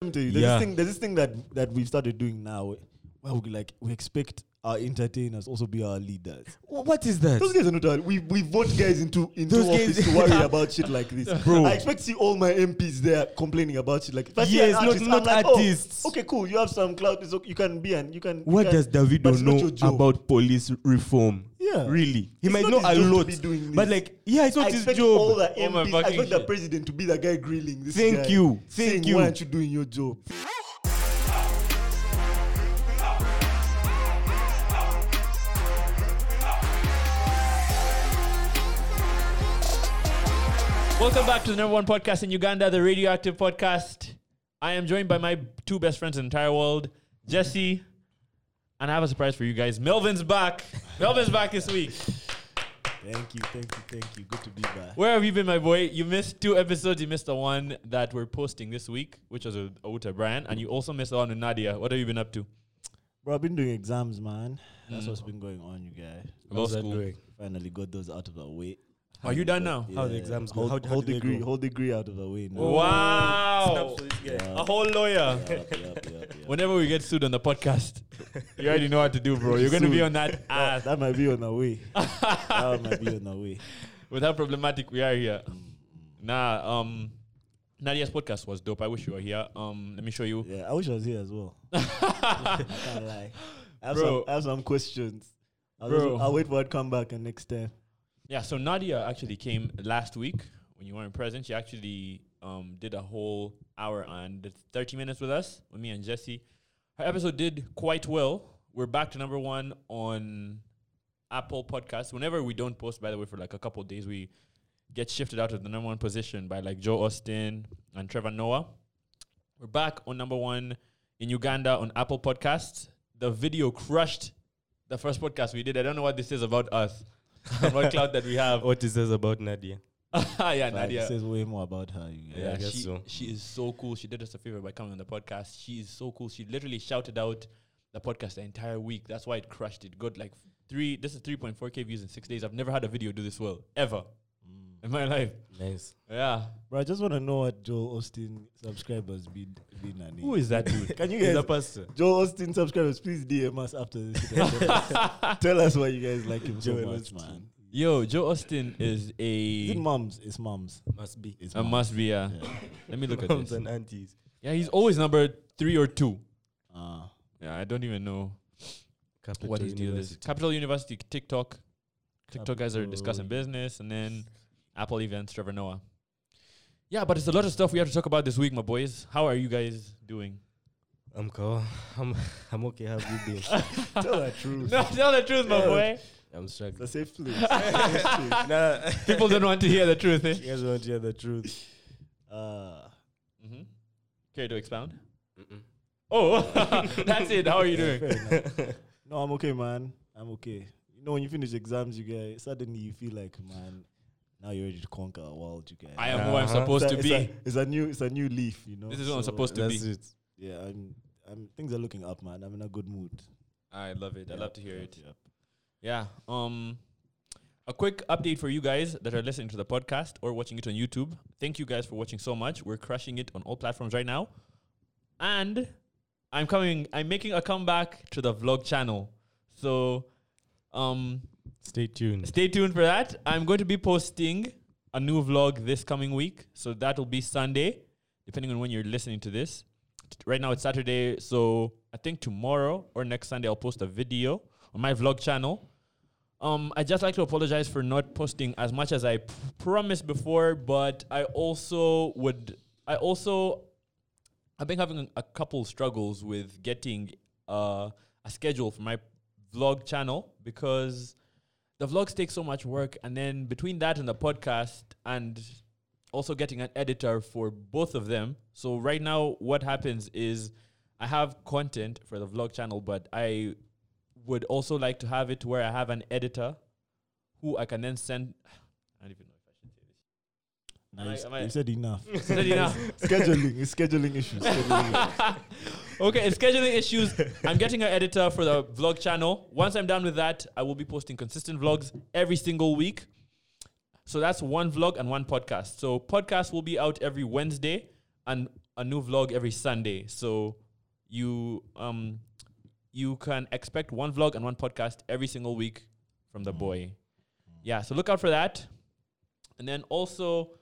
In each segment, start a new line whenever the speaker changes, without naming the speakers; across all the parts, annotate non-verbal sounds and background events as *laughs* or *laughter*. happened to you? There's
Yeah.
this thing. There's this thing that that we've started doing now. Where we like we expect our entertainers also be our leaders.
Wh- What is that?
Those guys are not. Our, we we vote guys into into
Those
office
guys-
to worry *laughs* about shit like this,
Bro.
I expect to see all my MPs there complaining about shit like. If I see
Yes,
an
not-
artist, I'm
not
like, oh,
artists.
okay, cool. You have some clout. It's okay. You can be and you can. you
What
can,
does
but
Davido
it's not your
know
job.
about police reform?
Yeah.
Really? He
It's
might
not
know
his
a
job to
lot.
be doing
But
this.
like, yeah, it's
I
not his
expect all
job.
the
Oh my
MPs. I
fucking
expect the
shit.
president to be the guy grilling this
Thank
guy,
you.
saying,
Thank you.
Why aren't you doing your job?
Welcome back to the number one podcast in Uganda, the Radioactive Podcast. I am joined by my two best friends in the entire world, Jesse, and I have a surprise for you guys. Melvin's back. Melvin's back this week.
Thank you, thank you, thank you. Good to be back.
Where have you been, my boy? You missed two episodes. You missed the one that we're posting this week, which was with Outa Brian, and you also missed the one with Nadia. What have you been up to?
Bro, I've been doing exams, man. That's
Mm.
what's been going on, you guys.
Law school.
Finally got those out of the way.
Are you done now?
How the exams go?
Whole,
How d- how
whole
did they
degree,
go?
whole degree out of the way now.
Wow. A whole lawyer.
Yep, yep, yep, yep.
Whenever we get sued on the podcast, you already know what to do, bro. You're going to be on *laughs* that ass.
That might be on the
*laughs*
way.
Um,
that might be on the way.
with how problematic we are here. Nah, um, Nadia's podcast was dope. I wish you were here. Um, let me show you.
Yeah, I wish I was here as well. I
*laughs*
can't lie. I have,
Bro.
some, I have some questions. I'll,
Bro.
I'll wait for her to come back and next time.
Yeah, so Nadia actually came last week when you weren't present. She actually um did a whole hour and thirty minutes with us, with me and Jesse. Her episode did quite well. We're back to number one on Apple Podcasts. Whenever we don't post, by the way, for like a couple days, we get shifted out of the number one position by like Joe Austin and Trevor Noah. We're back on number one in Uganda on Apple Podcasts. The video crushed the first podcast we did. I don't know what this is about us, *laughs* about cloud that we have.
What is this about Nadia?
*laughs* yeah,
Like,
Nadia.
It says way more about her. You guys.
Yeah,
I guess
she,
so.
she is so cool. She did us a favor by coming on the podcast. She is so cool. She literally shouted out the podcast the entire week. That's why it crushed. It got like three. This is three point four k views in six days. I've never had a video do this well ever in my life.
*laughs*
Nice.
Mm. Yeah.
Bro, I just want to know what Joel Austin subscribers been been and
Who is that dude?
Can you
He's a
guys
pastor.
Joel Austin subscribers, please DM us after
*laughs*
this. *laughs* Tell us why you guys like him so
Joel
much,
Austin.
man.
*laughs* Yo, Joe Austin is
Is
a.
it mums? It's mums.
Must be.
*laughs* It's
a
mums.
must be. Uh,
Yeah.
*laughs* Let me look at
Moms
this.
and aunties.
Yeah, he's always number three or two.
Uh,
Yeah, I don't even know
Capital
what his deal is.
University.
Capital University, TikTok. TikTok guys are
Capital.
discussing business, and then Apple events, Trevor Noah. Yeah, but it's a lot of stuff we have to talk about this week, my boys. How are you guys doing?
I'm cool. I'm, I'm okay. How have you been?
*laughs* tell the truth.
*laughs* no, tell the truth, my
Yeah.
boy.
*laughs* I'm
It's a
struggling.
safe
*laughs*
place. It's a safe place.
nah,
*laughs* People don't want to hear the truth. *laughs* Eh?
you guys want to hear the truth.
Uh,
Mm-hmm. Care to expound? Oh, *laughs* that's it. How are you
yeah,
doing?
fair enough. no, I'm okay, man. I'm okay. You know, when you finish exams, you guys suddenly you feel like, man, now you're ready to conquer the world, you guys.
I am who I'm
Uh-huh.
supposed
it's a,
to
it's
be.
A, it's a new, it's a new leaf, you know.
This is what I'm supposed to
That's
be.
it.
Yeah, I'm. I'm. Things are looking up, man. I'm in a good mood.
I love it. I
Yep,
love to hear
yep,
it.
yep.
Yeah. Um a quick update for you guys that are listening to the podcast or watching it on YouTube. Thank you guys for watching so much. We're crushing it on all platforms right now. And I'm coming I'm making a comeback to the vlog channel. So um
Stay tuned.
stay tuned for that. I'm going to be posting a new vlog this coming week. So that'll be Sunday, depending on when you're listening to this. T- Right now it's Saturday. So I think tomorrow or next Sunday, I'll post a video on my vlog channel. Um, I just like to apologize for not posting as much as I p- promised before, but I also would, I also, I've been having a couple struggles with getting uh, a schedule for my vlog channel because the vlogs take so much work and then between that and the podcast and also getting an editor for both of them so right now what happens is i have content for the vlog channel but i would also like to have it where i have an editor who i can then send *laughs* i don't even know if i should say this
Now
Am I-
you s-
am I-
you said enough.
Is
*laughs*
that enough?
scheduling, it's scheduling
*laughs*
issues. Scheduling issues.
okay, scheduling issues. I'm getting an editor for the vlog channel. Once I'm done with that, I will be posting consistent vlogs every single week. So that's one vlog and one podcast. So podcast will be out every Wednesday, and a new vlog every Sunday. So you um you can expect one vlog and one podcast every single week from
Mm.
the boy. Yeah, so look out for that. And then also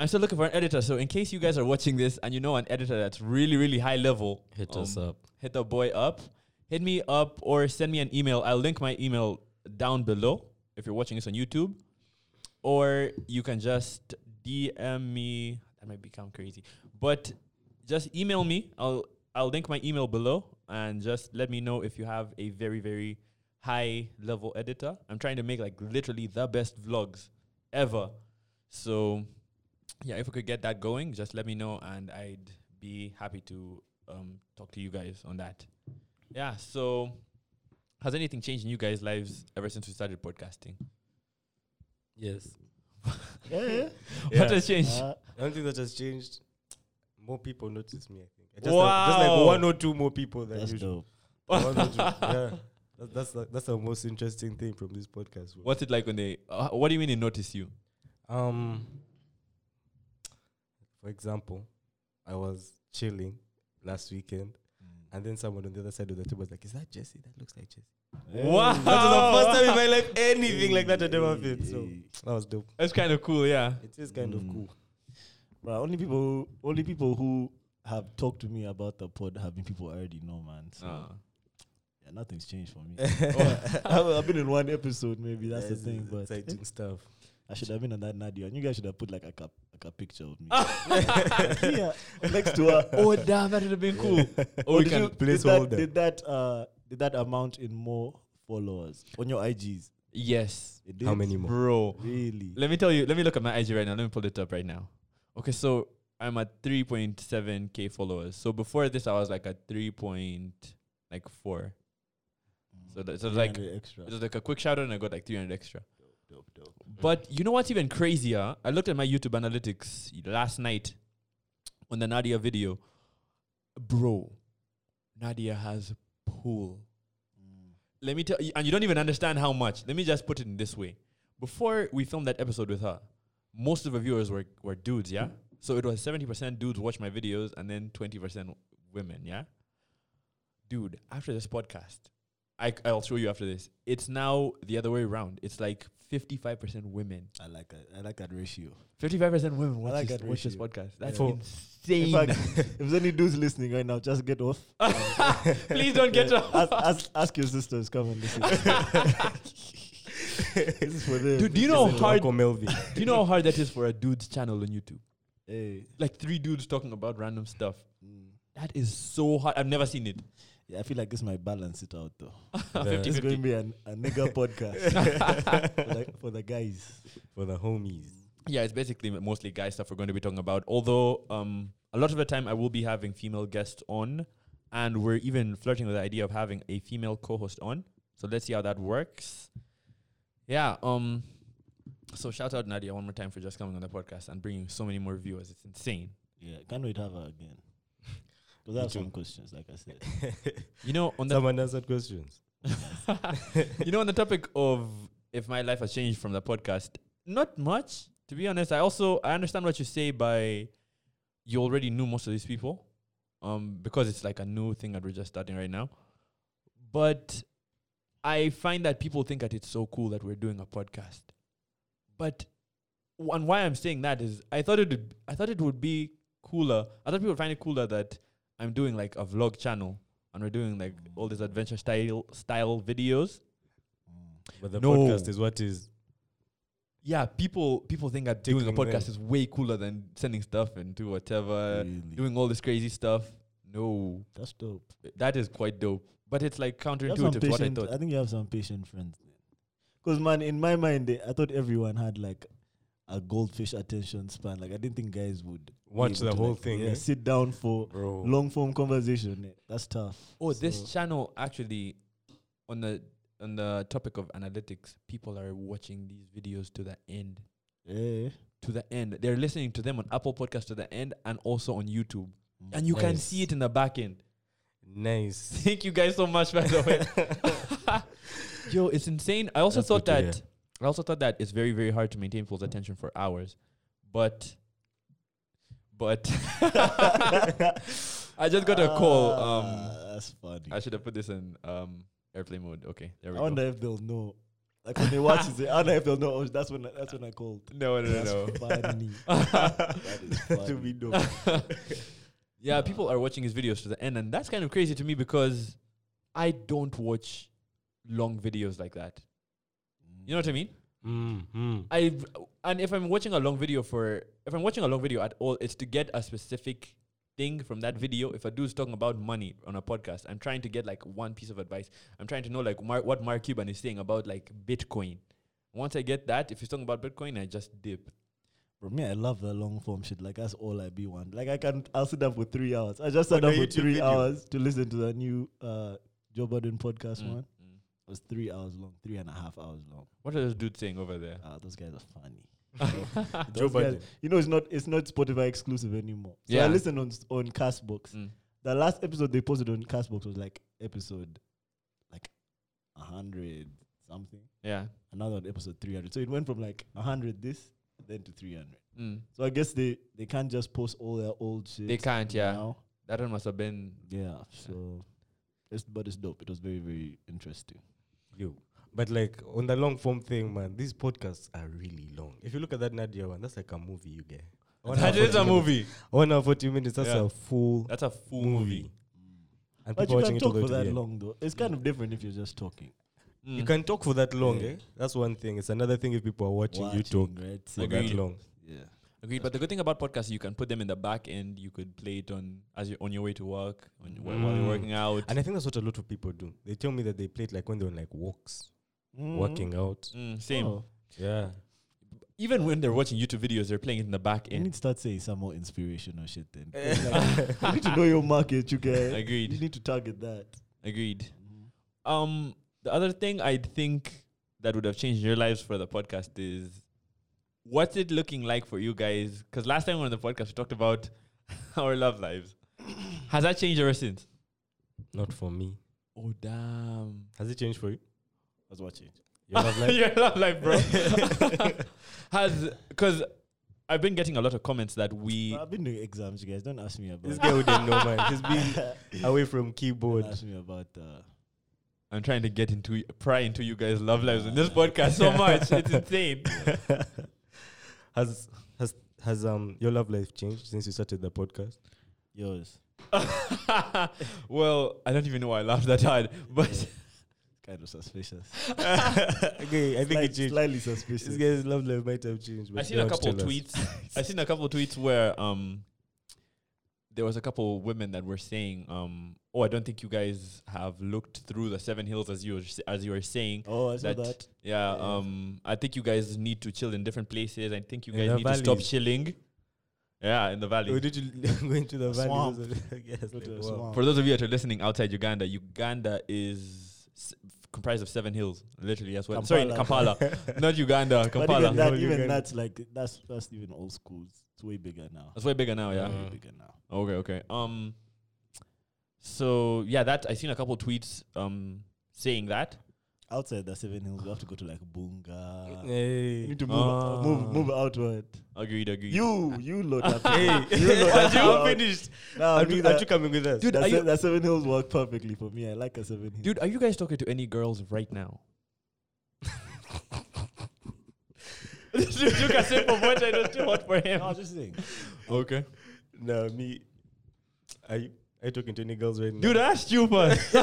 I'm still looking for an editor. So in case you guys are watching this and you know an editor that's really, really high level,
Hit us
um,
up.
hit the boy up. Hit me up or send me an email. I'll link my email down below if you're watching this on YouTube. Or you can just DM me. That might become crazy. But just email me. I'll I'll link my email below and just let me know if you have a very, very high level editor. I'm trying to make like literally the best vlogs ever. So yeah, if we could get that going, just let me know and I'd be happy to um, talk to you guys on that. Yeah, so has anything changed in you guys' lives ever since we started podcasting?
Yes.
Yeah, yeah.
What has changed? *laughs*
Uh,
The only thing that has changed, more people notice me. I think. Just, like, just like
Wow.
one or two more people than
that's
usual.
dope.
One or two. Yeah. That's that's the, that's the most interesting thing from this podcast. bro.
What's it like when they? Uh, what do you mean they notice you?
Um, for example, I was chilling last weekend, and then someone on the other side of the table was like, "Is that Jesse? That looks like Jesse."
Wow,
That was the first time in my life anything like that had ever happened. So that was dope.
that's kind of cool. Yeah,
It is kind of
Mm.
cool.
Bro, only people, who, only people who have talked to me about the pod have been people I already know, man. So
uh,
yeah, nothing's changed for
*laughs*
me. *laughs* I've, I've been in one episode, maybe that's the thing. But
exciting stuff.
I should have been on that Nadia, and you guys should have put like a cap, like a picture
*laughs*
of me. *laughs* yeah, next to her.
oh damn, that would have been cool. *laughs* Or we
did,
can
you- did that,
placeholder.
did that? Uh, did that amount in more followers on your IGs?
yes,
It
How
did?
many more?
bro.
Really?
Let me tell you. Let me look at my IG right now. Let me pull it up right now. Okay, so I'm at 3.7k followers. So before this, I was like at 3. Point, like four. So that's so it's like
300 extra.
it was like a quick shout out, and I got like 300 extra.
Dope, dope.
But you know what's even crazier? I looked at my YouTube analytics last night on the Nadia video. Bro, Nadia has pull.
Mm.
Let me tell you, and you don't even understand how much. Let me just put it in this way. Before we filmed that episode with her, most of her viewers were, were dudes, yeah? So it was 70% dudes watch my videos and then 20% women, yeah? Dude, after this podcast, I, I'll show you after this. It's now the other way around. It's like 55% women
I like that. I like that ratio.
Fifty-five percent women
I
watch,
like
this,
that
watch this
ratio.
podcast. That's
For-
insane.
In fact, if there's any dudes listening right now, just get off.
*laughs* Please don't get
Yeah,
off.
Ask, ask, ask your sisters. Come and listen. *laughs*
*laughs*
this is for them.
Dude, do you know how hard?
Uncle Melvin.
Do you know how hard that is for a dude's channel on YouTube?
Hey.
Like three dudes talking about random stuff.
Mm.
That is so hard. I've never seen it.
Yeah, I feel like this might balance it out
*laughs*
though.
The-
This is
50-50.
going to be an, a nigga
*laughs*
podcast for, the, for the guys.
for the homies.
Yeah, it's basically m- mostly guy stuff we're going to be talking about. Although um, a lot of the time I will be having female guests on, and we're even flirting with the idea of having a female co-host on. So let's see how that works. Yeah. Um. So shout out Nadia one more time for just coming on the podcast and bringing so many more viewers. It's insane.
Yeah, can't wait to have her again. Because I have
too.
some questions, like I said.
You know on *laughs* the
Someone answered questions.
*laughs* you know on the topic of if my life has changed from the podcast, not much to be honest. I also I understand what you say by you already knew most of these people, um, because it's like a new thing that we're just starting right now. But I find that people think that it's so cool that we're doing a podcast. But w- and why I'm saying that is I thought it would, I thought it would be cooler. I thought people would find it cooler that I'm doing like a vlog channel and we're doing like all these adventure style style videos.
*laughs*
Mm,
But the
No.
podcast is what is
Yeah, people people think that doing a
Tickling
podcast
them.
is way cooler than sending stuff and do whatever,
Really.
doing all this crazy stuff. No,
That's dope.
that is quite dope. But it's like
You have some
counterintuitive what I
patient,
thought.
I, think you have some patient friends. Because, man, in my mind, eh, I thought everyone had like a goldfish attention span. Like, I didn't think guys would be
Watch
able
the
to,
whole
like,
thing,
Yeah,
eh?
sit down for
*laughs* bro.
long form conversation. eh. That's tough.
Oh, this
So-
channel actually on the on the topic of analytics, people are watching these videos to the end.
Yeah.
To the end. They're listening to them on Apple Podcasts to the end and also on YouTube.
Mm.
And you *laughs* can see it in the back end. *laughs*
Nice.
Thank you guys *laughs* so much, by
*laughs*
the way. Yo, it's insane. I also
That's
thought
good to
that I also thought that it's very, very hard to maintain people's attention for hours. But But *laughs* I just got a call. Um,
Ah, that's funny.
I should have put this in um, airplane mode. Okay, there
I
we go.
wonder if they'll know. Like when they watch it, they- I wonder if they'll know. Oh, that's when that's when I called.
No, no, no,
That's funny.
no.
That *laughs* is
to
funny.
be dope.
*laughs* yeah, people are watching his videos to the end, and that's kind of crazy to me because I don't watch long videos like that. *laughs* You know what I mean?
mm-hmm.
I and if I'm watching a long video for if I'm watching a long video at all, it's to get a specific thing from that video. If a dude's talking about money on a podcast, I'm trying to get like one piece of advice. I'm trying to know like Mar- what Mark Cuban is saying about like Bitcoin. Once I get that, if he's talking about Bitcoin, I just dip.
Bro, me, I love the long form shit. Like that's all I be one. Like I can, I'll sit down for three hours. I just sat
On a
down for
YouTube
three
video.
hours to listen to the new uh, Joe Budden podcast
Mm,
one.
mm.
It was three hours long, three and a half hours long.
What are those dudes saying over *laughs* there?
Ah, those guys are funny.
Oh.
Joe
Those guys-
Budden.
You know, it's not it's not Spotify exclusive anymore. So
Yeah.
I listen on s- on Castbox.
*laughs* Mm.
The last episode they posted on Castbox was like episode like a hundred something.
Yeah.
Another on episode three hundred. So it went from like a hundred this then to three hundred.
Mm.
So I guess they they can't just post all their old shit.
They can't, yeah.
now.
That one must have been
Yeah. So it's but it's dope. It was very very interesting.
You. But like on the long form thing, man, these podcasts are really long. If you look at that Nadia one, that's like a movie you get. One
That
hour
is *laughs* a
40 minutes.
movie.
One hour forty minutes. That's
Yeah.
a full
That's a full
movie.
movie.
And
But
people
you
watching
can
it all
talk
the way
for
to the
that
end.
long though. It's kind of different if you're just talking.
You
Mm.
can talk for that long,
Yeah.
eh? That's one thing. It's another thing if people are watching, you talk
Watching, right?
for
Singing.
that
Agreed.
long.
Yeah.
Agreed. But the good thing about podcasts, you can put them in the back end. You could play it on as you on your way to work, on your, while
Mm.
you're working out.
And I think that's what a lot of people do. They tell me that they play it like when they're on like walks,
Mm.
working out.
Mm, same.
Oh,
Mm-hmm. Yeah.
Even when they're watching YouTube videos, they're playing it in the back
you need
end.
to start saying some more inspirational shit *laughs* then. 'Cause, like, you need to know your market, you guys. You
Agreed.
need to target that.
Agreed.
Mm-hmm.
Um, the other thing I think that would have changed your lives for the podcast is what's it looking like for you guys? Because last time we were on the podcast, we talked about *laughs* our love lives. *coughs* Has that changed ever since?
Not for me.
Oh damn!
Has it changed for *laughs* you?
That's what change.
Your love life?
your love life, bro. *laughs* Has because I've been getting a lot of comments that we
I've been doing exams, you guys. Don't ask me
This
about *laughs*
guy wouldn't know, man. He's been away from
Don't
keyboard. *laughs*
ask me about uh,
I'm trying to get into pry into you guys' love lives in this podcast so much.
*laughs*
It's insane. *laughs*
has has has um your love life changed since you started the podcast?
yours.
well, I don't even know why I laughed that hard, but *laughs*
Kind of suspicious.
Okay, I think
Slight-
it changed.
Slightly
This
suspicious.
guy's love life might have changed. But
I
they
seen a
won't
couple
tell us.
tweets.
*laughs*
I seen a couple tweets where um there was a couple women that were saying um oh I don't think you guys have looked through the seven hills as you were s- as you were saying
Oh, I saw
that-
that.
yeah,
Yeah.
um I think you guys need to chill in different places I think you
In
guys
the
need to stop
valleys.
chilling yeah in the valley
Oh, did you *laughs* go into the valley? *laughs*
Swamp.
yes,
Go
like,
to a
wow.
swamp.
For those of you that are listening outside Uganda, Uganda is s- comprised of seven hills. Literally, that's what. Sorry,
Kampala.
*laughs*
Kampala, not Uganda.
But
Kampala.
even, that,
No, you
even
can-
that's like that's that's even old schools. It's way bigger now.
That's way bigger now. Oh, Yeah.
Way
Mm.
bigger now.
Okay. Okay. Um. So yeah, that I seen a couple tweets um saying that.
Outside the Seven Hills, we have to go to like Bunga. You
Hey.
need to move, move,
Ah.
move outward.
Agreed. Agreed. *laughs*
You, you lot. have to
Hey,
go. you lot. have to go out.
finished.
Nah,
Are
me
you,
that-
are you coming with us?
Dude,
that,
are
se-
you-
that Seven Hills worked perfectly for me. I like a Seven Hills.
dude, are you guys talking to any girls right now? Look at simple voice. I don't too hot for
No, I was
him.
just
*laughs*
saying.
Okay.
no, me. Are you, are you talking to any girls right now?
Dude, I asked you *laughs* first.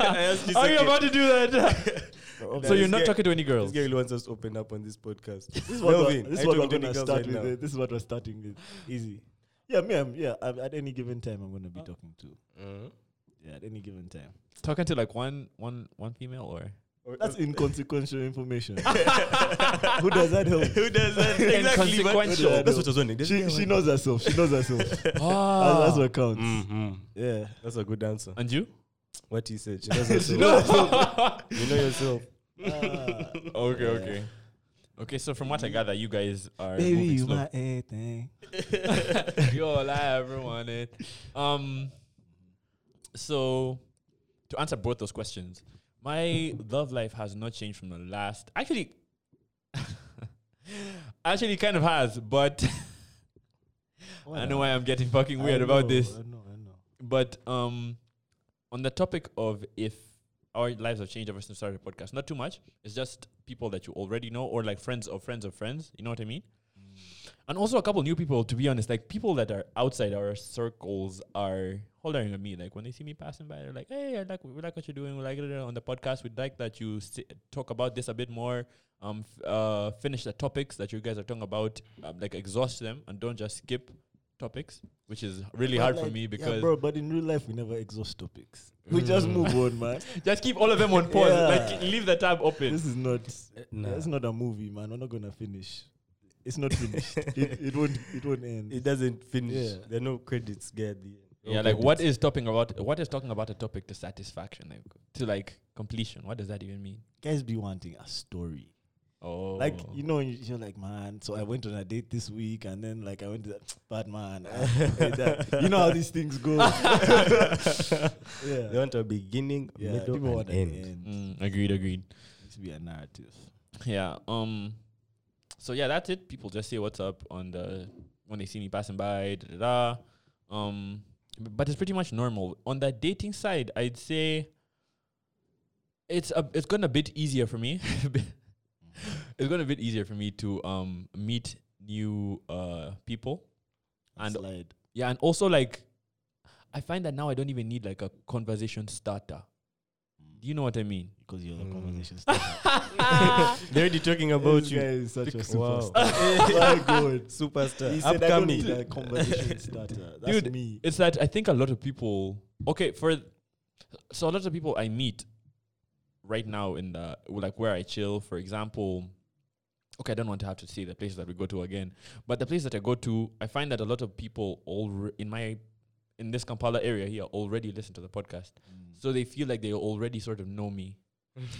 I asked you
Are you
second.
about to do *laughs* that? so
Nah,
you're
this
not
guy-
talking to any
This
girls.
guy really wants us to open up on this podcast.
This is what,
Melvin,
we're, this
are
is
you
what we're
talking
gonna
to any girls
start
right
with.
now?
uh, This is what we're starting with. Easy. Yeah, me. I'm, yeah, I'm, at any given time, I'm gonna be talking to. Yeah, at any given time.
Talking to like one, one, one female or
Or-
That's
or-
inconsequential information. *laughs* Who does that help?
Who does that? *laughs* exactly. but-
Inconsequential.
That's what I was wondering.
She, she knows herself. She knows *laughs* herself. That-
Ah.
that's what counts.
Mm-hmm.
Yeah.
That's a good answer.
And *laughs* you?
What you said. She knows herself. You know yourself.
Ah.
Okay, okay. Okay, so from what I gather, you guys are
Baby,
moving
you
slow.
my everything.
*laughs* You're all I ever wanted. eh. Um, so to answer both those questions, my love life has not changed from the last. *laughs* Actually, actually, kind of has, but *laughs* I know why I'm getting fucking weird about this.
I know, I know.
But um, on the topic of if our lives have changed ever since we started the podcast, not too much. It's just people that you already know or like friends of friends of friends. You know what I mean?
Mm.
And also a couple new people, to be honest, like people that are outside our circles are hollering at me. Like when they see me passing by, they're like, "Hey, I like we like what you're doing. We like it on the podcast. We'd like that you si- talk about this a bit more. Um, f- uh, finish the topics that you guys are talking about. Um, like exhaust them and don't just skip topics, which is really
But
hard for
like-
me
yeah,
because Mm.
bro, but in real life we never exhaust topics. We just move on,
*laughs*
man.
Just keep all of them on pause.
Yeah.
Like leave the tab open.
This is not.
nah.
It's not a movie, man. We're not gonna finish. It's not finished. *laughs* it, it won't. It won't end.
It doesn't finish.
Yeah.
There are no credits get at the end. No
Yeah, like what
credits.
is talking about? What is talking about a topic to satisfaction, like to like completion? What does that even mean?
Guys be wanting a story.
Oh,
Like you know, you- you're like, man. So I went on a date this week, and then like I went to that, bad man. I hate that." You know how these things *laughs* go.
They
yeah,
want a beginning,
yeah.
middle,
people want
and
an
end.
end.
Mm, agreed, agreed.
Needs to be a narrative.
Yeah. Um. So yeah, that's it. People just say what's up on the when they see me passing by. Da, da, da. Um. b- But it's pretty much normal on the dating side. I'd say it's a it's gotten a bit easier for me. *laughs* it's gotten a bit easier for me to um meet new uh people. And-
slide.
Yeah, and also like I find that now I don't even need like a conversation starter. Do you know what I
*laughs*
mean?
Mm.
*laughs*
because you're the
Mm.
conversation
*laughs*
starter.
*laughs* They're already talking about
This
you.
guy is such a
Wow.
superstar.
*laughs*
Oh My God.
Superstar.
He said, I don't
Upcoming.
need a conversation starter.
*laughs*
That's
Dude,
me.
It's that I think a lot of people okay, for so a lot of people I meet right now in the like where I chill, for example. Okay, I don't want to have to say the places that we go to again, but the place that I go to, I find that a lot of people all in my in this Kampala area here already listen to the podcast, so they feel like they already sort of know me.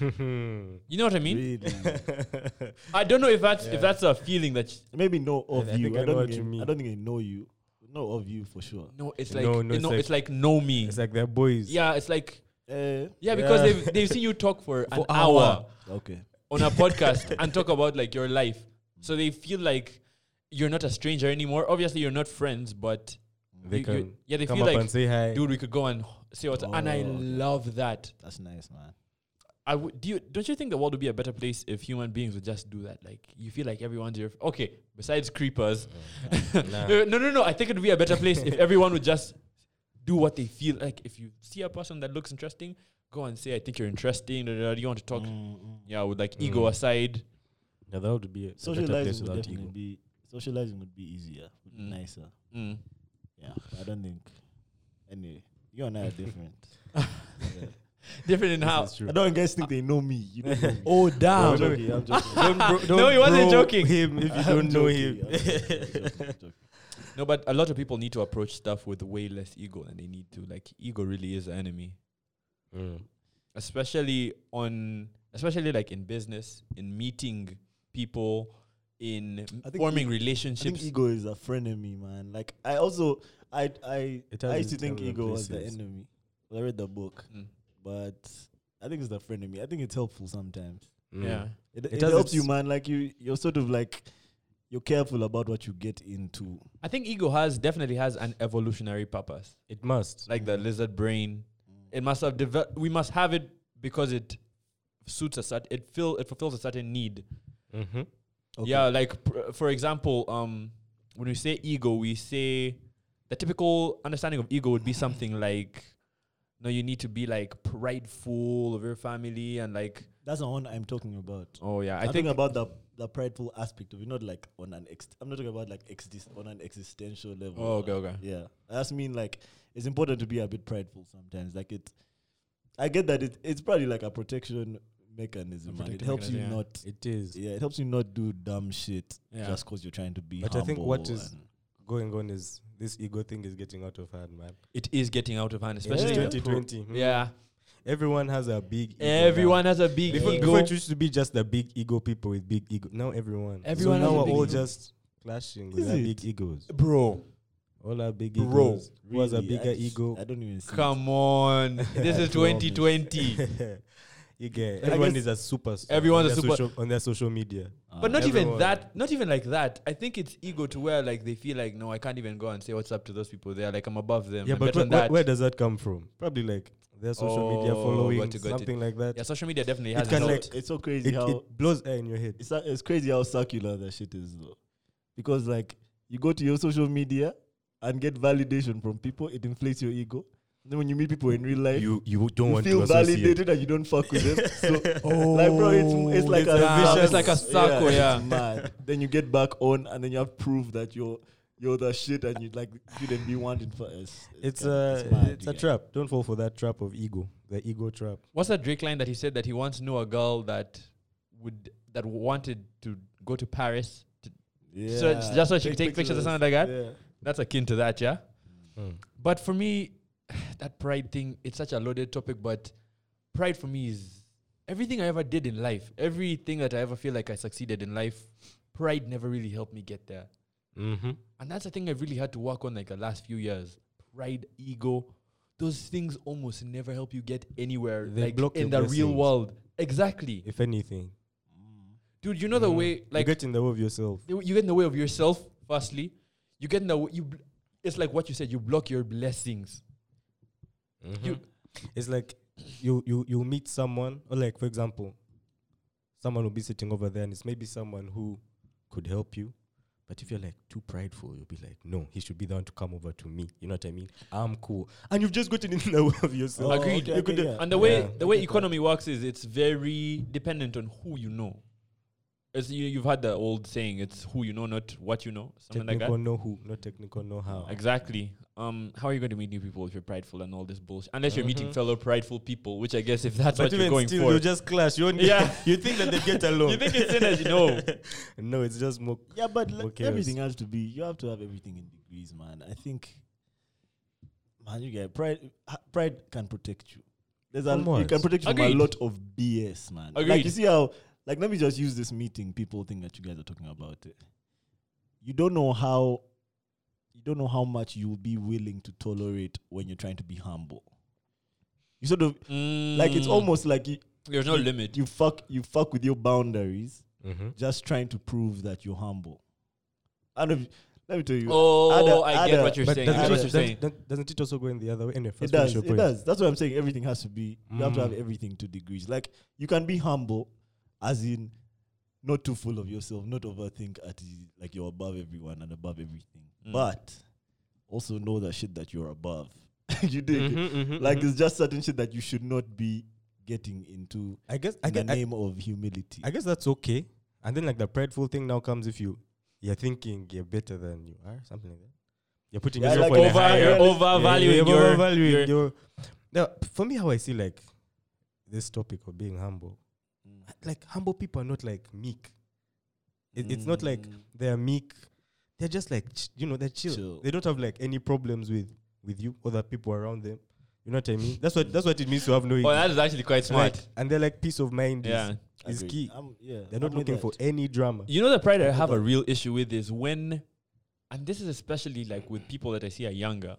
You know what I mean?
Mm. Really.
*laughs* I don't know if that's
Yeah.
if that's a feeling that you-
*laughs* Maybe know of
I
you.
think
I,
I know
don't
what
think
you
I,
mean.
I don't think I know you. Know of you for sure.
no, it's like
No,
no,
no, it's
it's, like, know me.
it's like they're boys.
yeah, it's like
Eh,
yeah, because
Yeah.
they've they've seen you talk for, an
For
hour,
hour.
okay.
on a podcast and talk about like your life, so they feel like you're not a stranger anymore. Obviously, you're not friends, but
They
you-
can
you- yeah, they
come
feel
up
like
and say hi.
dude, we could go and say what, and I
Oh, okay.
love that.
That's nice, man.
I w- do you don't you think the world would be a better place if human beings would just do that? Like you feel like everyone's your f- okay. Besides creepers, *laughs*
Nah.
no, no, no, no. I think it would be a better place if everyone would just do what they feel like. If you see a person that looks interesting, go and say, "I think you're interesting." Da, da, da, do you want to talk? Yeah, with like ego
Mm.
aside.
Yeah, that would be a better place
Socializing would
without
definitely
ego.
be socializing would be easier, would be
Mm.
nicer.
Mm.
Yeah, I don't think. Anyway, you and I are different.
*laughs*
Different in
This
how.
is true.
I don't guys think they know me. You don't
*laughs*
know me.
*laughs* Oh
I'm
no.
joking. I'm joking.
Don't bro-
*laughs* No,
don't
he
bro
wasn't joking.
Him *laughs* if
*laughs*
you
I'm
don't know
joking, I'm
him.
joking, I'm joking, I'm joking.
No, but a lot of people need to approach stuff with way less ego than they need to. Like ego really is the enemy.
*laughs* Mm.
especially on especially like in business in meeting people in
I think
forming
e- I think
relationships
ego is a frenemy, man. Like I also, I, I,
It
I used
has
to
its
think
time and
ego was the
places.
enemy. I read the book,
Mm,
but I think it's the frenemy. I think it's helpful sometimes.
Mm.
yeah
It, it,
has
helps you,
its-
man. Like you, you're sort of like you're careful about what you get into.
i think ego has definitely has an evolutionary purpose
It must.
like the
Mm.
lizard brain it must have developed we must have it because it suits a certain it fill it fulfills a certain need
Mm-hmm.
Yeah, like pr- for example, um, when we say ego, we say the typical understanding of ego would be something like, no, you need to be like prideful of your family and like,
that's the one I'm talking about.
oh yeah,
I
I
am
think
talking about the the prideful aspect of it, not like on an ex. I'm not talking about like exist on an existential level.
Oh, okay, okay.
Yeah, I just mean like it's important to be a bit prideful sometimes. Like it, I get that it, it's probably like a protection mechanism.
A
man. it
protective
helps you
mechanism, yeah.
not.
It is.
Yeah, it helps you not do dumb shit
Yeah.
just because you're trying to be.
But I think
humble
what is-
and-
Going on is this ego thing is getting out of hand, man.
it is getting out of hand,
It's
especially
Yeah.
yeah.
2020. mm.
Mm-hmm. yeah.
Everyone has a big ego. now.
Everyone has a big
Before,
ego.
before it used to be just the big ego people with big ego. Now everyone.
Everyone
so
has
now
a
we're
big
all
ego.
just clashing with
Is
our
it?
big egos. *laughs*
Bro,
All our big egos.
Bro,
Who has a
Really, I
bigger
just-
ego? *laughs*
I don't even see. it.
come on. this
I *laughs*
is
promise.
2020.
You get
I
everyone
guess
is a superstar.
everyone's
on
a
their
super-
social, on their social media.
But
Ah.
not even
everyone.
that. Not even like that. I think it's ego to where like they feel like no, I can't even go and say what's up to those people. They're like I'm above them.
yeah,
I'm
but
better
where,
than
where-
that.
where does that come from? Probably like their social media
Oh,
following,
got it, got it.
something like that.
yeah, social media definitely
It
has
can,
helped.
like-
it's so crazy
It,
how
it blows air in your head.
it's, it's crazy how circular that shit is though. Because like you go to your social media and get validation from people, it inflates your ego. Then when you meet people in real life, you,
you don't
feel validated and you don't fuck with them. So
*laughs*
*laughs* like bro, it's, it's like
It's
a,
a vicious- It's
like Oh, a circle,
it's
yeah.
mad. then you get back on and then you have proof that you're you're the shit and you like shouldn't be wanted for us.
It's
kind of-
a
mad,
it's
you
a
get-
trap. Don't fall for that trap of ego, the ego trap.
What's that Drake line that he said that he once knew a girl that would that wanted to go to Paris? To,
Yeah.
so it's just so she could take pictures or something like that.
Yeah.
That's akin to that, yeah. But for me, *sighs* that pride thing, it's such a loaded topic, but pride for me is everything I ever did in life, everything that I ever feel like I succeeded in life, pride never really helped me get there.
Mm-hmm.
And that's the thing I've really had to work on like the last few years. Pride, ego, those things almost never help you get anywhere
They
like
block
in the
your
real
blessings.
world. Exactly.
If anything,
Dude, you know the
Mm.
way like
you get in the way of yourself.
you you get in the way of yourself firstly. You get in the way you bl- it's like what you said, you block your blessings. You-
it's like you you you meet someone, or like for example, someone will be sitting over there, and it's maybe someone who could help you. But if you're like too prideful, you'll be like, no, he should be the one to come over to me. You know what I mean? I'm cool, and you've just gotten in the *laughs* way of yourself.
Agreed.
Oh, okay,
You could-
okay, yeah.
And the way
Yeah.
the way economy works is it's very dependent on who you know. As you, you've had the old saying, it's who you know, not what you know, something like
Technical
that.
know who, not technical know how.
Exactly. Um, how are you going to meet new people if you're prideful and all this bullshit? Unless you're meeting
Mhm.
fellow prideful people, which I guess if that's
But
what you're
even
going
still,
for,
you just clash. You, won't
Yeah.
*laughs* you think that they
*laughs*
get along.
You think it's synergy? No.
*laughs* no, it's just more.
Yeah, but le-
Okay,
everything has to be. You have to have everything in degrees, man. I think, man, you get pride. ha- Pride can protect you. There's a
From
you
what?
can protect you from
Agreed.
a lot of BS, man. Like you
Agreed.
see how, like, let me just use this meeting. People think that you guys are talking about it. You don't know how. You don't know how much you will be willing to tolerate when you're trying to be humble. You sort of like it's
Mm,
almost like you,
there's no limit.
you fuck you fuck with your boundaries
Mm-hmm.
just trying to prove that you're humble. I don't. Let me tell you.
oh,
other-
I get
other-
what you're
But
saying. I get
doesn't,
what
it,
you're
just-
saying.
doesn't, doesn't- doesn't it also go in the other way? Anyway,
It
first finish
does.
your
It
point.
does. That's what I'm saying. Everything has to be. You have to have
Mm.
everything to degrees. Like you can be humble, as in not too full of yourself, not overthink at the- like you're above everyone and above everything,
Mm.
but also know the shit that you're above. *laughs* you dig?
Mm-hmm,
Mm-hmm.
Like it's just certain shit that you should not be getting into
I guess, I
in the
guess, I,
name of humility.
I guess that's okay. And then like the prideful thing now comes if you you're thinking you're better than you are, something like that. You're putting
Yeah,
yourself
like
on a
over-
higher.
you're
overvaluing
you're
your-
overvaluing
your-
your- Now, for me, how I see like this topic of being humble, like humble people are not like meek. It, It's not like
Mm.
they're meek. They're just like ch- you know they're chill.
Chill.
They don't have like any problems with with you or the people around them. You know what I mean? That's what that's what it means to
*laughs*
have no ego.
Oh, that is actually quite
Like,
smart.
and they're like peace of mind is-
Yeah.
is,
Agreed.
key.
I'm- yeah,
They're not
I'm with
looking for
that.
any drama.
You know the pride I
Hold
have a
on.
real issue with is when, and this is especially like with people that I see are younger.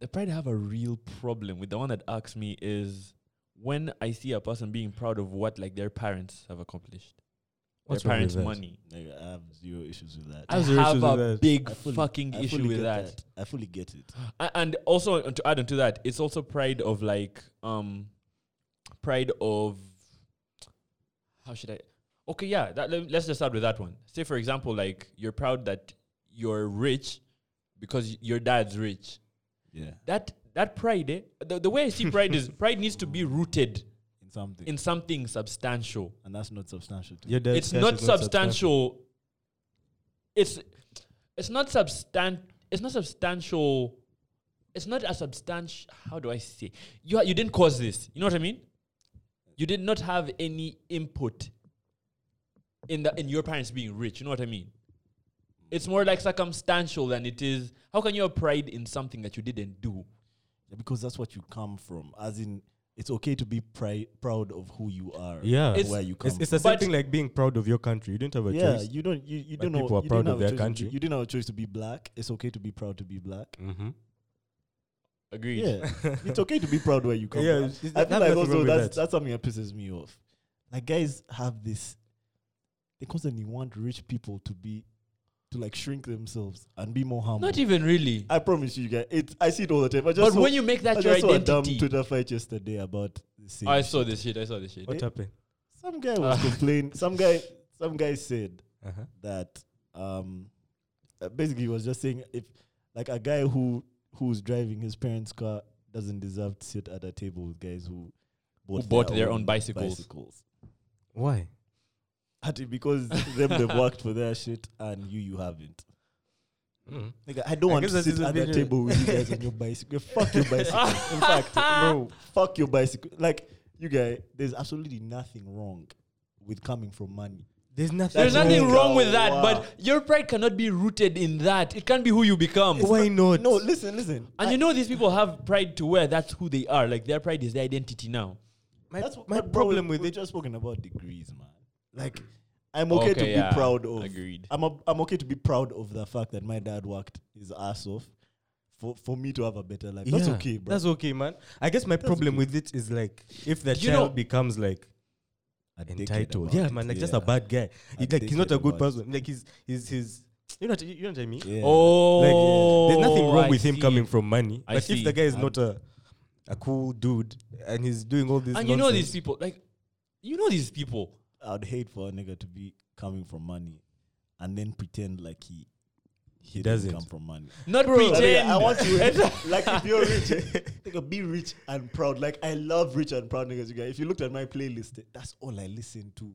The pride I have a real problem with the one that asks me is when I see a person being proud of what like their parents have accomplished, their parents' money.
Nigga, I have zero issues with that.
I
have zero
have
issues with
a
that.
big
I fully-
fucking
I
issue
fully
with
get
that.
I fully get it.
A- and also uh, to add on to that, it's also pride of like um pride of how should I okay yeah that let, us just start with that one. Say for example like you're proud that you're rich because y- your dad's rich.
Yeah,
That that pride eh? the, the way I see pride is *laughs* pride needs to be rooted
in something,
in something substantial.
and that's not substantial. To
Your
me.
dad's
it's
cash
not
is
substantial. It's it's not substan. It's not substantial. It's not a substantial. How do I say? You are- you didn't cause this. You know what I mean? You did not have any input in the in your parents being rich. You know what I mean? It's more like circumstantial than it is. How can you have pride in something that you didn't do?
Yeah, because that's what you come from. As in, it's okay to be pri- proud of who you are.
Yeah.
and
It's-
where you come.
It's, it's
from.
the same
But-
thing like being proud of your country. You don't have a
yeah,
choice.
you don't. You, you
But
don't know.
people are
you
proud
didn't have a
of
choice
their
to be-
country.
Mm-hmm.
*laughs*
you didn't have a choice to be black. It's okay to be proud to be black.
Mm-hmm.
Agreed.
*laughs*
Yeah, it's okay to be proud where you come
Yeah,
from.
it's- it's-
I
there's
feel like
nothing wrong
also
with
that's
that.
that's something that pisses me off. Like guys have this, they constantly want rich people to be, to like shrink themselves and be more humble.
Not even really.
I promise you guys, it I see it all the time. I just
But
saw,
when you make
I
that your
just saw a dumb
identity.
Twitter fight yesterday about the same.
I saw this shit. I saw this shit.
What
Eh?
happened?
Some guy was
Ah. *laughs*
complaining. Some guy, some guy said
Uh-huh.
that um, uh, basically he was just saying if like a guy who who's driving his parents' car doesn't deserve to sit at a table with guys who bought,
bought their own bicycles.
*laughs*
Why?
At it because them they've worked for their shit and you you haven't.
Mm.
Like I don't
I
want
guess
to
that
sit
is a
at a
bit-
table with you guys
*laughs*
on your bicycle. Fuck your bicycle. In fact, *laughs* no, fuck your bicycle. Like you guys, there's absolutely nothing wrong with coming from money.
There's nothing.
There's nothing
Wow.
wrong with that,
Wow.
but your pride cannot be rooted in that. It can't be who you become.
Why not?
No, listen, listen.
And you know these people have pride to where that's who they are. Like their pride is their identity now.
my,
That's what
my
but bro,
problem
we-
with
we've
it.
just spoken about degrees, man. Like, I'm okay, to
Okay, yeah,
be proud of.
agreed.
I'm a, I'm okay to be proud of the fact that my dad worked his ass off for for me to have a better life. That's
Yeah,
okay, bro.
That's okay, man. I guess my problem with it is like if the
You
child
know-
becomes like
A dickhead
entitled,
about
yeah,
it,
man, like just
yeah.
a bad guy.
A
He, like he's
dickhead
not a
about
good
it.
person. Like he's he's he's. You know what, you know what I mean?
Yeah.
Like,
Oh,
there's nothing wrong
I
with him
see.
coming from money.
I
but
see.
if the guy is not a a cool dude and he's doing all this,
And you know
nonsense-
these people, like you know these people.
I'd hate for a nigga to be coming from money and then pretend like he he,
doesn't.
come from money.
Not
Like,
pretend.
I
*laughs*
want you like if you're rich, *laughs* nigga, be rich and proud. Like I love rich and proud niggas, you guys. If you looked at my playlist, eh, that's all I listen to.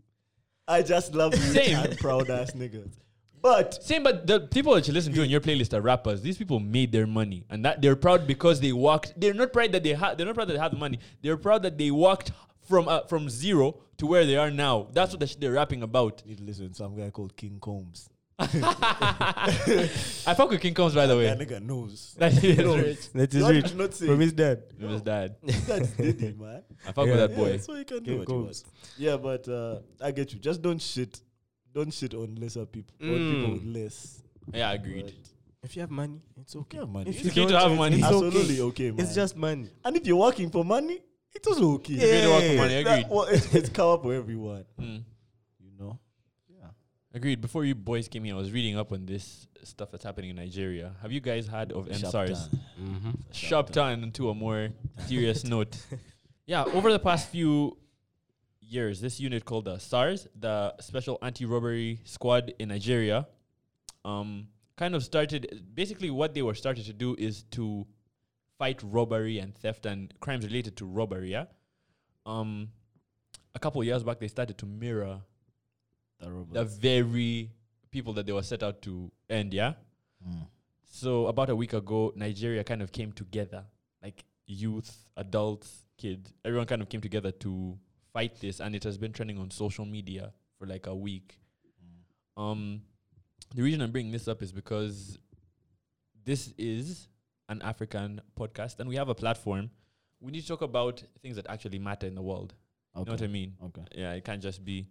I just love rich
Same.
and proud ass niggas. But *laughs*
Same, but the people that you listen to in your playlist are rappers. These people made their money, and that they're proud because they worked. They're not proud that they had. They're not proud that they had the money. They're proud that they worked from uh, from zero to where they are now. That's what the shit they're rapping about. *laughs*
need to listen to some guy called King Combs.
I fuck with King Combs, by the way.
That nigga knows. *laughs*
*laughs* That shit is
Knows.
rich.
That is
What
rich
did you not say?
from his dad.
It was *laughs* dad.
That's Diddy, man.
I fuck
Yeah.
with that
Yeah,
boy.
that's what you can do.
King
what you
Combs.
want. Yeah, but uh, I get you. Just don't shit. Don't shit on lesser people. On people
Mm.
with less.
Yeah, agreed.
If you have money, it's okay.
Yeah, man.
If
It's
you
okay to
don't,
have
it's-
money.
it's
Absolutely okay, man.
It's just money.
And if you're working for money, it's also okay.
Yeah.
Agreed to work for money.
That-
Agreed.
well, *laughs* it's, it's cover for everyone,
Mm.
you know.
Agreed. Before you boys came here, I was reading up on this stuff that's happening in Nigeria. Have you guys heard of MSARS? Sharp turn to a more serious note. Yeah, over the past few years, this unit called the SARS, the Special Anti-Robbery Squad in Nigeria, um, kind of started. Basically, what they were started to do is to fight robbery and theft and crimes related to robbery. Yeah, um, a couple of years back, they started to mirror
The robot.
the very people that they were set out to end, yeah?
Mm.
So about a week ago, Nigeria kind of came together, like youth, adults, kids, everyone kind of came together to fight this, and it has been trending on social media for like a week. Um, the reason I'm bringing this up is because this is an African podcast, and we have a platform. We need to talk about things that actually matter in the world. You know what I mean?
Okay.
Yeah, it can't just be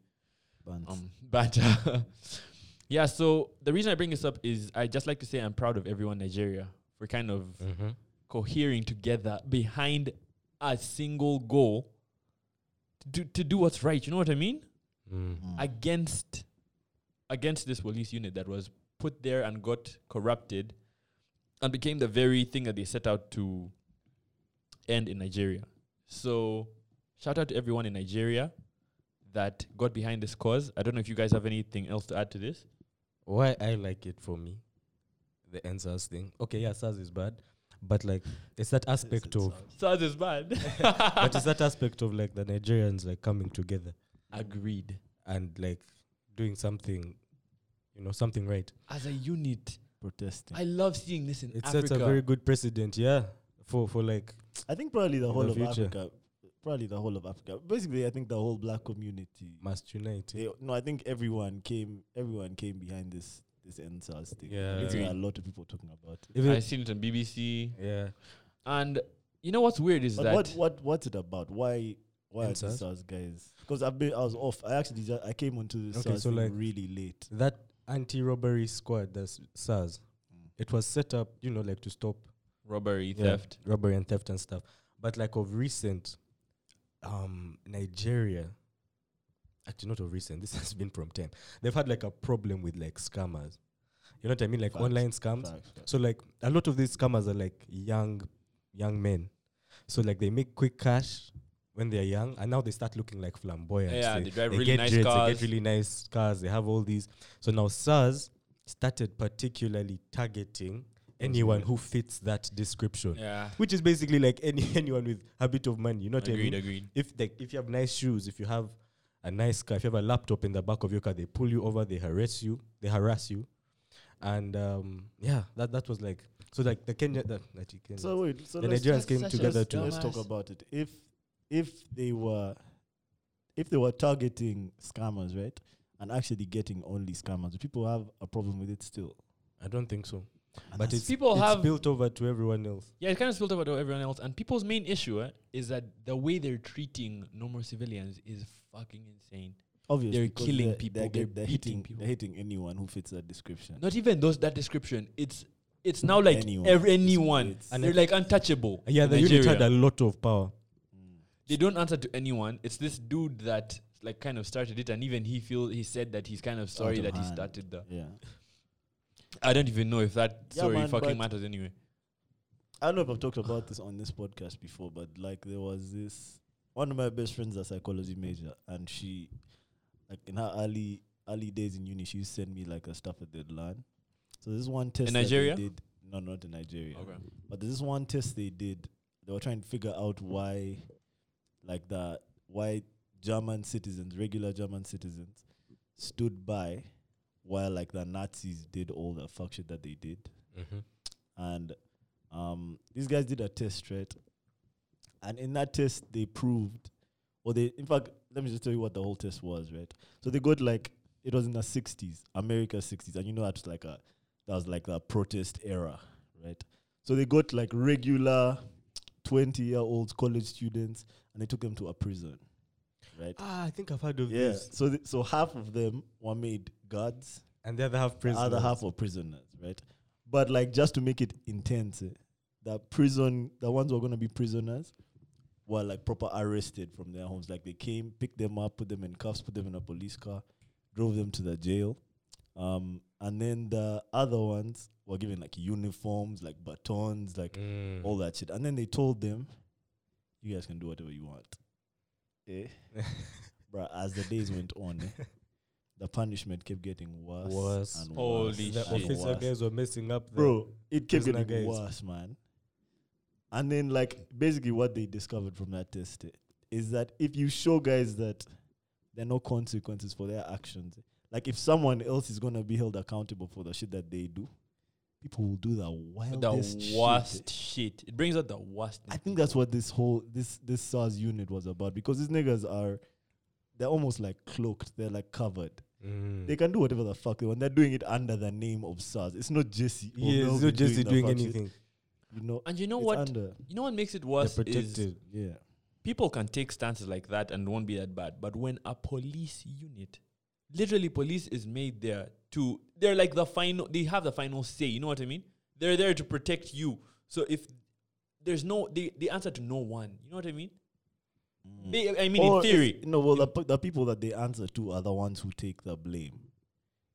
Buns.
um, but uh, *laughs* yeah, so the reason I bring this up is I just like to say I'm proud of everyone in Nigeria for kind of cohering together behind a single goal to, to do what's right. You know what I mean?
Mm.
Against against this police unit that was put there and got corrupted and became the very thing that they set out to end in Nigeria. So shout out to everyone in Nigeria that got behind this cause. I don't know if you guys have anything else to add to this.
Why I like it for me, the NSAS thing. Okay, yeah, SARS is bad, but like it's that aspect of,
SARS is bad. *laughs*
but it's that aspect of like the Nigerians like coming together
Agreed.
and like doing something, you know, something right.
As a unit,
protesting.
I love seeing this in
It
Africa.
sets a very good precedent, yeah, for for like
I think probably the
In
whole
the
of
future.
Africa. Probably the whole of Africa. Basically, I think the whole black community.
must unite.
They, no, I think everyone came. Everyone came behind this this NSAS thing.
Yeah.
There's
Agreed.
a lot of people talking about it.
Even-
I've seen it on BBC,
yeah,
and you know what's weird is
But
that
what what what's it about? Why why are the
NSAS?
SARS guys? Because I've been I was off. I actually just, I came onto the
Okay,
SARS
so
thing
like-
really late.
that anti-robbery squad, that's SARS. It was set up, you know, like to stop
robbery,
Yeah,
theft.
robbery and theft and stuff. But like of recent, um, Nigeria, actually not of recent. This *laughs* has been from ten. They've had like a problem with like scammers. You know what I mean? Like
Facts,
online scams.
Facts, facts.
So like a lot of these scammers are like young, young men. So like they make quick cash when they're young, and now they start looking like flamboyant.
Yeah, they drive really
get
nice
jets, They
cars.
get really nice cars. They have all these. So now SARS started particularly targeting anyone
good.
who fits that description,
Yeah.
which is basically like any *laughs* anyone with a bit of money. You know what I
Agreed,
mean?
agreed.
If like if you have nice shoes, if you have a nice car, if you have a laptop in the back of your car, they pull you over, they harass you, they harass you, and um, yeah, that that was like so like the Kenya the, the Kenyans.
So wait, so
The
let's,
Nigerians came
such a
together
let's,
to
let's talk about it. If if they were if they were targeting scammers, right, and actually getting only scammers, do people have a problem with it still.
I don't think so.
And
But
that's-
it's
People
it's
have-
built over to everyone else.
Yeah, it kind of spilled over to everyone else. And people's main issue eh, is that the way they're treating normal civilians is fucking insane.
obviously
they're
'cause
killing
they're,
people,
They're,
they're
get- they're
beating
hitting
people.
They're hitting anyone who fits that description.
Not even those that description. It's it's now like
Anyone.
anyone. Ev- anyone.
It's-
And they're like untouchable.
Yeah,
in
the unit
Nigeria.
had a lot of power.
Mm.
they don't answer to anyone. It's this dude that like kind of started it, and even he feel he said that he's kind of sorry
of
that he
hand.
started the.
Yeah,
I don't even know if that
Yeah,
sorry
man, but-
fucking matters anyway.
I don't know if I've talked about this on this podcast before, but like there was this one of my best friends is a psychology major, and she like in her early early days in uni, she used to send me like a stuff that they'd learn. So this is one test that they
Nigeria?
did. No, not in Nigeria. But there's this one test they did. They were trying to figure out why, like the why German citizens, regular German citizens, stood by while like the Nazis did all the fuck shit that they did. And um, these guys did a test, right? And in that test, they proved, or they, in fact, let me just tell you what the whole test was, right? So they got like, it was in the 60s, America 60s. And you know, that's like a, that was like the protest era, right? So they got like regular 20 year old college students and they took them to a prison, right?
Ah, I think I've heard of
Yeah.
this.
So, th- so half of them were made guards
And the other half prisoners.
other half were prisoners, right? But like just to make it intense, eh, the prison the ones who are gonna be prisoners were like proper arrested from their homes. Like they came, picked them up, put them in cuffs, put them in a police car, drove them to the jail. Um, and then the other ones were given like uniforms, like batons, like
Mm.
all that shit. And then they told them, You guys can do whatever you want. Eh? *laughs* Bruh, as the days went on, eh, the punishment kept getting worse.
Worse.
And
Holy
worse
shit.
the
and
officer
worse.
guys were messing up. the-
Bro, it kept
prisoner
getting
guys.
worse, man. And then, like, basically, what they discovered from that test eh, is that if you show guys that there are no consequences for their actions, eh, like, if someone else is going to be held accountable for the shit that they do, people will do the wildest
the
shit, eh.
worst shit, It brings out the worst. in
I think
people.
that's what this whole this this SARS unit was about because these niggas are they're almost like cloaked, they're like covered.
Mm.
They can do whatever the fuck they want. They're doing it under the name of SARS. It's not Jesse. or
yeah, it's
Melvin
not just
the
doing
fuck shit,
anything.
You know,
And you know
it's
what?
Under,
you know what makes it
They're
worse is
protected.
yeah.
people can take stances like that and won't be that bad. But when a police unit, literally police is made there to, they're like the final, they have the final say. You know what I mean? They're there to protect you. So if there's no, they, they answer to no one. You know what I mean?
Mm.
They, Mm. I mean, in
Or if-
theory.
no. Well, the, pe- the people that they answer to are the ones who take the blame.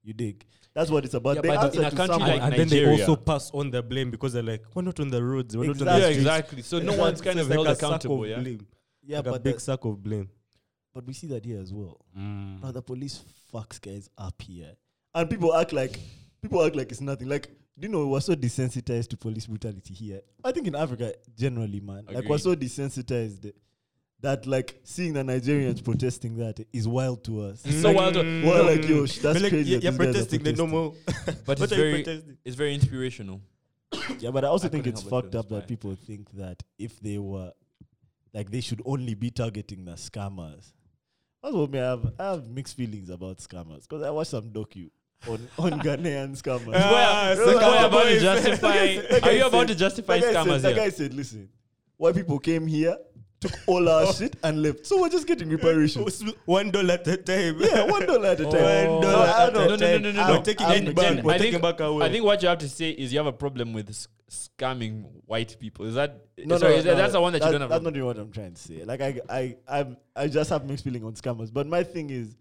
You dig? That's what it's about.
Yeah,
they
but
answer
in a
to
country
someone.
like
and then they
Nigeria.
also pass on the blame because they're like, we're not on the roads, we're not on
That's
the
yeah,
true.
streets.
exactly. So
*laughs*
no
It's
one's
like-
kind
it's
of
like
held
a sack of
accountable. Yeah.
blame.
yeah,
Like a
but
big
the,
sack of blame.
but we see that here as well.
Mm.
Mm.
Bro, the police fucks guys up here, and people act like people act like it's nothing. Like you know, we're so desensitized to police brutality here. I think in Africa generally, man, like we're
Agreed.
so desensitized that like seeing the Nigerians protesting that is wild to us.
It's so wild.
Mm.
We're like, yo, sh- that's
But like,
crazy.
You're,
that these
you're
guys are
protesting the normal.
*laughs*
But
What
it's
are you
very,
protesting?
it's very inspirational.
Yeah, but I also
I
think
couldn't
it's
help but
fucked
feel
up that
inspired.
people think that if they were, like, they should only be targeting the scammers. That's what me. I have I have mixed feelings about scammers because I watched some docu on on Ghanaian
*laughs*
scammers.
Ah,
Square- Square
Sakawa
about to
boys.
justify.
*laughs*
That guy
Are you about
said-
to justify
that guy said,
scammers
That
here?
guy said, "Listen, white people came here, took all
*laughs* Oh.
our shit, and left. So we're just getting reparations.
One dollar at a time.
*laughs* yeah, one dollar at a time.
Oh,
One
So
dollar
I
at a
don't-
No, no, no, no, no,
I'm
no.
taking
I'm
it
Then-
back.
then
We're
I
taking
think-
back our way.
I think what you have to say is you have a problem with sc- scamming white people. Is that
No,
sorry,
no,
is that-
no,
that's the one that, you don't
That's
have.
not even what I'm trying to say. Like I, I, I'm, I just have mixed feeling on scammers. But my thing is,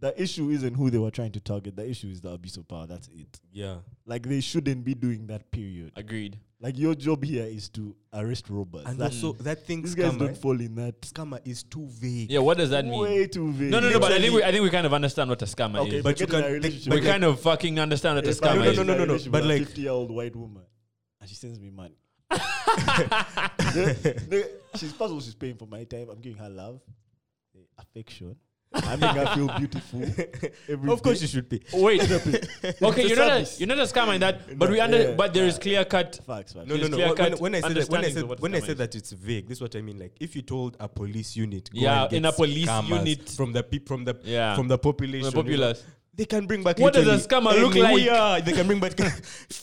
the issue isn't who they were trying to target. The issue is the abuse of power. That's it.
Yeah.
Like they shouldn't be doing that. Period.
Agreed.
Like your job here is to arrest robbers.
*laughs* And
That's-
also that thing
these guys
scammer,
don't fall in that.
scammer is too vague.
Yeah, what does that mean?
Way too vague.
No, no, no. But I think
Literally-
we, I think we kind of understand what a scammer
Okay,
is.
but
But
you
you
can.
can-
A
but-
relationship
we
with-
like-
kind of fucking understand what a
if I
scammer
get
is.
No,
in a
no, no, no, no,
relationship
but
with a
like-
fifty-year-old white woman, and she sends me
*laughs*
money. The- she's first of all she's paying for my time. I'm giving her love, eh, affection. I make her feel
*laughs*
beautiful. every
Of course
day.
you should pay.
Wait.
a
*laughs*
okay, you're not a,
service.
you're not a scammer in that, but
No,
we under
yeah,
but there
yeah.
is clear cut.
Facts, facts.
No,
Yes,
no, no.
clear
When, when, when
cut
I said that, when I
understandings
said,
of what
when I
scammer is.
said that it's vague, this is what I mean. Like, if you told a police unit, go
Yeah,
and get
in a police
scammers
unit.
from the peop from the
Yeah.
from the population, you know,
populace.
they can bring back.
What does a
literally
scammer look
anyone.
like?
Yeah, *laughs* they can bring back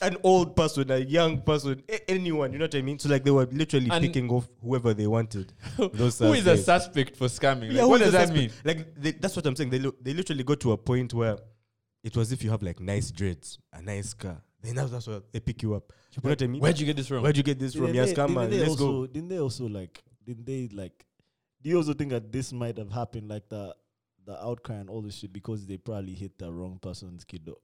an old person, a young person, a- anyone. You know what I mean? So like, they were literally
And-
picking off whoever they wanted. Those
*laughs* Who
are
is a
vague.
suspect for scamming? Like,
Yeah,
what
who's
does
the
that mean?
suspect? Like they, that's what I'm saying. They lo- they literally got to a point where it was if you have like nice dreads, a nice car, then that's, that's what they pick you up. You know what I mean?
Where'd you get this from?
Where'd you get this from?
Didn't
Yeah,
they-
scammer.
didn't they
Let's
also,
go.
Didn't they also like? Didn't they like? Do you also think that this might have happened, like the the outcry and all this shit, because they probably hit the wrong person's kiddo,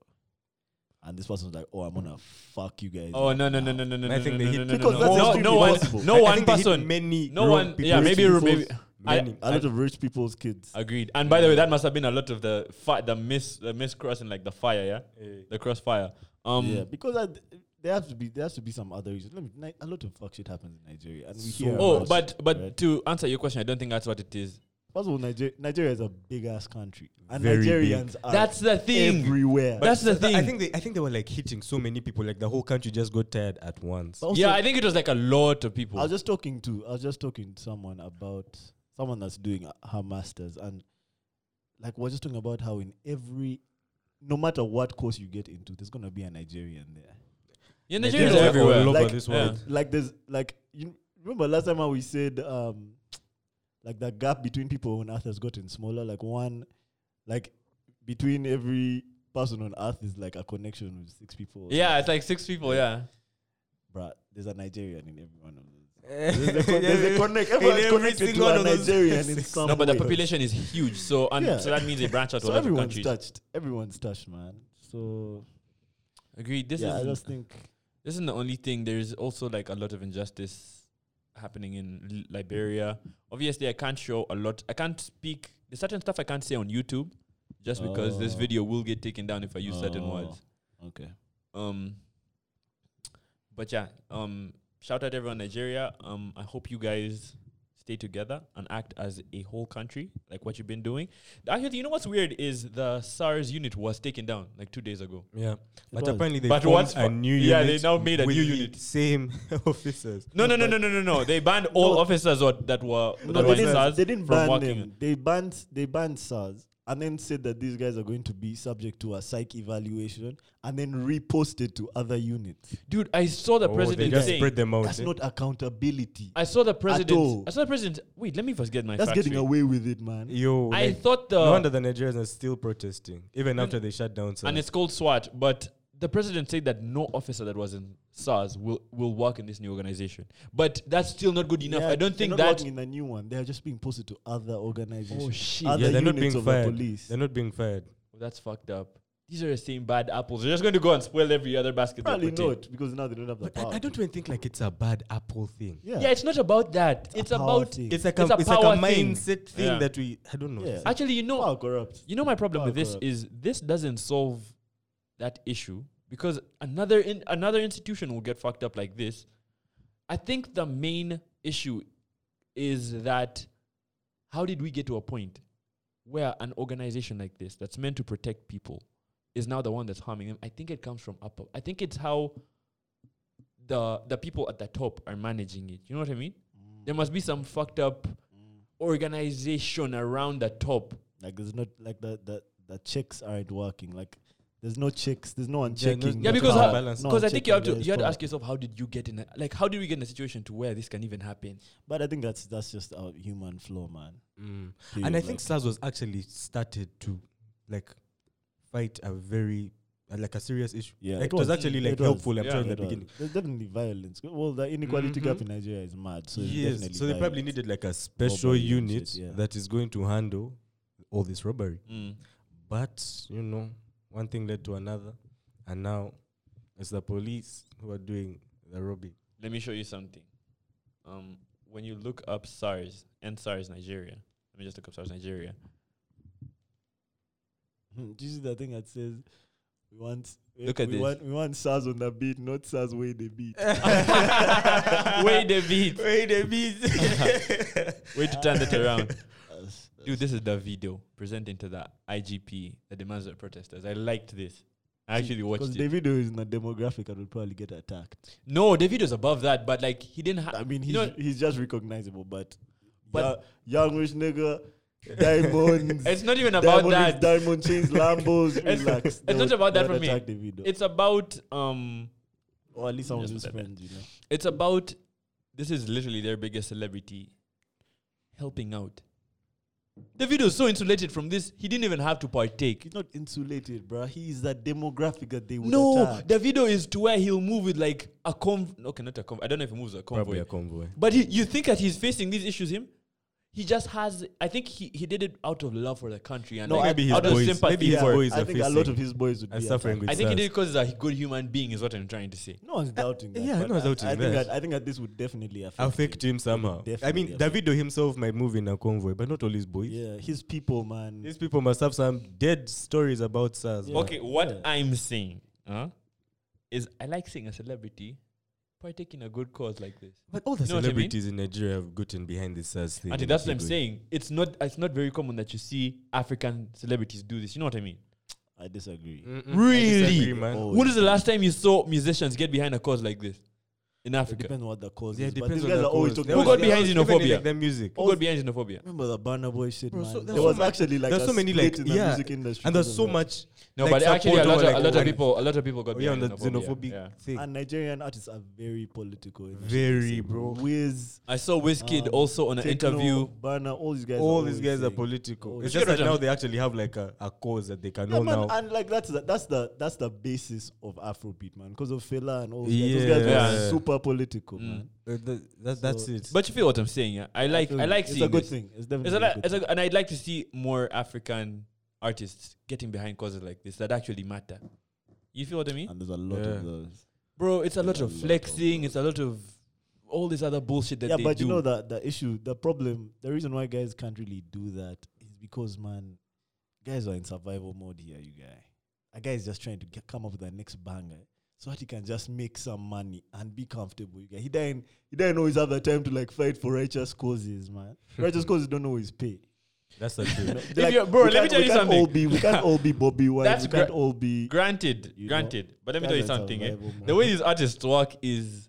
and this person's like, "Oh, I'm gonna fuck you guys."
Oh
up
no no
now."
no no no no!
I think
no,
they
no,
hit-
no,
Because
no,
that's
no,
extremely
no one,
possible.
no
I- I
one
think they hit
person.
Many
no
wrong
one-
people.
yeah,
Rich
maybe
people's-
maybe- I-
many.
A lot of rich people's kids.
Agreed. And by the way, that must have been a lot of the fi- the miss the miscrossing like the fire, yeah,
Eh.
the crossfire. Um,
yeah, because I, there has to be there has to be some other reason. Let me, Ni- a lot of fuck shit happens in Nigeria, and we
So
hear.
Oh,
about
but
it,
but
right?
to answer your question, I don't think that's what it is.
first of all, Nigeria, Nigeria is a big ass country, and
Very
Nigerians are
That's the thing.
everywhere.
That's the
But
thing.
I think they I think they were like hitting so many people. Like the whole country just got tired at once.
But also-
yeah, I think it was like a lot of
I
people.
was just talking to I was just talking to someone about someone that's doing uh, her masters and like we're just talking about how in every no matter what course you get into, there's gonna be a Nigerian there.
Yeah,
Nigerians
Nigerians
are
are
all
everywhere.
over
Like-
this
yeah.
world.
Like there's like you remember last time how we said um like the gap between people on earth has gotten smaller, like one like between every person on earth is like a connection with six people.
Yeah, it's like six people. Yeah,
Bruh, there's a Nigerian in every one of those. There's a,
*laughs*
*laughs*
con- there's a connect.
In
Everyone's
every
connected
single
to
one
a
of those
Nigerian in
six.
some
no, but the
way.
population is huge, so and
Yeah.
so that means they branch out
So
to a lot of
everyone's
countries.
touched. Everyone's touched, man. So
Agreed. This
yeah, I
is
just think
this isn't the only thing. There's also like a lot of injustice happening in L- Liberia. Obviously, I can't show a lot. I can't speak. There's certain stuff I can't say on YouTube, just because this
Oh.
video will get taken down if I use certain
Oh,
words.
Okay.
Um, but yeah, um, shout out everyone in Nigeria. Um, I hope you guys stay together and act as a whole country, like what you've been doing. Actually, you know what's weird is the SARS unit was taken down like two days ago.
Yeah, but
was.
apparently they
But
formed
what's
a
fu-
new unit.
yeah, they now made a
with
new
the *laughs*
unit.
Same officers.
No, no, no, no, no, no, no. They banned all
No.
officers or, that were
No,
that
they
were in
didn't,
SARS
they didn't
from
ban
working.
them. They banned they banned SARS and then said that these guys are going to be subject to a psych evaluation and then reposted to other units.
Dude, I saw
Oh,
the
they
president
just
saying.
spread them out.
That's
eh?
not accountability.
I saw the
all.
president. I saw the president. Wait, let me first get my.
That's
facts
getting
straight.
away with it, man.
Yo,
I
like,
thought the
no wonder the Nigerians are still protesting, even after they shut down.
and it's called SWAT. But the president said that no officer that was in SARS will will work in this new organization. But that's still not good enough.
Yeah,
I don't
they're
think
not
that.
working in a new one. They are just being posted to other organizations.
Oh shit! Oh,
Other
yeah, they're not
units
being
of the
fired.
police.
They're not being fired.
That's fucked up. These are the same bad apples. They're just going to go and spoil every other basket.
Probably
they put in.
not because now they don't have the
But
power.
I, I don't even think like it's a bad apple thing.
Yeah.
Yeah, it's not about that.
A
It's
power
about
thing.
It's like
It's
a,
a
it's like
power
a
thing.
mindset thing
Yeah.
that we I don't know.
Yeah.
actually, you know,
power corrupts.
You know my problem
Power
with this
corrupt.
is this doesn't solve that issue because another in, another institution will get fucked up like this. I think the main issue is that how did we get to a point where an organization like this that's meant to protect people is now the one that's harming them? I think it comes from up. I think it's how the the people at the top are managing it. You know what I mean?
Mm.
There must be some fucked up organization around the top
Like there's not like the the, the checks aren't working. Like there's no checks. There's no one
Yeah, no-
checking.
Yeah,
the
because
power.
how-
balance.
No
because
one
I think you have
checking
to
the
you have to
power.
ask yourself how did you get in a, like how did we get in a situation to where this can even happen?
But I think that's that's just our human flaw, man.
Mm.
Period.
And I think
Like,
SARS was actually started to like fight a very uh, like a serious issue.
Yeah, it
like, it was
was.
actually
Mm,
like
it was.
helpful. I'm
Yeah,
sure in
There
the
it
beginning.
was- There's definitely violence. Well, the inequality gap in Nigeria is mad. So it's
yes,
definitely
so they probably
violence.
needed like a special
Robbery and
unit
shit, yeah.
that is going to handle all this robbery.
Mm.
But you know, one thing led to another, and now it's the police who are doing the robbing.
Let me show you something. Um, when you look up SARS and SARS Nigeria, let me just look up SARS Nigeria.
Hmm, This is the thing that says we want. we-
Look at
we
this.
Want, we want SARS on the beat, not SARS way they beat.
*laughs* Way the beat.
Wait a minute.
*laughs* Way to turn that around. Dude, this is the video presenting to the IGP, the demands of the protesters. I liked this. I actually watched
Because
it.
the video is not demographic, I would probably get attacked.
no, the video's above that, but like he didn't have.
I mean, he's,
Ah, you know,
he's just recognizable, but,
But-
yo- young rich nigga, diamonds,
it's not even about
diamond rings,
that.
diamond chains, Lambos,
*laughs* It's-
relax.
it's
They
not
would-
about
they
that
would
for me.
attack the video.
It's about um.
or at least some of
Just
his
put that
friends, you know.
It's about this is literally their biggest celebrity helping out. The video is so insulated from this. He didn't even have to partake.
He's not insulated, bruh. He is that demographic that they would
No,
attack.
the video is to where he'll move with like a conv. Okay, not a conv. I don't know if he moves a convoy.
Probably a convoy.
But he, you think that he's facing these issues, him? He just has. I think he, he did it out of love for the country and
No,
like,
I- Maybe his
out of
boys-
sympathy
maybe his
for.
boys-
I
are
think a lot
facing
of his boys would
are
be
suffering
attacked.
with
I think he
SARS.
did it because he's a good human being, is what I'm trying to say. *laughs*
No one's doubting that.
yeah,
but
no one's
I-
doubting
I think
that.
that. I think that this would definitely affect.
affect him somehow. I
Definitely
mean,
affect
Davido himself might move in a convoy, but not all his boys.
Yeah, his people, man.
These people must have some dead stories about SARS.
Yeah.
Okay, what
Yeah.
I'm saying huh, is I like seeing a celebrity partaking in a good cause like this.
But all the
You know what I mean?
celebrities in Nigeria have gotten behind this SARS thing.
I think
and
that's what
they're
I'm
doing-
saying. It's not it's not very common that you see African celebrities do this. You know what I mean?
I disagree.
Mm,
Mm-mm.
Really?
I disagree, man.
Oh,
When is the last time you saw musicians get behind a cause like this in
It
Africa?
depends what the cause
Yeah,
is.
it
But these
depends on
guys
the
are always
cause.
talking
They
Who
about
got
always-
the-
behind
even in, like,
xenophobia?
their music.
Who got behind xenophobia?
Remember the Burna Boy shit,
Bro, so
man.
there's
there
so
was
much-
actually like
there's
a
so many,
split
like,
in the
yeah,
music industry
And there's
because
so
of that.
much.
No,
like,
but actually a
support
lot,
over,
of, a
like,
lot of
one-
people a lot of people got
Oh, yeah, on the
behind xenophobia.
xenophobic
yeah.
thing.
And Nigerian artists are very political. in that shit,
Very,
so
bro.
Wiz,
I saw Wizkid
Um,
also on an
Tekno,
interview.
Burna, all these guys.
all
are
these
always
guys are
saying-
political.
always
It's just
saying-
that now they actually have like a, a cause that they can
Yeah,
all
man,
now.
and like that's the, that's the that's the basis of Afrobeat, man. Because of Fela and all those guys. Those guys
Yeah.
are super political,
Mm.
man.
Uh, th- that, that's
So-
it.
But you feel what I'm saying, yeah? I like
feel
I
you.
like
it's
seeing
a good
this.
thing. It's definitely
It's a lot,
a good
it's
thing.
a, and I'd like to see more African artists getting behind causes like this that actually matter. You feel what I mean?
and there's a lot
Yeah.
of those.
Bro, it's a lot
a
of
lot of
flexing, it's a lot of all this other bullshit that
yeah,
they
but
do.
you know that the issue, the problem, the reason why guys can't really do that is because man, guys are in survival mode here. You guy, a guy is just trying to get, come up with the next banger. So that he can just make some money and be comfortable. You guy. He doesn't he doesn't always have the time to like fight for righteous causes,
*laughs*
man. righteous causes don't always pay.
that's the truth.
They're
If you're- bro,
we
let me
can't-
tell
we
you
can't
something.
All be, we can't
*laughs*
all be Bobby Wine.
That's
we can't
gra-
all be.
granted,
You know,
granted. but let
guys
me tell you
are in
something. eh?
survival
The
mode.
way these artists work is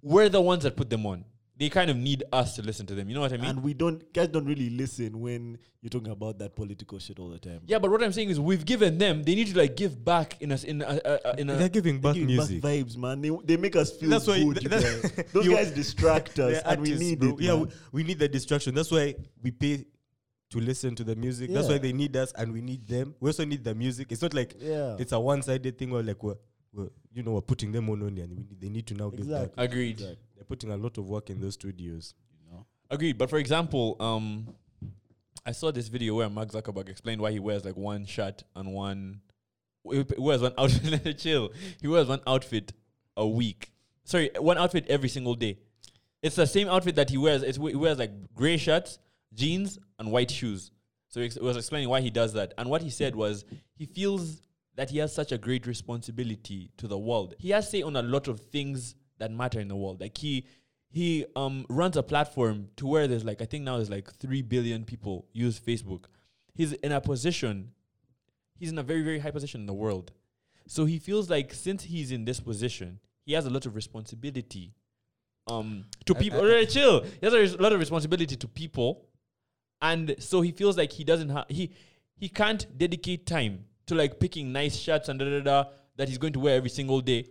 we're the ones that put them on. They kind of need us to listen to them. You know what I mean?
and we don't guys don't really listen when you're talking about that political shit all the time.
yeah, but what I'm saying is we've given them. They need to like give back in us in a, a, a, in
They're
a
giving
They
back
give
music.
back vibes, man. They, they make us feel
That's why-
good.
th-
you
that's-
guys. Those
you-
guys
*laughs*
distract us,
They're
and we
artists,
need
bro.
it.
Yeah,
man.
we, we need the distraction. That's why we pay to listen to the music. That's why
Yeah.
they need us, and we need them. We also need the music. It's not like
yeah.
it's a one-sided thing where like we're, we're you know we're putting them on only, and we need, they need to now give back.
Exactly.
agreed.
Exactly,
They're putting a lot of work in those studios.
you know?
Agreed. But for example, um, I saw this video where Mark Zuckerberg explained why he wears like one shirt and one. He wears one *laughs* outfit. chill. He wears one outfit a week. Sorry, one outfit every single day. It's the same outfit that he wears. It's he wears like gray shirts, jeans, and white shoes. So he ex- was explaining why he does that. And what he said was he feels that he has such a great responsibility to the world. He has say on a lot of things that matter in the world. Like he he um runs a platform to where there's like I think now there's like three billion people use Facebook. He's in a position he's in a very, very high position in the world. So he feels like since he's in this position, he has a lot of responsibility um to
I-
people.
I-
Alright, *laughs* chill. He has a res- lot of responsibility to people, and so he feels like he doesn't have he he can't dedicate time to like picking nice shirts and da da da that he's going to wear every single day.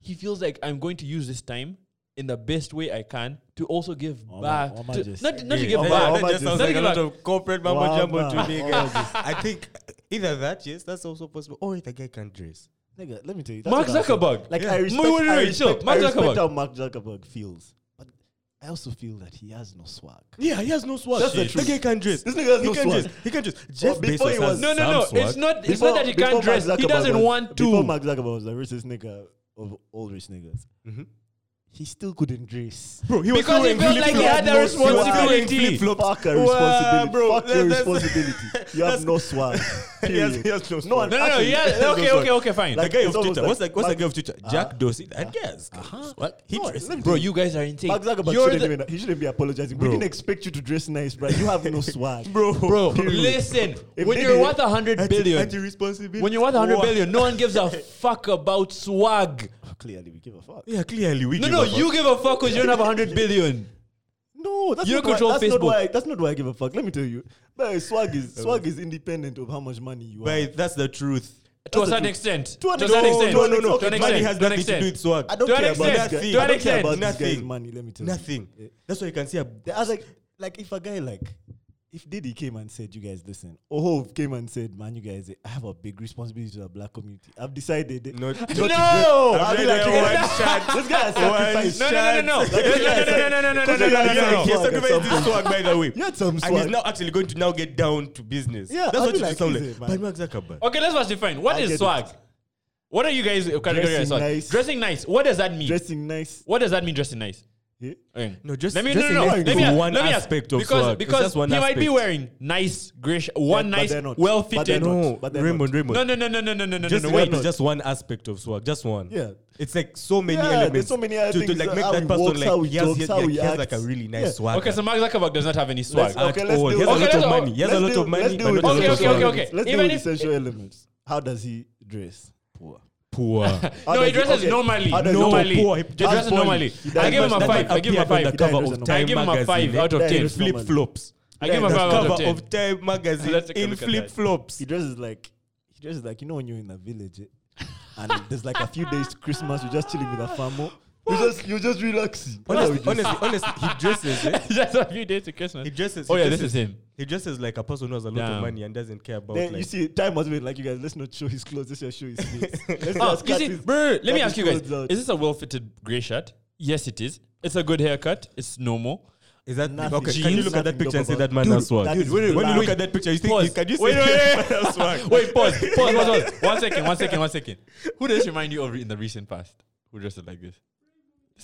He feels like I'm going to use this time in the best way I can to also give
Oh, my-
back.
oh, my
to-
Jesus.
not, not to
Yeah.
give
Oh, my-
back.
oh, my
That just
Jesus.
sounds like a
Not
lot
give
*laughs*
of corporate mumbo
Wow,
jumbo
man.
to me.
Oh,
guys. I think Either that, yes, that's also possible. Or the guy can't dress.
Nigga, let me tell you. that's
Mark
what I'm saying.
Zuckerberg.
Like I
Yeah. Wait,
respect,
wait,
I
wait, chill.
respect,
Mark
I respect
Zuckerberg.
how Mark Zuckerberg feels, but I also feel that he has no swag.
Yeah, he has no swag.
That's the
Shit.
truth.
guy can't dress.
This nigga has
he
no
can
swag.
dress. He can dress. Jeff
before
Bezos
he
has
was-
No, no,
some
no.
swag.
It's not. It's not that he can't
before Mark
dress. He
Zuckerberg
doesn't
was-
want
Before
to.
Mark Zuckerberg was the richest nigga of all rich niggas,
Mhm.
he still couldn't dress.
Bro, he was
Because he
wearing
felt like he
flip-flops.
had a
no swag.
responsibility.
Flip-flops.
Fuck a
Wow,
responsibility.
bro,
Fuck your
that- that's-
responsibility.
*laughs*
You have no swag.
He has-
Period.
he has no swag.
No, no, no.
actually,
Yeah.
no
Okay,
swag.
okay, okay. Fine.
The
Like-
guy
it's
of
almost
Twitter.
like
what's the what's the
Mark- Ah.
guy of Twitter? Jack Dorsey. That guy has swag. He
No,
dresses.
let me
Bro,
tell
you guys are insane.
Mark Zuckerberg
You're
shouldn't
the-
even, he shouldn't be apologizing.
Bro.
We didn't expect you to dress nice, bro. You have no swag.
bro,
*laughs* Bro,
Period.
listen.
If
When
they
you're
did-
worth a hundred billion,
anti-responsibility.
when you're worth a hundred
Wow.
billion, no one gives a fuck about swag.
Clearly, we give a fuck.
Yeah, clearly we.
No,
give
no.
a fuck.
You give a fuck because you don't have a hundred billion.
No, that's
You
not
don't control
why, that's Not
Facebook.
why I, that's not why I give a fuck. Let me tell you. But swag is swag is independent of how much money you have.
But that's the truth.
To a
That's the
certain
truth.
extent.
To an
To a certain
extent.
extent.
No, no, no.
To an
Money
extent.
has
To
nothing
an
to do
extent.
with swag.
I don't
To an
care
extent,
about this guy.
to
I
an
don't care
extent,
about this guy's
nothing.
money. Let me tell you.
Nothing. That's why you can see a.
The other, like, if a guy like, if Diddy came and said, "You guys listen," or Hov came and said, "Man, you guys, eh, I have a big responsibility to the black community. I've decided." *laughs* eh,
Not-
not
No!
to dress." I'll be
I've
like, "Hey,
read that
this
one
guy-
shot.
This guy has sacrificed.
No, no, no, no, no.
Like, this guy has
No, no, no, no, no, no, no, no,
Because you
no,
had
no,
some
no.
swag
He has
at
sacrificed
some
his
point.
swag, by
*laughs*
the way.
You had some
And he's
swag.
now actually going to now get down to business.
Yeah,
that's
I'll
what
be
you
like,
sound
is
like.
it, man?
But Mark Zuckerberg.
Okay, let's first define. What
I
is
get
swag?
it.
What are you guys categorizing as
Dressing nice.
swag? Dressing nice. What does that mean?
Dressing nice.
what does that mean? Dressing nice.
Yeah.
Okay.
No, dress-
let me,
dressing
no, no, no.
nice
Let
is
me,
one
let me
aspect of
because,
swag. It's
Because
just one
he might be
aspect.
wearing nice, grish, one
but
nice,
they're not.
well
But they're
fitted.
not.
No,
No,
But they're
Raymond,
not.
Raymond.
no, no, no, no, no, no, no, no.
Just
no,
swag
wait.
is just one aspect of swag, just one.
Yeah.
it's like so many
Yeah, there's
elements.
so many other
to, to
things,
like make
how
that
he
person
walks,
like
how he
he has,
talks,
he has,
how
he
he
has like a
acts.
really nice
Yeah.
swag.
Okay, so Mark Zuckerberg does not have any swag.
Let's-
At
okay,
at
let's
all.
do
He has
it.
a
Okay,
lot
let's-
of money. He has a
Let's
lot
do-
of money.
let's do
but
with
not a lot
Okay,
of
okay,
swag.
okay, okay.
Let's
Even
do with
if-
essential elements. How does he dress? Poor.
Poor.
How
no,
does
he dresses
okay,
normally.
how does he-
No,
normally.
poor. He
He
does
dresses
poorly.
normally.
He does
*laughs* I give him a
poorly.
That
five.
man
I give him a
appeared on
five.
the cover
Yeah,
of
he
Time
I give him a five
magazine,
out of *laughs*
Yeah, he
ten.
does
Flip flops.
I give him a
Yeah,
five out
Cover
of ten.
of Time magazine
Let's take a
in
look at
flip
that.
flops.
He dresses like he dresses like you know when you're in a village eh, and *laughs* there's like a few days to Christmas, you're just chilling with a family. You just you just relaxing. That's how he
Honestly,
dresses.
honestly, honestly, he dresses. eh?
Just a few days to Christmas.
He dresses.
Oh
he
yeah,
dresses,
this
*laughs*
is him.
He dresses like a person who has a lot
Damn.
of money and doesn't care about.
Then you
like,
see, time was made like you guys. Let's not show his clothes. Let's just show his face. Let's
Oh,
just
you
cut
see,
his-
brr,
cut
let me
his
ask you guys:
clothes out.
Is this a well-fitted gray shirt? Yes, it is. It's a good haircut. It's normal.
is that
Nothing.
okay? Can
Jeans.
you look at that
Nothing
picture and say
dope
that man
about-
has swag?
Dude, that is
when you look
black.
at that picture, you think
Pause.
can you say
Wait, wait,
*laughs* that man has
*laughs*
swag?
Wait, pause, pause, pause, pause. One second, one second, one second. Who does this remind you of in the recent past? Who dresses like this?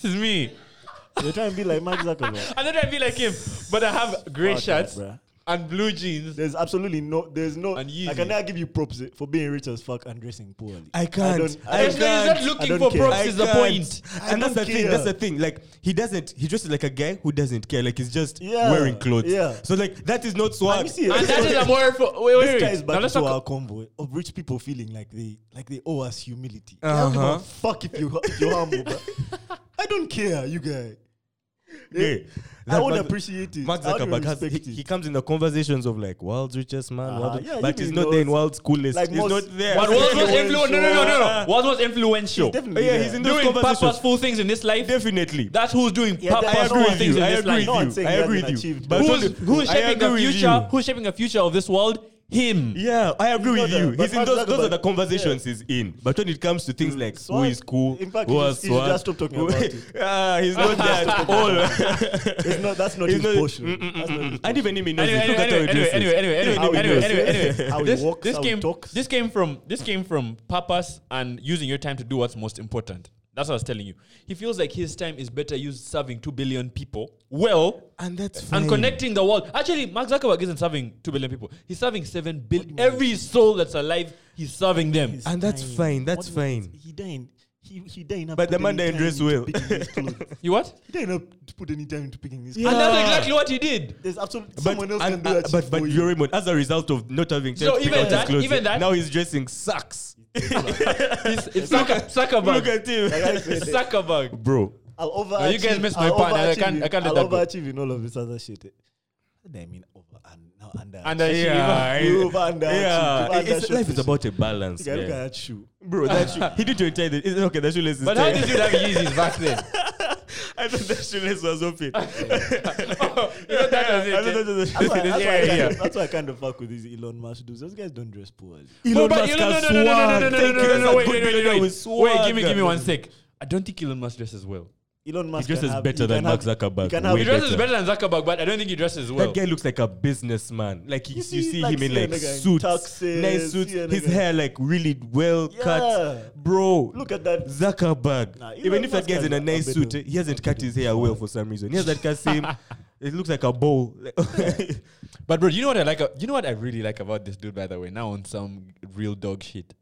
This is me.
You're trying to be like
*laughs*
Mark Zuckerberg.
I thought I'd be like him, but I have gray
Fuck that,
shirts
bruh.
and blue jeans.
There's absolutely no. There's no.
And
I
Yeezy.
can never give you props eh, for being rich as fuck and dressing poorly.
I can't.
don't-
I
There's no- he's not
can't.
looking
I
for
don't care.
props. Is the
can't.
point?
I
And that's the
don't
thing. That's the
care.
thing. Like he doesn't. He dresses like a guy who doesn't care. Like he's just
Yeah,
wearing clothes.
yeah.
So like that is not swag.
And you see,
*laughs*
And that is a word for wait,
This
wait,
ties
wait. Now
back
let's
to
talk.
our convoy of rich people feeling like they like they owe us humility. I don't
Uh-huh.
give a fuck if you if you're humble, bro. *laughs* I don't care, you guy.
Yeah.
I
That
won't
Mark-
appreciate it.
Mark
I don't
Zuckerberg has, he,
respect it.
he comes in the conversations of like world's richest man,
Uh-huh.
world's-
Yeah, he
but he's
really
not there in
knows.
world's coolest.
Like
he's
most-
not there.
But
World's
*laughs*
was most influential? No, no, no, no, no. Was most influential?
Definitely,
Oh, yeah, he's in those
Doing
conversations.
purposeful things in this life.
Definitely.
That's who's doing
Yeah,
I
that's
purposeful
agree
one
with
things
you.
in
I
this
agree
life.
No, I'm
with you.
saying
I
he
agree
hasn't
with you.
achieved
But
that.
what
who's
do-
who's
I
shaping
agree
the
with
future?
you.
Who's shaping the future of this world? Him.
Yeah, I agree
You
with
know
you.
that, but
He's in
Mark
those, those are
Zuckerberg-
the conversations he's in. But when it comes to things like who
Swag.
is cool,
Mm. In fact,
who
he
has
should- he should
swag,
just stop talking
*laughs* who-
about it.
Ah,
*laughs*
he's not there at all.
It's not. That's
*laughs*
not
He's
his
not-
portion. That's not his
*laughs* And
portion.
even him, he knows
Anyway,
it. Look at how he
anyway, anyway,
dresses.
anyway, anyway,
How
anyway,
he
anyway,
dresses,
anyway, anyway.
how he
This-
walks,
This
how he
came,
talks.
this came from this came from purpose and using your time to do what's most important. That's what I was telling you. He feels like his time is better used serving two billion people well
And that's fine.
and connecting the world. Actually, Mark Zuckerberg isn't serving two billion people. He's serving seven billion. Every soul that's alive, he's serving them.
He's
And that's
dying.
fine, that's
What do you mean?
fine.
He didn't. He he didn't. have
But
put
the man
any
didn't
time
dress
into
well.
picking
*laughs*
his clothes.
You what?
He didn't have put any time into picking his.
Yeah.
clothes.
And that's exactly what he did. *laughs*
There's absolutely
But,
someone else
and-
can do
uh,
that.
but
shit
but
for you. *laughs*
you're Raymond, as a result of not having time
So
to pick
even
out his
that-
clothes,
even that-
now his dressing
*laughs*
sucks.
It's, it's Zucker, Zuckerberg.
Look
Like
at him,
I *laughs* said,
Zuckerberg.
*laughs* bro.
I'll overachieve.
Oh, you guys missed my
I'll
point, and I
overachieve
can't-
in-
I can't let
I'll
that go.
overachieve in all of this other shit. What do I mean over and now under?
And then
Yeah,
she-
You've underachieved.
yeah.
You've
It- it's-
undershot
life is
this
about a balance,
Look at- look at
man.
that shoe.
bro. That
*laughs*
shoe, *laughs* he didn't tie the. it's Okay, that shoelace is
But how
tied. *laughs*
did you have Yeezys back then? *laughs*
I thought that shoelace was open.
You know, that was it. eh?
I thought
because of the
That's why,
this
that's, why I
area.
kind of, that's why I kind of fuck with these Elon Musk dudes. Those guys don't dress poorly.
No, but Elon- no, no, no, no, no, no, no, no, no, no, no, wait, wait, wait, wait, wait. Wait, give me, give me one sec. I don't think Elon Musk dresses well.
Elon Musk
dresses
can have,
better
he
than
can have-
Mark Zuckerberg.
He can
Way
have
He dresses
better.
better than Zuckerberg, but I don't think he dresses well.
That guy looks like a businessman. Like he's, you see,
see, like,
him in
see a
like
nigga in
suits,
tuxes,
nice suits.
see a
His
nigga-
hair like really well
Yeah.
cut, bro.
Look at that.
Zuckerberg.
Nah, Elon
Even if that
Musk
guy's in a
has a
nice
bit
suit,
of-
he hasn't cut his hair well for some reason. He has that cut
*laughs*
same. It looks like a bowl. *laughs*
But bro, you know what I like? a- You know what I really like about this dude, by the way. Now on some real dog shit.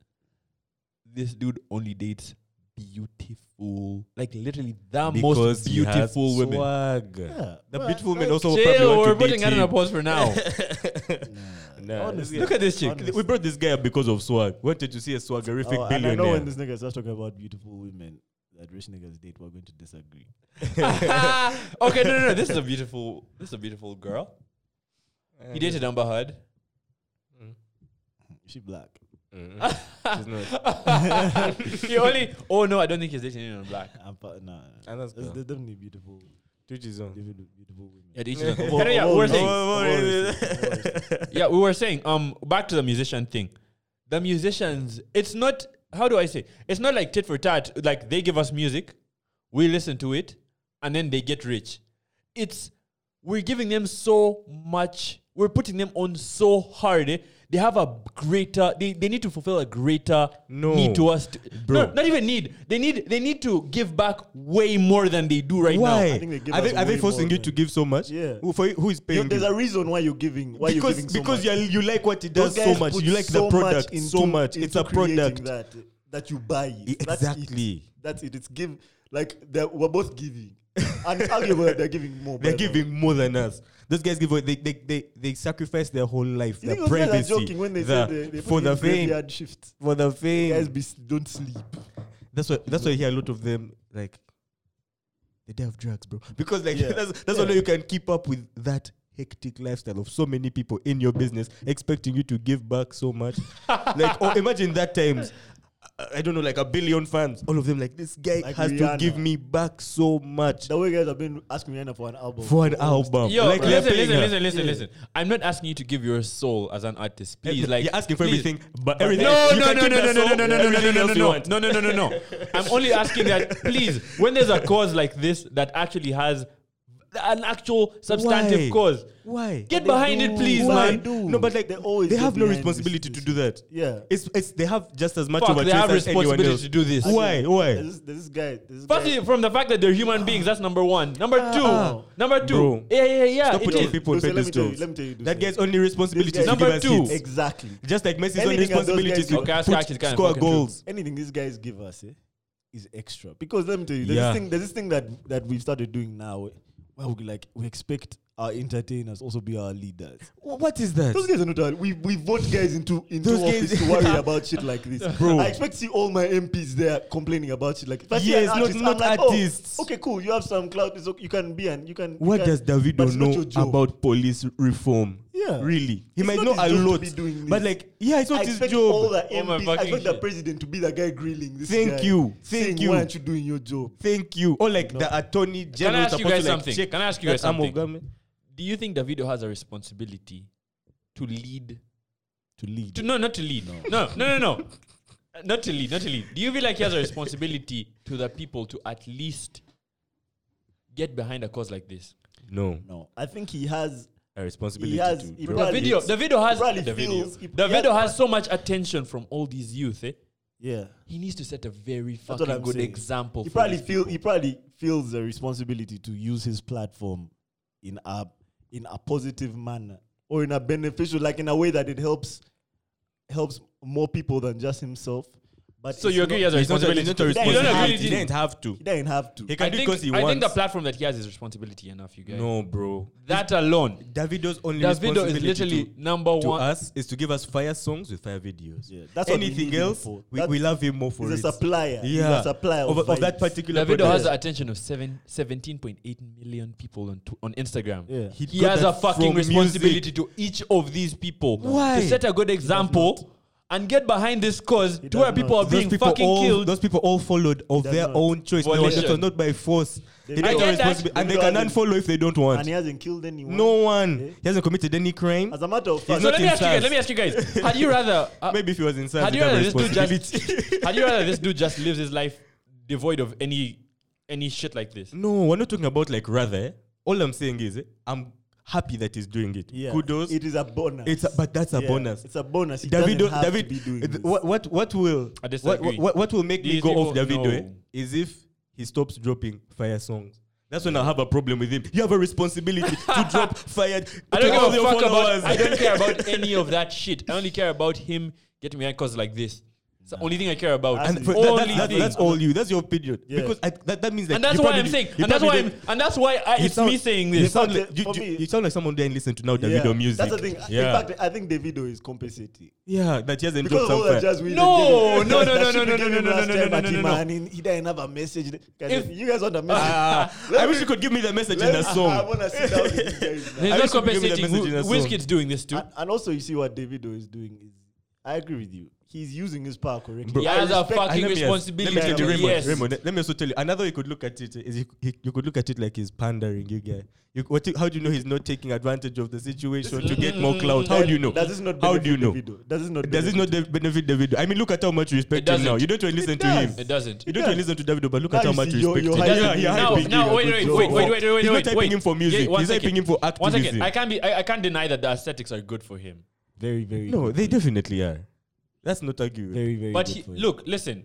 This dude only dates beautiful, like literally the most beautiful women.
Swag.
Yeah,
The
but
beautiful women
like-
also probably
Chill,
want
we're
to
putting
date
that on a
him.
pause for now.
Nah, this
Honestly.
guy-
Look at this chick.
Honestly.
We brought this guy up because of swag. Wanted to see a swaggerific
Oh, and I know
billionaire.
when this nigga starts talking about beautiful women that rich niggas date, we're going to disagree.
*laughs* okay, no, no, no. This is a beautiful. This is a beautiful girl. He dated Amber Heard.
Mm. Is she black?
Mm-hmm.
*laughs*
She's not.
*laughs* he only. Oh no, I don't think he's dating anyone black.
I'm pa- nah.
And that's
There's
good.
there's definitely beautiful,
Two G's on.
beautiful, beautiful women.
Yeah, dating. *laughs*
Of all-
yeah, yeah,
of all
we're
races,
saying.
of all races, of all races.
yeah, we were saying, um, back to the musician thing. The musicians, it's not how do I say? It's not like tit for tat. Like they give us music, we listen to it, and then they get rich. It's we're giving them so much. We're putting them on so hard. eh? They have a greater. They, they need to fulfill a greater
No.
need to us, to,
Bro.
No, not even need. They need they need to give back way more than they do right
Why?
now.
I think they give
are
us
they, are they
way
forcing
more
you to
than-
give so much?
Yeah.
Who, for, who is
You-
paying
there's
you?
a reason why you're giving. Why
because
you're giving so much.
because you're- you like what it
Those
does so
guys
much.
put
You like
so
the product
into-
so much. It's
into
a
creating
product.
that that you buy. It.
E- exactly.
That's it. That's it. It's give like they're- we're both giving, and it's arguable that they're giving more.
They're
by now.
giving more than us. Those guys give away. They they they, they sacrifice their whole life,
You
their
think those guys are
privacy,
joking when they
the-
say they, they
for
put
the
in
fame,
graveyard shift.
for the
Guys,
fame.
be, s- don't sleep.
That's why that's why I hear a lot of them like they die of drugs, bro. Because like
Yeah.
*laughs* that's that's
Yeah.
why you can keep up with that hectic lifestyle of so many people in your business expecting you to give back so
*laughs*
much. like or imagine that times. I- I don't know, like a billion fans, all of them like this guy
Like
has to
Rihanna.
give me back so much
The way guys have been asking Rihanna for an album
for an
almost-
album.
Yo,
Oh, like they're
listen,
paying her.
listen, listen, listen,
Yeah.
listen. I'm not asking you to give your soul as an artist. Please, like
you're asking for
please.
everything, but
No,
everything.
no,
you
no,
can
no,
keep
no,
that
no, no,
soul,
no, no, no, no,
everything
no, no,
else you
no,
want.
no, no, no, no, no. I'm only asking that, please, when there's a cause like this that actually has an actual
Why?
substantive cause,
Why?
get
They
behind it,
do.
please,
Why?
man.
They do.
No, but like they
They always
have
go
no
behind
responsibility to
this
do that.
Yeah.
It's it's they have just as much
Fuck,
of a
they
choice
have
as anyone
responsibility
else.
to do this.
Why?
There's
Why?
This, there's this guy. There's this guy.
Firstly, from the fact that they're human beings, that's number one. Number two,
Ah.
number two,
Bro.
yeah, yeah, yeah.
Stop
it
putting
is.
people on
Lucy, let me tell you-
pedestals.
let me tell you this
That
thing.
guy's only responsibility is to
This guy-
give us
Number
hits.
Exactly.
Just like Messi's only
Anything that those
responsibility
guys
is to
do.
Okay, that's actually
put,
kinda
score
fucking true.
goals.
Anything these guys give us eh, is extra because let me tell you, there's
Yeah.
this thing, there's this thing that that we've started doing now. eh, Where we like we expect our entertainers also be our
*laughs*
leaders.
Wh- What is that?
Those guys are not. Our, we we vote guys into into
Those
office
*laughs* guys-
to worry about shit like this,
*laughs* Bro.
I expect to see all my MPs there complaining about shit like. If I see
Yes,
an
not-
artist, I'm
not
like, oh,
artists.
okay, cool. You have some clout. It's okay, you can be an you can. you
What
can-
does
but
Davido
it's not your
know
job.
about police reform?
Yeah.
Really? He
It's
might
not
know a
his job to
lot.
be doing
But
this.
like, yeah, it's
I
not his
expect all
job.
the
Oh my
MPs. I
fucking
expect the
shit.
president to be the guy grilling this
Thank
guy,
you.
saying,
Thank you.
Why aren't you doing your job?
Thank you. Or like the attorney
Can I
general
ask you
supposed
guys
to like
something?
check
Can I ask you guys
that arm of
something?
government.
Do you think Davido has a responsibility to lead
To lead.
To, no, not to lead. No, no, no, no. Uh, Not to lead, not to lead. Do you feel like he has a responsibility to the people to at least get behind a cause like this?
No,
No, I think he has.
a responsibility.
He has.
to
He
The
probably-
video, the video has
probably
the video.
feels- he-
The
he
video
has-
has so much attention from all these youth. Eh?
Yeah.
He needs to set a very
That's what
fucking
I'm
good
saying.
example.
He
for
probably
these
feel he
people.
probably feels the responsibility to use his platform in a in a positive manner or in a beneficial, like in a way that it helps helps more people than just himself. But
So
it's
you agree he
not-
has a
He's not a-
responsibility?
he's not a
to-
responsibility.
You don't
He
agree?
He
did-
didn't have to.
he didn't have to.
He can
I
do
think,
because he
I think the
wants.
platform that he has is responsibility enough, you guys.
No, bro.
That alone.
Davido's only
That video is
responsibility
literally
to-
number
to
one.
us is to give us fire songs with fire videos.
Yeah, that's what we
Anything
need him
else,
for.
we,
That-
we love him more for
He's
it.
a supplier. He's
Yeah,
a supplier
of,
of,
of that
vibes.
particular.
Davido has the
product.
attention of seven, 17.8 million people on, tw- on Instagram.
Yeah.
He
He
got
has
that
a fucking
from
responsibility
music.
to each of these people
Why?
to set a good example and get behind this cause
He
to where
does
people
not.
are
Those
being
people
fucking
all,
killed.
Those people all followed of
does
their
not.
own choice. They were just
Volition.
not by force.
They
They
don't-
don't
I
have
get that.
responsibility, and
They
they
don't
can
have
unfollow if they don't want.
and he hasn't killed anyone.
No one.
Eh?
He hasn't committed any crime.
As a matter of fact,
so
not
let me ask you guys.
incensed.
Let me ask you
*laughs*
guys. Had you rather? uh,
Maybe if he was inside,
had
he'd
you
have
rather this dude
responsibility.
just? *laughs* had you rather this dude just lives his life devoid of any any shit like this?
No, we're not talking about like rather. All I'm saying is, eh, I'm happy that he's doing it.
yeah,
Kudos.
It is a bonus.
It's a- but that's a
Yeah,
bonus.
It's a bonus. He
David,
doesn't have to
David,
be doing
th-
this.
what what what will
I
what,
disagree.
what what will make me
These
go off
people-
David eh,
no.
is if he stops dropping fire songs. That's when I have a problem with him. You have a responsibility
*laughs*
to drop fire.
I
to
don't
all
give a
your
fuck
followers.
about. I don't care about any of that shit. I only care about him getting behind cause like this. It's the only thing I care about.
And
That's
for-
it.
that-
Only
that- that-
thing.
that's all you. That's your opinion.
Yeah.
Because I, that, that means that.
and that's
you probably
why I'm
did-
saying,
you
and that's why
probably
I'm,
did-
and that's why I,
you
it's
sound-
me saying
You
this.
sound
For
like you,
me-
you- you sound like someone who didn't listen to now Davido
yeah.
music.
That's the thing.
Yeah.
In fact, I think Davido is compensating.
yeah, that he hasn't
Because
dropped
of all that
somewhere.
jazz we
No,
did, *laughs*
no, no,
that
no,
shit we
no,
gave
no,
him
no, no,
last
no,
time
no,
at
no,
him
no.
and he- He didn't have a message. Guys,
If-
you guys want a
Ah,
Ah,
message?
I wish you could give me the message in a
I
song.
want to sit down with you guys. now.
He's
I
not
wish you could give me the
compensating.
message in a
Wi-
song.
Wizkid's doing this too.
And, and also, you see what Davido is doing is, I agree with you. He's using his power correctly.
Bro,
He
I
has a
respect-
*laughs* fucking
And let me ask-
responsibility.
Let
E
me tell you, Raymond,
yes.
Raymond, let- let me also tell you another way you could look at it is you, he, you could look at it like he's pandering. You get you, what, how do you know he's not taking advantage of the situation to get more clout? How do you know?
Does this not
How do you know?
benefit Davido? Does this not?
Does it
benefit
not de- benefit David? I mean, look at how much you respect
It
him now.
doesn't.
You don't even listen
It
to him.
does.
It doesn't.
You don't even listen to David, but look
Now
at how
you
much
see,
you
you're-
respect
you're hyping
him. Yeah,
him.
yeah,
Now-
hyping
now
him.
wait,
Good
wait,
job.
wait, wait,
wait, wait,
He's not
wait,
hyping
wait.
him for
Yeah,
music.
one
He's
second.
hyping him for
One second, I
activism.
can't be. I, I can't deny that the aesthetics are good for him.
Very, very.
No,
good for
they
him.
definitely are. That's not arguing.
Very, very.
But
good
he,
for him.
look, listen.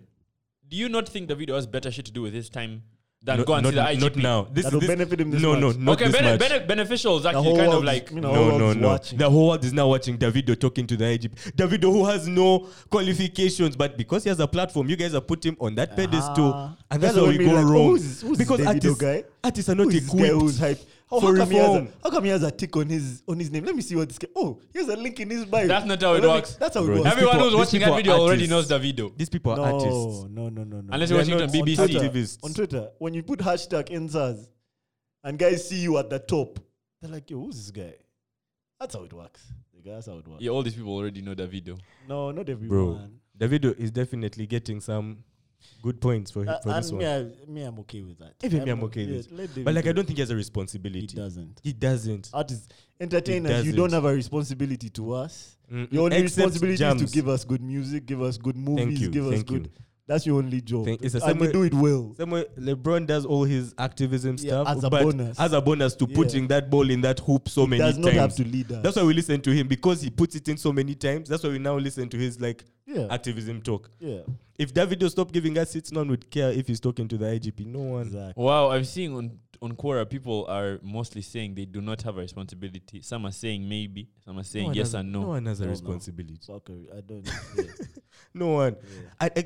Do you not think Davido has better shit to do with his time than
Not-
go and see the
not-
IGP?
Not now. This
That'll
this-
benefit him this
No, no,
much.
not
okay,
this
bene-
much.
bene- beneficial is
the
actually
whole
kind of
world,
like
you know, whole
No, no,
world's
no.
watching.
The whole world is now watching Davido talking to the IGP. Davido, who has no qualifications, but because he has a platform, you guys have put him on that pedestal, and that's
Ah. what
where we
I mean,
go
like,
wrong.
Who's, who's
because
this Davido
artists,
guy?
artists are
Who
not
is this guy who's
equipped.
hype? How,
for
how, come he has a,
reform.
how come he has a tick on his on his name? Let me see what this guy. Oh, he has a link in his bio.
That's not how it
Let me-
works.
That's how
Bro,
it works.
that's-
everyone
people-
who's
these
watching that
people are
video already knows
artists.
Davido.
These people are
no,
artists.
no, no, no, no.
Unless
They
you're
are
watching it on
not
on
BBC.
Twitter,
activists.
on Twitter, when you put hashtag NSAS and guys see you at the top, they're like, yo, who's this guy? That's how it works. Like, That's how it works.
Yeah, all these people already know Davido.
No, not
Bro,
everyone. Uh,
Davido is definitely getting some good points for,
Uh,
for this
and
one.
me, I, me, I'm okay with that.
Even me, I'm okay with
yeah, let
But like,
Davido.
I don't think he has a
he Uh,
responsibility.
doesn't.
He doesn't.
Artists, entertainers, you
doesn't.
don't have a responsibility to us.
Mm,
Your only
except
responsibility is
Jams.
to give us good music, give us good movies,
you,
give us
thank
good.
you.
That's your only job,
Thank- it's the same
and you
way-
do it well.
Same way LeBron does all his activism
Yeah,
stuff
as a
but
bonus.
As a bonus to
Yeah.
putting that ball in that hoop so many
Does
times.
not have to lead us.
That's why we listen to him because he puts it in so many times. That's why we now listen to his like
yeah,
activism talk.
yeah,
If Davido stopped giving us hits, none would care if he's talking to the IGP. No one.
exactly.
Wow, I'm seeing on on Quora people are mostly saying they do not have a responsibility. Some are saying maybe, some are
No
saying
one
yes
has-
and
No
no.
one has a
No, no.
responsibility.
Fucker, I don't.
*laughs*
Yeah,
No one.
yeah.
I, I,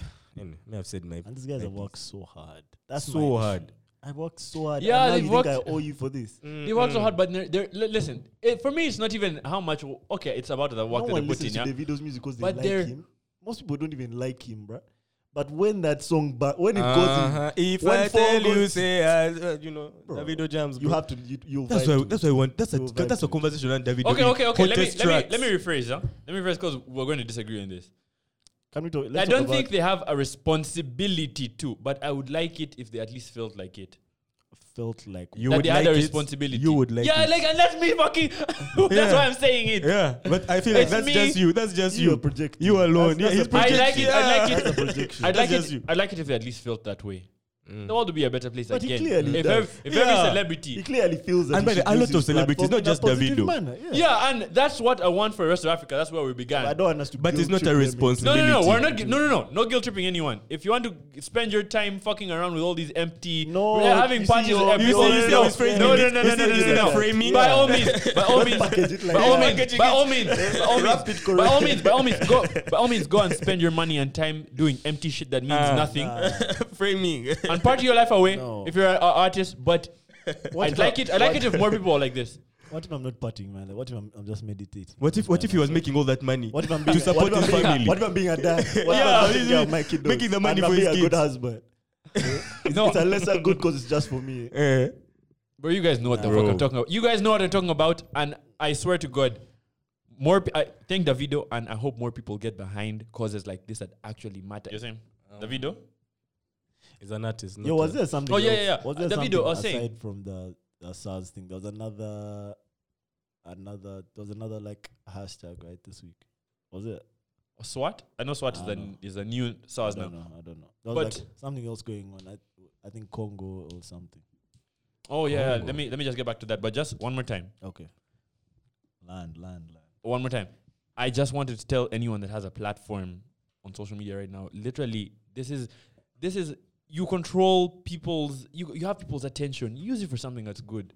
*sighs* anyway, may have said my.
And these guys
my
have
piece.
worked so hard. That's
So
my issue.
hard.
I worked so hard.
Yeah,
Yeah, and
they've
now you think
worked-
I owe you for this.
Mm.
They work so hard, but they're, they're, li- listen. It, for me, it's not even how much. w- Okay, it's about the work
no
that
one
they put in.
listens to
Yeah?
Davido's music because they
But
like
they're-
him. Most people don't even like him, bruh. But when that song, ba- when it goes
Uh-huh. If
When
I
four
tell you,
goes-
say, uh, uh, you know,
Bro,
Davido jams.
in, you
bro.
have to. You, you'll
That's
vibe
why.
to
That's
it.
why I want. That's a.
You'll vibe
That's
to
a
it.
conversation on Davido.
Okay,
in
okay, okay. Let me,
hottest
let
tracks.
me let me rephrase. Huh? Let me rephrase because we're going to disagree on this.
Can we talk? let's
I
talk
don't
about-
think they have a responsibility to, but I would like it if they at least felt like it.
felt like
You
that
would
they had a
like it.
responsibility.
You would like
yeah,
it.
like and that's me fucking. *laughs*
Yeah.
that's why I'm saying it.
Yeah, but I feel like
It's
that's
me.
just you. That's just
You
you.
are projecting.
You alone.
That's- that's
yeah,
a
he's
I
projection.
like it. I like it.
That's a projection.
I'd like
That's just
it.
you.
I'd like it if they at least felt that way. The world would be a better place
But he
again.
clearly
if
does.
ev- if every
Yeah.
He
celebrity.
clearly feels that.
And
he
by the-
should
a lot
use
of
his
celebrities,
platform
not
in a
just
positive
Davido.
manner, Yeah.
Yeah, and that's what I want for the rest of Africa. That's where we
I
began.
don't want us to.
But it's
guilt
not
trip
a
them
No,
responsibility.
into-
no, no. We're not. gu- No, no, no. No guilt tripping anyone. If you want to g- spend your time fucking around with all these empty,
No,
we're having
you see
parties.
your-
with
you see-
everyone.
you see
no,
how he's framing
no,
it.
no, no,
You
no,
see-
no,
you see
no,
the
no.
framing?
By
Yeah.
all means, by all means,
package it like
by all
that.
means, by all means, by
Wrap
all means,
it
by all
correctly.
means, by all means, go, by all means, go and spend your money and time doing empty shit that means
Ah,
*laughs* nothing,
framing.
and party your life away
No.
if you're an artist. But
What
I'd
if
like
I-
it. I like it if more people are like this.
What if I'm not partying, man? Like, what if I'm, I'm just meditating?
*laughs* What if what if he was making all that money
What if I'm being
to support
what if
his
I'm being-
family?
What if I'm being a dad? What
Yeah,
if I'm taking care of my kiddos?
making the money
and I'm
for his
being a good
kids.
husband. it's,
No.
it's a lesser good because it's just for me.
Eh.
Bro, you guys know what the
Bro.
fuck I'm talking about. You guys know what I'm talking about, and I swear to God, more. Pe- I thank Davido, and I hope more people get behind causes like this that actually matter. You're saying Davido?
He's an artist.
Yo,
not
was
a-
*laughs*
there something?
Oh, yeah,
else?
yeah, yeah.
Was
Uh,
there
the
something
video, I was
aside
saying.
from the the SARS thing? There was another, another. There was another like hashtag right this week. Was it?
Uh, SWAT? I know SWAT is
I
the
don't know.
is the new SARS
I
now.
don't know. I don't know. There was
But-
like something else going on. I, I think Congo or something.
Oh yeah, yeah,
Oh.
let me let me just get back to that. But just one more time,
Okay. Land, land, land.
one more time. I just wanted to tell anyone that has a platform on social media right now. Literally, this is this is you control people's you you have people's attention. Use it for something that's good.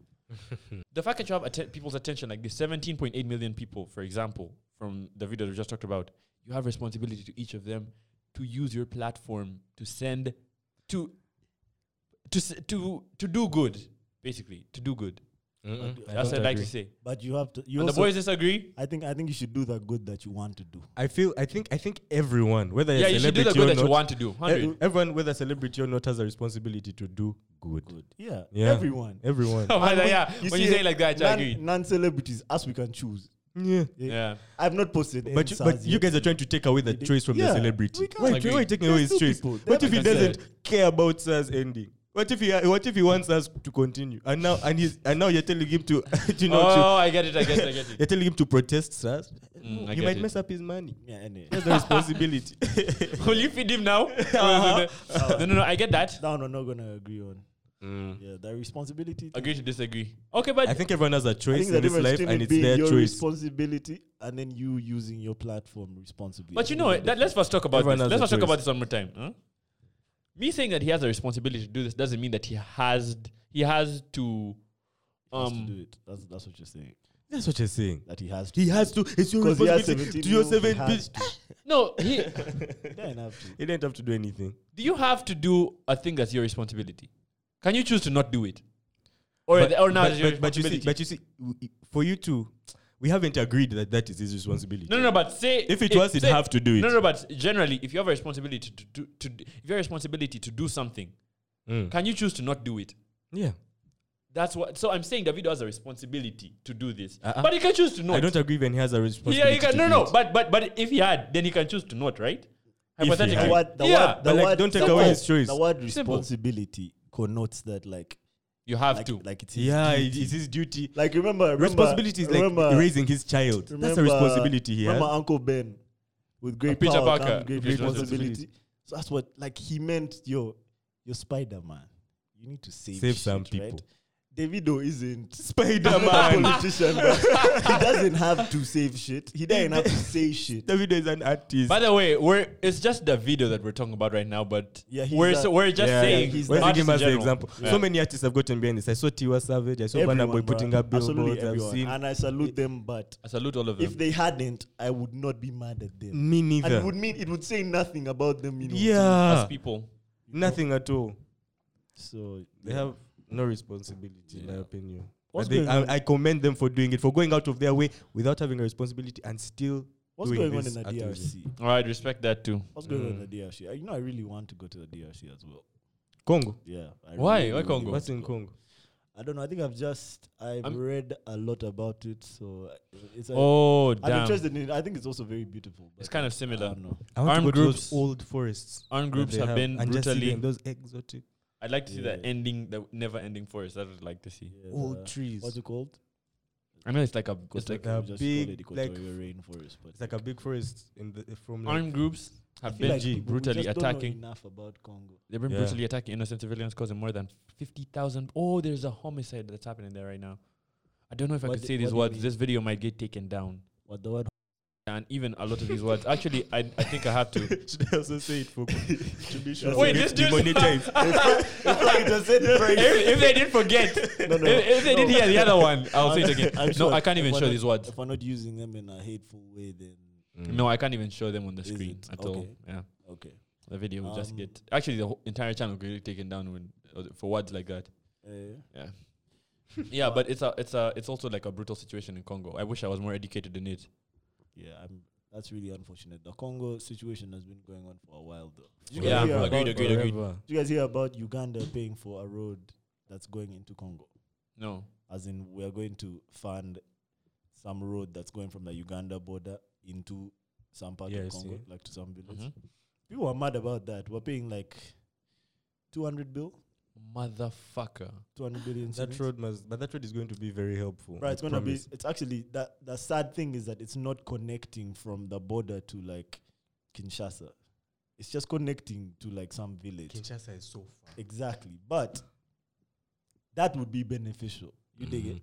the fact that you have atten- people's attention, like the 17.8 million people, for example, from the video that we just talked about, you have responsibility to each of them to use your platform to send to to s- to to do good, basically to do good.
Mm-mm, I
That's
don't
what I'd like
agree.
to say.
But you have to. You
and the
also,
boys disagree.
I think. I think you should do the good that you want to do.
I feel. I think. I think everyone, whether
Yeah,
a
you should do
celebrity
the good
or
that you
not,
want to do. *laughs* 100.
e- everyone, whether celebrity or not, has a responsibility to do good.
Good. Yeah.
Yeah.
Everyone.
*laughs*
Everyone.
Oh,
And when-
yeah, yeah.
*laughs* you
when
see
you say
it,
it like that, I agree.
Non, non-celebrities, us we can choose.
yeah.
Yeah.
I've not posted. any
But you,
SARS
but you
yet.
guys are trying to take away the
They-
choice from
yeah,
the celebrity.
we can't.
Why,
Agree.
why are you taking away
There's
his
two
choice?
people.
What if he
Like I
doesn't care about us ending? What if he what if he wants us to continue? And now and he's and now you're telling him to *laughs* you know to-
oh, I get it. I get it. I get
you're *laughs*
it.
telling him to protest SARS.
Mm, I
you
get
might
it.
mess up his money.
Yeah, anyway.
That's the
*laughs*
responsibility.
Will you feed
*laughs*
him now?
Uh-huh.
*laughs* No, no, no. I get that.
*laughs* that one we're not gonna agree on.
Mm.
Yeah, the responsibility.
Agree to disagree. Okay, but
I think everyone has a choice
think
in this life and
it
it's
being
their
your
choice.
responsibility and then you using your platform responsibly.
but you
I
know
think
what? That, let's first talk about
Everyone
this.
has
Let's
a
first talk
choice.
about this one more time. Huh? Me saying that he has a responsibility to do this doesn't mean that he has he has to.
he has to
Um,
do it. That's that's what you're saying.
That's what you're saying.
That he has to.
He has to. It's your
'Cause he has 17
responsibility. To your
mil, he
seven *laughs*
has
bitch.
no, he, *laughs*
He doesn't
*laughs*
have to.
He didn't have to do anything.
do you have to do a thing that's your responsibility? Can you choose to not do it, or
But-
or now
but-
it's your
but, but you see,
responsibility?
but you see, w- for you to, we haven't agreed that that is his responsibility.
No, no, no, but say
If it was, he'd
say-
have to do it.
No, no, but generally, if you have a responsibility to do, to d- if you have a responsibility to do something,
Mm.
can you choose to not do it?
Yeah,
That's what. So I'm saying Davido has a responsibility to do this,
Uh-uh.
but he can choose to not.
I don't agree when he has a responsibility.
yeah, he can.
to
No,
do
no,
it.
but but but if he had, then he can choose to not, right?
he
The
had.
Hypothetically,
word, the
yeah,
word, the
but like,
word,
don't take
the
away
word-
his choice.
The word
Simple.
responsibility connotes that like
you have
like,
to.
like it's his
yeah, it-
duty.
it's his duty.
like remember, remember
responsibility is like
remember,
raising his child. That's a
remember-
responsibility he has.
Remember Uncle Ben with great
Peter
power
Parker,
comes great
great
responsibility. So that's what like he meant. Yo, you're Spider Man. You need to save
Save
shit,
some
Right?
people.
Davido isn't
Spider
a *laughs*
Man.
politician. but he doesn't have to save shit. He doesn't have to say shit.
David is an artist.
By the way, we're it's just the video that we're talking about right now, but
Yeah, he's
we're
a-
so we're just
yeah,
saying
he's
we're
the-
artists
taking him
in
as an
general.
example.
Yeah.
So many artists have gotten behind this. I saw Tiwa Savage. I saw Burna Boy
Everyone, bro.
putting up
Absolutely
billboards. I've
everyone.
seen
and I salute them. But
I salute all of them.
if they hadn't, I would not be mad at them.
me
And it
neither.
would mean it would say nothing about them. You know,
as
Yeah,
people,
nothing at all.
So
They have no responsibility, in my opinion.
What's
I, think
going on?
I, I commend them for doing it, for going out of their way without having a responsibility and still.
What's
doing
going on in
this
the
activism.
DRC?
all right, respect that too.
What's going on
Mm.
in the DRC? Uh, You know, I really want to go to the DRC as well.
Congo.
Yeah. I
Why?
really,
Why
really
Congo?
want
What's
to
in
go.
Congo?
I don't know. I think I've just I've
I'm-
read a lot about it, so uh, it's. a-
Oh
I'm
damn,
interested in. it. I think Um, it's also very beautiful.
it's
but
kind of
I
similar.
don't know.
I want
Armed
to go to
groups.
those old forests.
Armed
that
groups
they
have been
and just see
brutally-
them, those exotic
I'd like to see that
Yeah.
ending, the never-ending forest. That I'd like to see.
Yeah,
old
the-
trees.
What's it called?
I know it's like a it's
to
like
the
We just call
big,
it
like,
equatorial rainforest, but
It's like a big forest in the from. Like,
armed groups
I
have
feel
been
like people- we
brutally
just don't know
attacking.
enough about Congo.
They've been
Yeah.
brutally attacking innocent civilians, causing more than fifty thousand. Oh, there's a homicide that's happening there right now. I don't know if I
What
could
d-
say these
what do you
words.
mean?
This video might get taken down,
What the word?
and even a lot of these words. Actually, I I think
*laughs*
I have to.
*laughs* Should I also say it for
*laughs*
to be sure?
Wait,
it's
this dude-
demonetized.
*laughs*
I just said
if, if they did forget,
*laughs* No, no.
if, if they did
No.
hear the other one, I'll say it
*laughs* I'm-
again.
I'm
no,
sure
I can't even
if
show
I-
these words.
If we're not using them in a hateful way, then
Mm. No, I can't even show them on the
Is
screen
it?
at all.
Okay.
Yeah,
okay.
the video will just
Um,
get actually the whole entire channel will get taken down when uh, for words like that.
Uh,
Yeah. yeah, but it's a it's a it's also like a brutal situation in Congo. I wish I was more educated in it.
Yeah, I'm, that's really unfortunate. The Congo situation has been going on for a while, though. Did you guys
Yeah,
hear
agreed,
about-
agreed, agreed.
Forever.
Did you guys hear about Uganda paying for a road that's going into Congo?
No.
As in, we are going to fund some road that's going from the Uganda border into some part
Yeah, I
of Congo,
see. Mm-hmm.
like to some village.
Mhm.
People are mad about that. We're paying like 200 bill,
Motherfucker.
200 billion.
That road must, but that road is going to be very helpful.
Right,
I
it's gonna
promise.
be. It's actually that the sad thing is that it's not connecting from the border to like Kinshasa. It's just connecting to like some village.
Kinshasa is so far.
Exactly, but that would be beneficial. You dig
Mm-hmm.
it?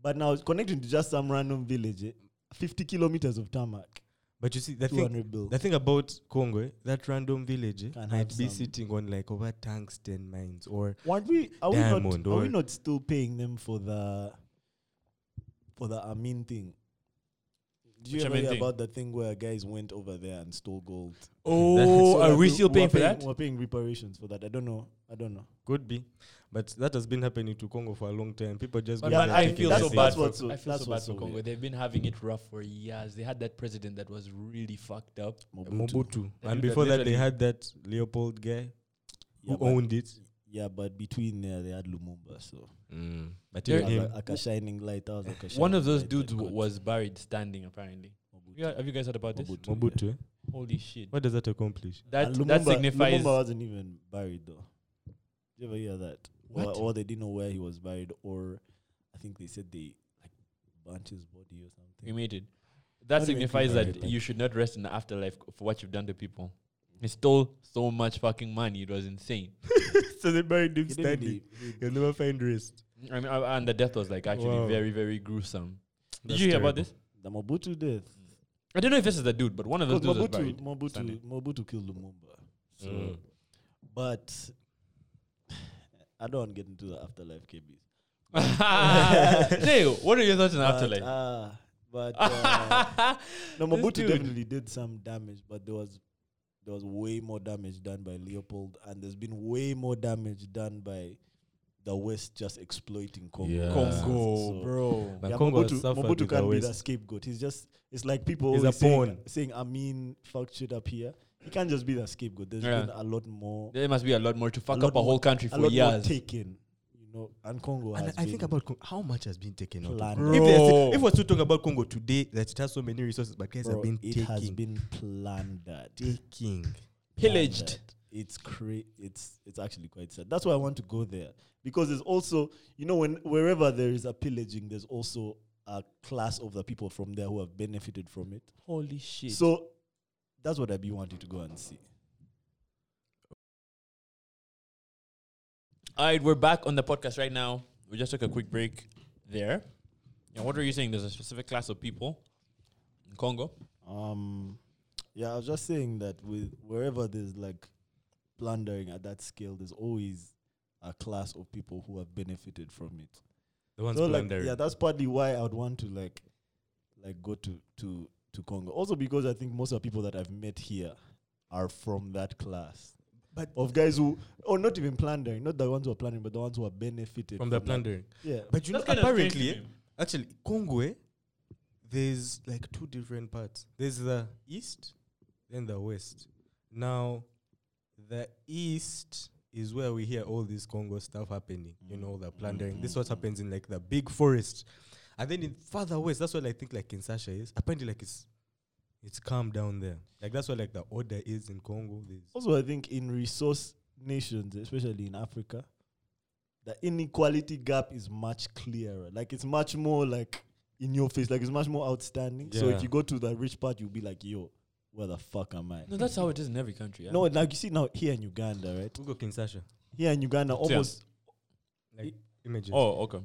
But now it's connecting to just some random village, eh, fifty kilometers of tarmac,
But you see, the
two
thing,
hundred bill.
the thing about Congo, eh, that random village eh,
Can
might
have
be
some-
sitting on like over tungsten mines or
Aren't we? Are we
Diamond
not? Are
or-
we not still paying them for the for the Amin thing? Do you
Which
ever
Amin
hear
thing?
about the thing where guys went over there and stole gold?
*laughs* Oh,
*laughs* So
are we
we're-
still
we're
paying for that?
We're paying reparations for that. I don't know. I don't know.
could be. But that has been happening to Congo for a long time. People just
But
go
Yeah,
man,
there
but I
I
thinking
feel
that
that's-
so
they-
bad
that's
for
what's so-
I feel
that's
so bad
what's
for
so
Congo.
weird.
They've been having it rough for years. They had that president that was really fucked up.
Mobutu.
Mobutu.
They
And
did that
before that, they
literally.
had that Leopold guy
Yeah,
who
but-
owned it.
Yeah, but between there they had Lumumba. So
But
There-
even
Yeah,
him,
like, like a shining light. That was like a
One of
shining
those
light
dudes
that
w-
got
was buried standing. Apparently,
Mobutu.
yeah, have you guys heard about this?
Mobutu, yeah.
Mobutu. eh?
Holy shit!
What does that accomplish?
That
And
that
Lumumba-
signifies
Lumumba wasn't even buried though. Did you ever hear that? Or,
What?
or they didn't know where he was buried, or I think they said they like burnt his body or something.
cremated. That
Not even
signifies that
cremated, like-
you should not rest in the afterlife c- for what you've done to people. He stole so much fucking money; it was insane.
so they buried him
He didn't leave.
You'll never find rest.
I mean, uh, and the death was like actually
Wow.
very, very gruesome. Did
That's
you hear about
terrible.
this?
The Mobutu death.
I don't know if this is the dude, but one of those
'Cause
dudes was
Mobutu,
buried.
Mobutu,
standing.
Mobutu killed Lumumba. So,
Mm.
but *sighs* I don't want to get into the afterlife, KB.
*laughs* Jay, what are your thoughts on the afterlife?
But,
*laughs*
uh,
*laughs*
but uh, no,
This
Mobutu
dude.
definitely did some damage, but there was there was way more damage done by Leopold, and there's been way more damage done by the West just exploiting Congo.
Yeah.
Congo,
So-
bro.
But
yeah,
Congo
Mobutu,
has suffered
Mobutu
with the
can't be the
West.
scapegoat. He's just it's like people
He's a
always saying,
pawn.
saying Amin fucked shit up here. He can't just be the scapegoat. There's
Yeah.
been a lot more
There must be a lot more to fuck
lot
up a
more-
whole country
a
for
lot more
years.
taken. You know, and Congo
And
has
I think
been-
about Con- how much has been taken out. of
Planned.
Congo. If, there's-
Bro.
if we're still talking about Congo today, that it has so many resources, but guys have
Bro,
been
it
taking,
has been plundered.
taking.
Pillaged.
that. It's cra- it's it's actually quite sad. That's why I want to go there because there's also you know when wherever there is a pillaging, there's also a class of the people from there who have benefited from it.
Holy shit.
So that's what I'd be wanting to go and see.
All right, we're back on the podcast right now. We just took a quick break there. And what are you saying? There's a specific class of people in Congo.
Um, yeah, I was just saying that with wherever there's like plundering at that scale, there's always a class of people who have benefited from it.
The ones
So, like, yeah, that's partly why I would want to like like go to to to Congo. Also because I think most of the people that I've met here are from that class.
But-
of guys who or not even plundering, not the ones who are plundering, but the ones who are benefited
from the
that.
plundering.
Yeah.
But you
That's
know,
kinda strange to
apparently, eh,
me.
actually, Congo, eh, there's like two different parts. There's the east, then the west. Now, the east is where we hear all this Congo stuff happening. You know, the plundering. This is
Mm-hmm.
what happens in like the big forest, and then in further west, that's what I think like Kinshasa is. Apparently, like it's it's calm down there. Like that's what like the order is in Congo. There's
Also I think in resource nations, especially in Africa, the inequality gap is much clearer. Like it's much more like in your face, like it's much more outstanding. So
Yeah.
if you go to the rich part, you'll be like, yo, where the fuck am I?
No, that's how it is in every country.
No, like you see now here in Uganda, right?
Google Kinshasa.
Here in Uganda, almost
Like images.
Oh, okay.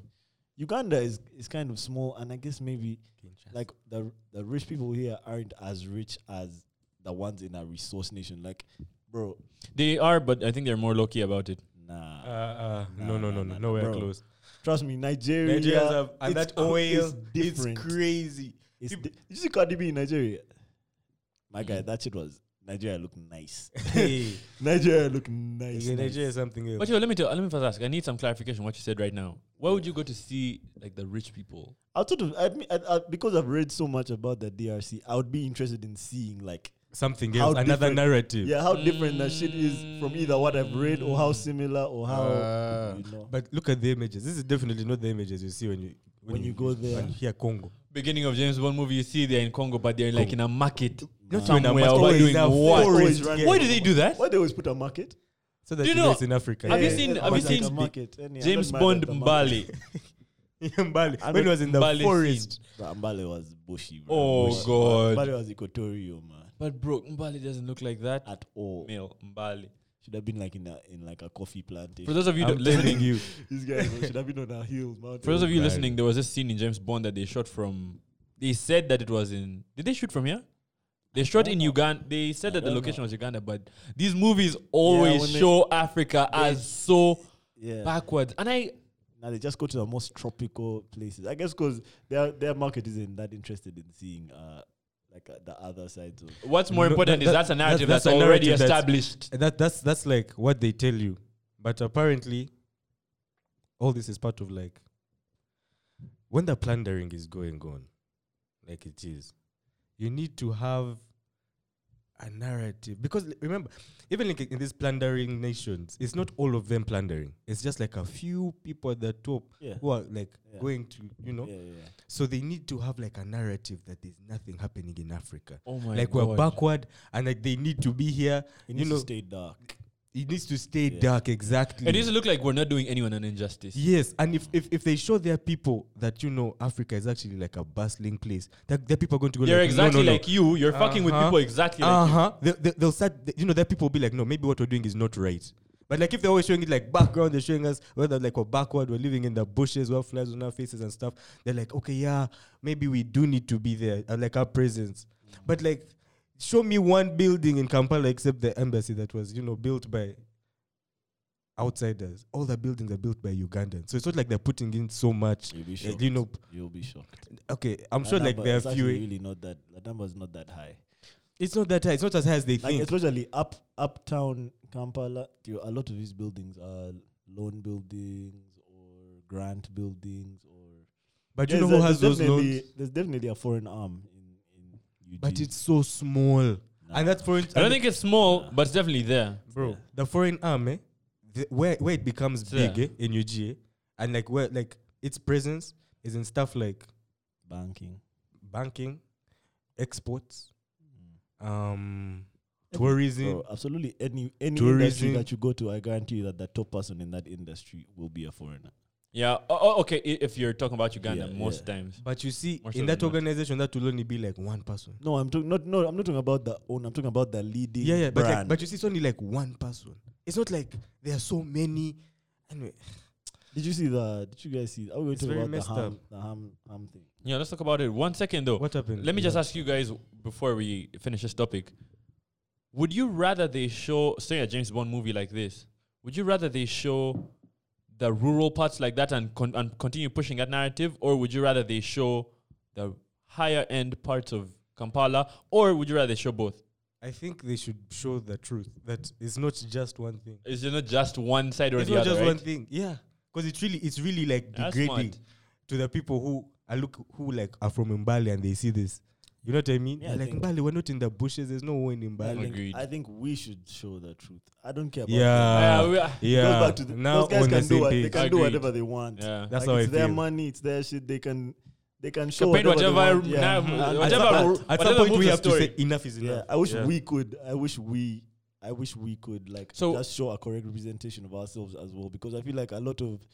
Uganda is, is kind of small, and I guess maybe
Kinshasa.
like the the rich people here aren't as rich as the ones in a resource nation. Like, bro,
They are, but I think they're more low key about it.
nah.
Uh, uh,
Nah,
no, no,
nah,
no,
nah,
no,
nah,
nowhere
bro.
close.
Trust me, Nigeria.
Nigerians have and
it's
that
co-
oil.
it's
It's,
different. *laughs*
crazy.
It's
Peop-
di- Did you see Cardi B in Nigeria? My
Mm.
guy, that shit was Nigeria looked nice. *laughs*
hey,
Nigeria looked nice.
yeah,
nice.
Nigeria is something else.
But yo, let me tell, let me first ask. I need some clarification. What you said right now. Where would you go to see like the rich people?
I sort of, I, mean, I, I, because I've read so much about the DRC, I would be interested in seeing like
something
How
else. Another
different-
narrative.
yeah, how different that shit is from either what I've read or how similar or how
Uh,
you know.
Ah.
But look at the images. This is definitely not the images you see when you
When you go there.
and hear Congo.
beginning of James Bond movie, you see they're in Congo, but they're like in a market.
Not
somewhere
in a market,
over
in
doing
a
what?
forest.
Why
yeah.
Why do they do that?
Why they always put a market?
So that
Do
you
you know-
know it's in Africa.
have you
yeah.
seen-
yeah,
have you
always like a
seen
market? And yeah, I'm
James
not mad
Bond
at the market.
Mbali.
Mbali.
I
When
don't-
it was *laughs* in the
Mbali
forest.
scene.
But Mbale was bushy. Bro.
Oh,
bushy.
God.
Mbale was equatorial, man.
But bro, Mbali doesn't look like that.
At all,
Male Mbali.
should have been like in a in like a coffee
For
plantation.
those of you
I'm
that-
telling
listening,
you.
These guys should have been on a hill mountain.
for those of you
Right.
listening, there was this scene in James Bond that they shot from. They said that it was in. Did they shoot from here? They shot
don't
in
know.
Uganda. They
I
said that the
don't
location
know.
was Uganda, but these movies always
when they-
show Africa
they-
as so
yeah.
backwards. And I,
Now they just go to the most tropical places. I guess because their their market isn't that interested in seeing uh like uh, the other sides of.
what's more
No,
important
that-
is
that-
that's a narrative
that's-
that's,
that's a
already
narrative that's-
established.
That that's that's like what they tell you. But apparently all this is part of like when the plundering is going on, like it is, you need to have a narrative. Because l- remember, even like in these plundering nations, it's not all of them plundering. It's just like a few people at the top
Yeah.
who are like
Yeah.
going to, you know.
Yeah, yeah, yeah.
So they need to have like a narrative that there's nothing happening in Africa.
Oh my
like we're backward and like they need to be here.
It
You
needs
know-
to stay dark.
It needs to stay
Yeah.
dark exactly.
It doesn't look like we're not doing anyone an injustice.
Yes, and if, if if they show their people that you know Africa is actually like a bustling place, that their people are going to go.
They're
like,
exactly
no, no, no.
like you. You're fucking with
Uh-huh.
people exactly
Uh
like you.
huh. They, they, they'll start. You know, their people will be like, no, maybe what we're doing is not right. But like if they're always showing it like background, they're showing us whether like we're backward, we're living in the bushes, we're flies on our faces and stuff. They're like, okay, yeah, maybe we do need to be there, uh, like our presence. But like, show me one building in Kampala except the embassy that was you know built by outsiders. All the buildings are built by Ugandans, so it's not like they're putting in so much.
You'll be
like,
shocked.
you know,
You'll be shocked.
okay, I'm sure
That
like
number
there are
is
few. e-
actually really not that. The number's not that high.
*laughs* It's not that high. It's not as high as they
Like
think.
especially up uptown Kampala, you- a lot of these buildings are loan buildings or grant buildings or.
But you know
There's
who
a-
has
there's
those
definitely-
loans?
There's definitely a foreign arm in in. Eugene.
But it's so small.
Nah.
And that's for it.
I don't think it's small, but it's definitely there.
bro, the foreign arm, eh? The, where where it becomes
It's
big
there.
eh, in UGA, and like where like its presence is in stuff like
banking.
banking, exports,
Mm.
um, tourism.
Bro, absolutely any any industry
Tourism.
that you go to, I guarantee you that the top person in that industry will be a foreigner.
Yeah. Oh, oh, okay. i- If you're talking about Uganda,
Yeah,
most
yeah.
times.
But you see,
More so
in
than
that
not.
organization, that will only be like one person.
No, I'm talking not no, I'm not talking about the own. I'm talking about the leading.
Yeah, yeah. But
brand.
like, but you see, it's only like one person. It's not like there are so many. Anyway,
did you see the? Did you guys see? Are we
It's
talking
very
about the
messed
ham,
up.
the ham, ham thing?
Yeah, let's talk about it. One second, though.
what happened?
Oh. Let me
Yeah.
just ask you guys before we finish this topic. Would you rather they show, say, a James Bond movie like this? Would you rather they show the rural parts like that and, con- and continue pushing that narrative, or would you rather they show the higher end parts of Kampala, or would you rather they show both?
I think they should show the truth that it's not just one thing.
Is it not just one side or
it's
the
not
other?
just
right?
one thing. Yeah, because it's really it's really like
That's
degrading
smart.
to the people who are look who like are from Mbali and they see this. You know what I mean?
Yeah, I
like
think-
Mbali, we're not in the bushes. There's no one in
I
Mbali.
think,
Agreed.
I think we should show the truth. I don't care. about them.
Yeah,
Uh, we are-
It
yeah.
goes back to the,
now
those guys
on the
can do
same
what,
page.
they can do
Agreed.
whatever they want.
yeah.
That's
like
how
it's
I
their
feel.
money, it's their shit. They can they can show
can paint
whatever, they
whatever
want. Yeah.
now-
Mhm. And-
At
Whatever
some
ru-
point- at some
whatever
point
movie
we have to
story.
say enough is
Yeah,
enough.
I wish
Yeah.
we could. I wish we. I wish we could like
So-
just show a correct representation of ourselves as well, because I feel like a lot of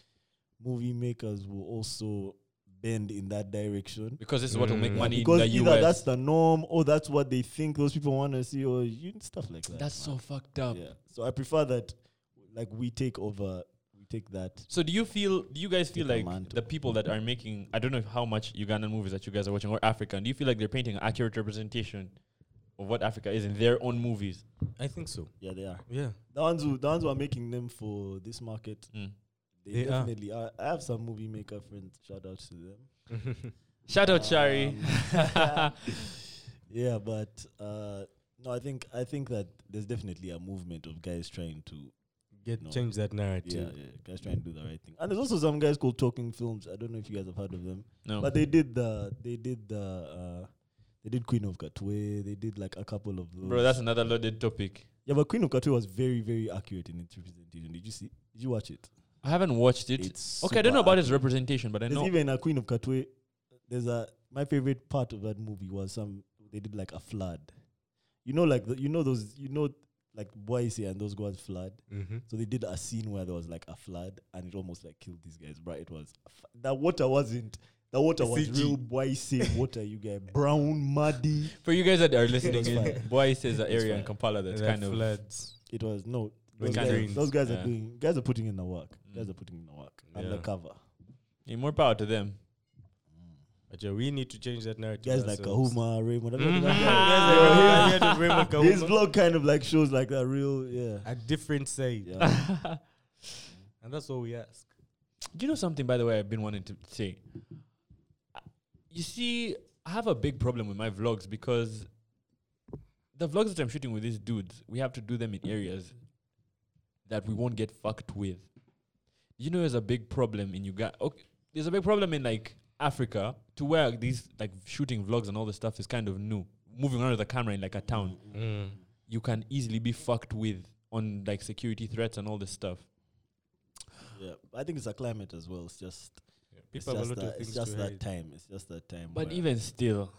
movie makers will also bend in that direction.
Because this is what will make
Mm.
money in
because
the
either
US.
that's the norm, or that's what they think those people want to see, or you, stuff like that.
That's so fucked up.
yeah. So I prefer that, like we take over, we take that.
So do you feel? Do you guys feel
Take a
like
mantle.
the people that are making? I don't know how much Ugandan movies that you guys are watching or African. Do you feel like they're painting an accurate representation of what Africa is in their own movies?
I think so.
Yeah, they are
Yeah.
the ones who the ones who are making them for this market.
Mm.
They,
They are.
definitely are. I have some movie maker friends. Shout out to them.
Shout out, Shari.
Um, yeah, but uh, no, I think I think that there's definitely a movement of guys trying to
Get
No.
change that
yeah,
narrative.
yeah, guys trying to do the right thing. And there's also some guys called Talking Films. I don't know if you guys have heard of them,
*laughs* No,
but they did the they did the uh, they did Queen of Katwe. They did like a couple of those.
bro, that's another loaded topic.
yeah, but Queen of Katwe was very very accurate in its representation. Did you see? Did you watch it?
I haven't watched it.
It's
okay, I don't know
super
about its representation, but I
There's
know.
even a Queen of Katwe. There's a my favorite part of that movie was some they did like a flood. You know, like the, you know those you know like Boise and those guys flood.
Mm-hmm.
So they did a scene where there was like a flood and it almost like killed these guys. But it was a f- that water wasn't that water was
CG.
real Boise
*laughs*
water. You get brown muddy.
For you guys that are listening,
*laughs* It's
in,
fine.
Boise is an area in
fine.
Kampala that's
that
kind of
floods.
It was no.
We
Those
can't
guys,
dream.
those guys
Yeah.
are doing. Guys are putting in the work. Guys
Mm.
are putting in the work
Yeah.
undercover.
Yeah, more power to them.
But yeah, we need to change that narrative.
Guys like
*laughs* ourselves.
Kahuma, Raymond. I don't know
Mhm.
that guy.
Guys like Raymond
Yeah, Mm-hmm. *laughs* His
Kahuma.
vlog kind of like shows like that real. Yeah.
A different side. *laughs*
yeah. *laughs*
And that's all we ask.
Do you know something, by the way, I've been wanting to say? Uh, You see, I have a big problem with my vlogs because the vlogs that I'm shooting with these dudes, we have to do them in areas that we won't get fucked with. You know, there's a big problem in Uganda. Okay, there's a big problem in like Africa to where these like shooting vlogs and all this stuff is kind of new. Moving around with a camera in like a town,
Mm.
you can easily be fucked with on like security threats and all this stuff.
Yeah, I think it's a climate as well. It's just it's
People have a
just,
lot
that,
of
it's
things to
just that
hide.
time. It's just that time.
But
where-
even still,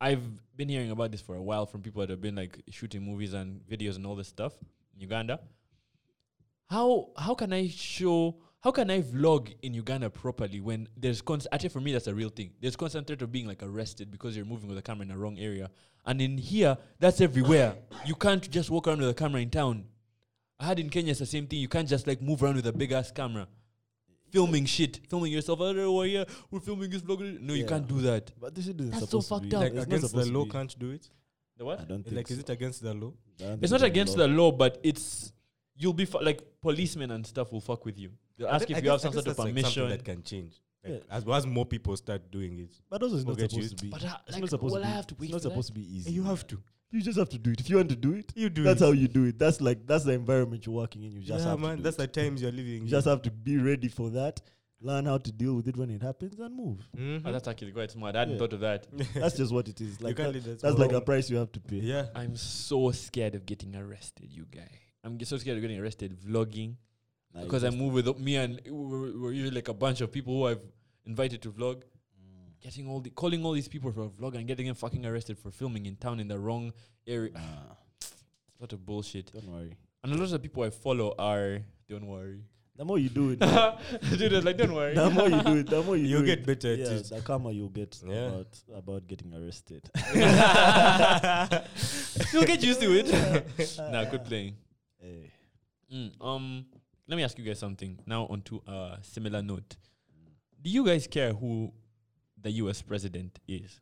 I've been hearing about this for a while from people that have been like shooting movies and videos and all this stuff in Uganda. How how can I show how can I vlog in Uganda properly when there's constant actually for me that's a real thing. There's constant threat of being like arrested because you're moving with a camera in the wrong area. And in here, that's everywhere. You can't just walk around with a camera in town. I had in Kenya it's the same thing. You can't just like move around with a big ass camera. Filming shit, filming yourself. Oh, yeah, we're here. We're filming this vlog. No, you
Yeah.
can't do that.
but this shit isn't
That's so
supposed to
fucked
be.
up.
Like
it's not
against the
supposed to
law,
be.
can't do it.
The
I
what?
don't think
Like, is it against the law?
It's not against the law, but it's you'll be fu- like policemen and stuff will fuck with you. They'll ask
I
if you
guess-
have
I guess
some sort of
that's, like, something
permission.
that can change. Like, as, as more people start doing it,
But also, it's not
Forget
supposed
you.
to be.
But I-
it's
like,
not supposed
will
to
I
be.
have to wait
It's not
for that?
supposed to be easy.
you have to.
You just have to do it. If you want to do it,
You do
that's
it.
how you do it. That's like that's the environment you're working in. You just
yeah,
have
man.
to. do
That's
it.
the times you're living.
You just have to be ready for that. Learn how to deal with it when it happens and move.
*laughs*
Oh, that's actually quite smart. I hadn't
Yeah.
thought of that.
that's just what it is. Like
can't
that-
leave that
that's like
small.
a price you have to pay.
yeah.
I'm so scared of getting arrested, you guy. I'm so scared of getting arrested vlogging
Nah, you
because I
just-
move with me and we're, we're usually like a bunch of people who I've invited to vlog.
Mm,
Getting all the calling all these people for a vlog and getting them fucking arrested for filming in town in the wrong area.
Nah,
A lot of bullshit.
don't worry.
And a lot of the people I follow are don't worry.
The more you do it,
*laughs* Dude, it's like don't worry.
the more you do it, the more you
You'll
do
get
it,
better at
yeah,
it.
The calmer you'll get
Yeah.
about about getting arrested.
*laughs* You'll get used to
*laughs*
it. nah, good playing.
Eh,
Mm, um, let me ask you guys something now. Onto a similar note, do you guys care who the U.S. president is?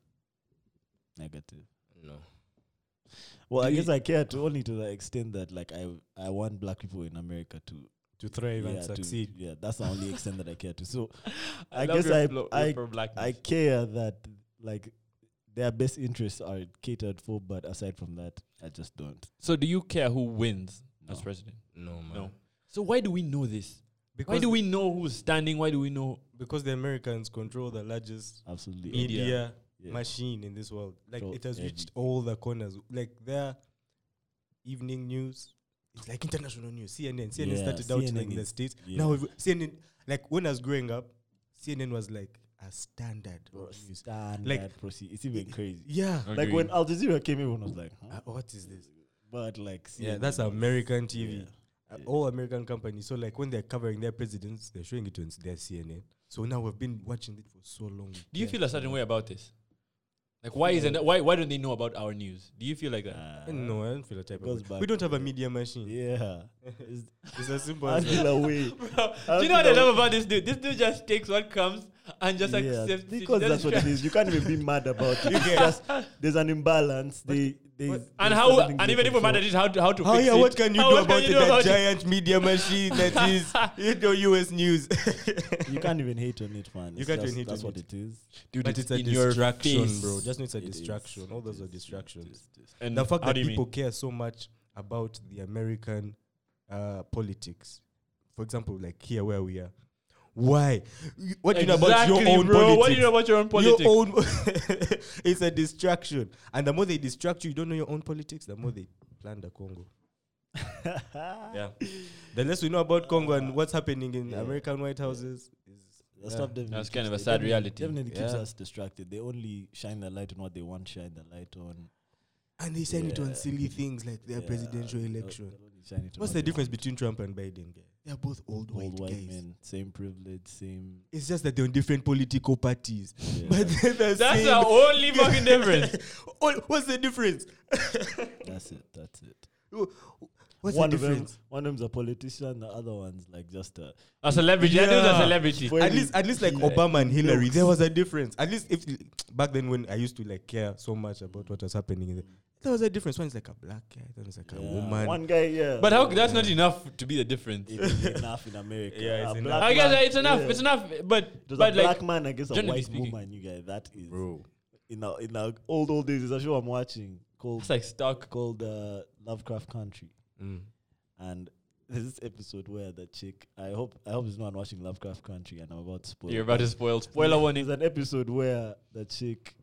negative.
No.
Well, I
Do
guess
you-
I care to only to the extent that like I I want black people in America to
To thrive
yeah,
and
to-
succeed.
yeah, that's the
*laughs*
only extent that I care to. So I
love
guess
your
I-
flo- your
I-
pro-blackness.
I care that like their best interests are catered for, but aside from that, I just don't.
so do you care who wins as
No.
president?
No, man.
No. So why do we know this?
Because
Why do we know who's standing? Why do we know?
because the Americans control the largest
Absolutely.
Media.
media,
Yeah.
machine in this world. Like
Control
it has reached
every-
all the corners. Like their evening news, it's like international news. CNN, CNN
Yeah,
started out in
CNN
like the
is-
states.
yeah.
Now we've- CNN, like when I was growing up, CNN was like a standard
Bro,
of news.
standard
Like-
proceed. It's even crazy.
Yeah.
Like when Al Jazeera came in, I was like, huh?
Uh, what is this?
but like,
Yeah,
CNN
that's
was-
American TV.
Yeah.
Uh,
Yeah.
All American companies. So like when they're covering their presidents, they're showing it on s- their CNN. So now we've been watching it for so long.
Do you
Yeah.
feel a certain way about this? Like why isn't why why don't they know about our news? Do you feel like that?
Uh,
No, I don't feel a type
goes
of. way.
back
We don't
to
have a
the-
media
*laughs*
machine. *laughs*
Yeah, it's
It's as
*laughs*
simple as that.
until away.
Do you know what I love about this dude? This dude just takes what comes and just
yeah,
accepts it.
because
Doesn't
that's what it
try-
is. You can't even be mad about
*laughs*
it. It's just there's an imbalance. They, they
but-
there's
And how
something
and
they
even if we're mad at
control.
it, how to
*laughs*
how to
Oh
fix
yeah,
it.
what can you
How-
do
what
about
you
it?
do
That
about it?
giant media machine
*laughs*
that is, you know, US news. *laughs*
you can't even hate on it, man.
You
It's
can't
just-
even hate
That's
on
what it is.
Dude,
but it's a
in your
distraction,
face.
bro. Just know it's a
It is,
distraction. All
it
those
is,
are
it is,
distractions.
it
*laughs*
is.
And
The fact
how
that
do you mean?
people care so much about the American uh, politics, for example, like here where we are, why? You- What do you know about your
Exactly,
own
bro.
politics?
What do you know about your own politics?
Your own *laughs* it's a distraction, and the more they distract you, you don't know your own politics. The more they plan the Congo.
Ah,
yeah. The less we know about Congo and what's happening in
Yeah.
American White Houses is
That stuff definitely
That's
keeps-
kind of a
it
sad
definitely-
reality.
Definitely keeps
Yeah.
us distracted. They only shine the light on what they want, shine the light on.
And they send it on
Yeah.
silly things like their
Yeah,
presidential
they'll-
election.
they'll only shine it on
What's
what
the
they
difference
want.
between Trump and Biden? They're both
old
old, white,
white
guys.
men, same privilege, same.
It's just that they're on different political parties.
Yeah.
But they're the
That's
same.
*laughs*
the only fucking difference.
Oh, What's the difference?
That's it. That's it.
What's
one
the
of them,
difference?
one of them's a politician. The other one's like just a.
A celebrity. I knew it was a
Yeah.
celebrity.
Well,
at least, at least like
he-
Obama and Hillary,
looks.
there was a difference. At least if back then when I used to like care so much about what was happening, in the, there was a difference. One is like a black guy, then it's like a
Yeah,
woman.
One guy, yeah.
But how, that's not enough to be the difference.
It is
*laughs*
enough in America.
Yeah, it's
A
enough.
black
I guess uh,
man-
it's enough.
yeah.
It's enough. But
There's
but
a
like
black man against a
generally
white
speaking.
woman, you guys. That is in our in our old old days. There's a show I'm watching called
it's like stuck.
called uh, Lovecraft Country,
Mm.
and there's this episode where the chick. I hope I hope there's no one watching Lovecraft Country, and I'm about to spoil.
You're
it.
about to spoil. Spoiler warning.
There's an episode where the chick,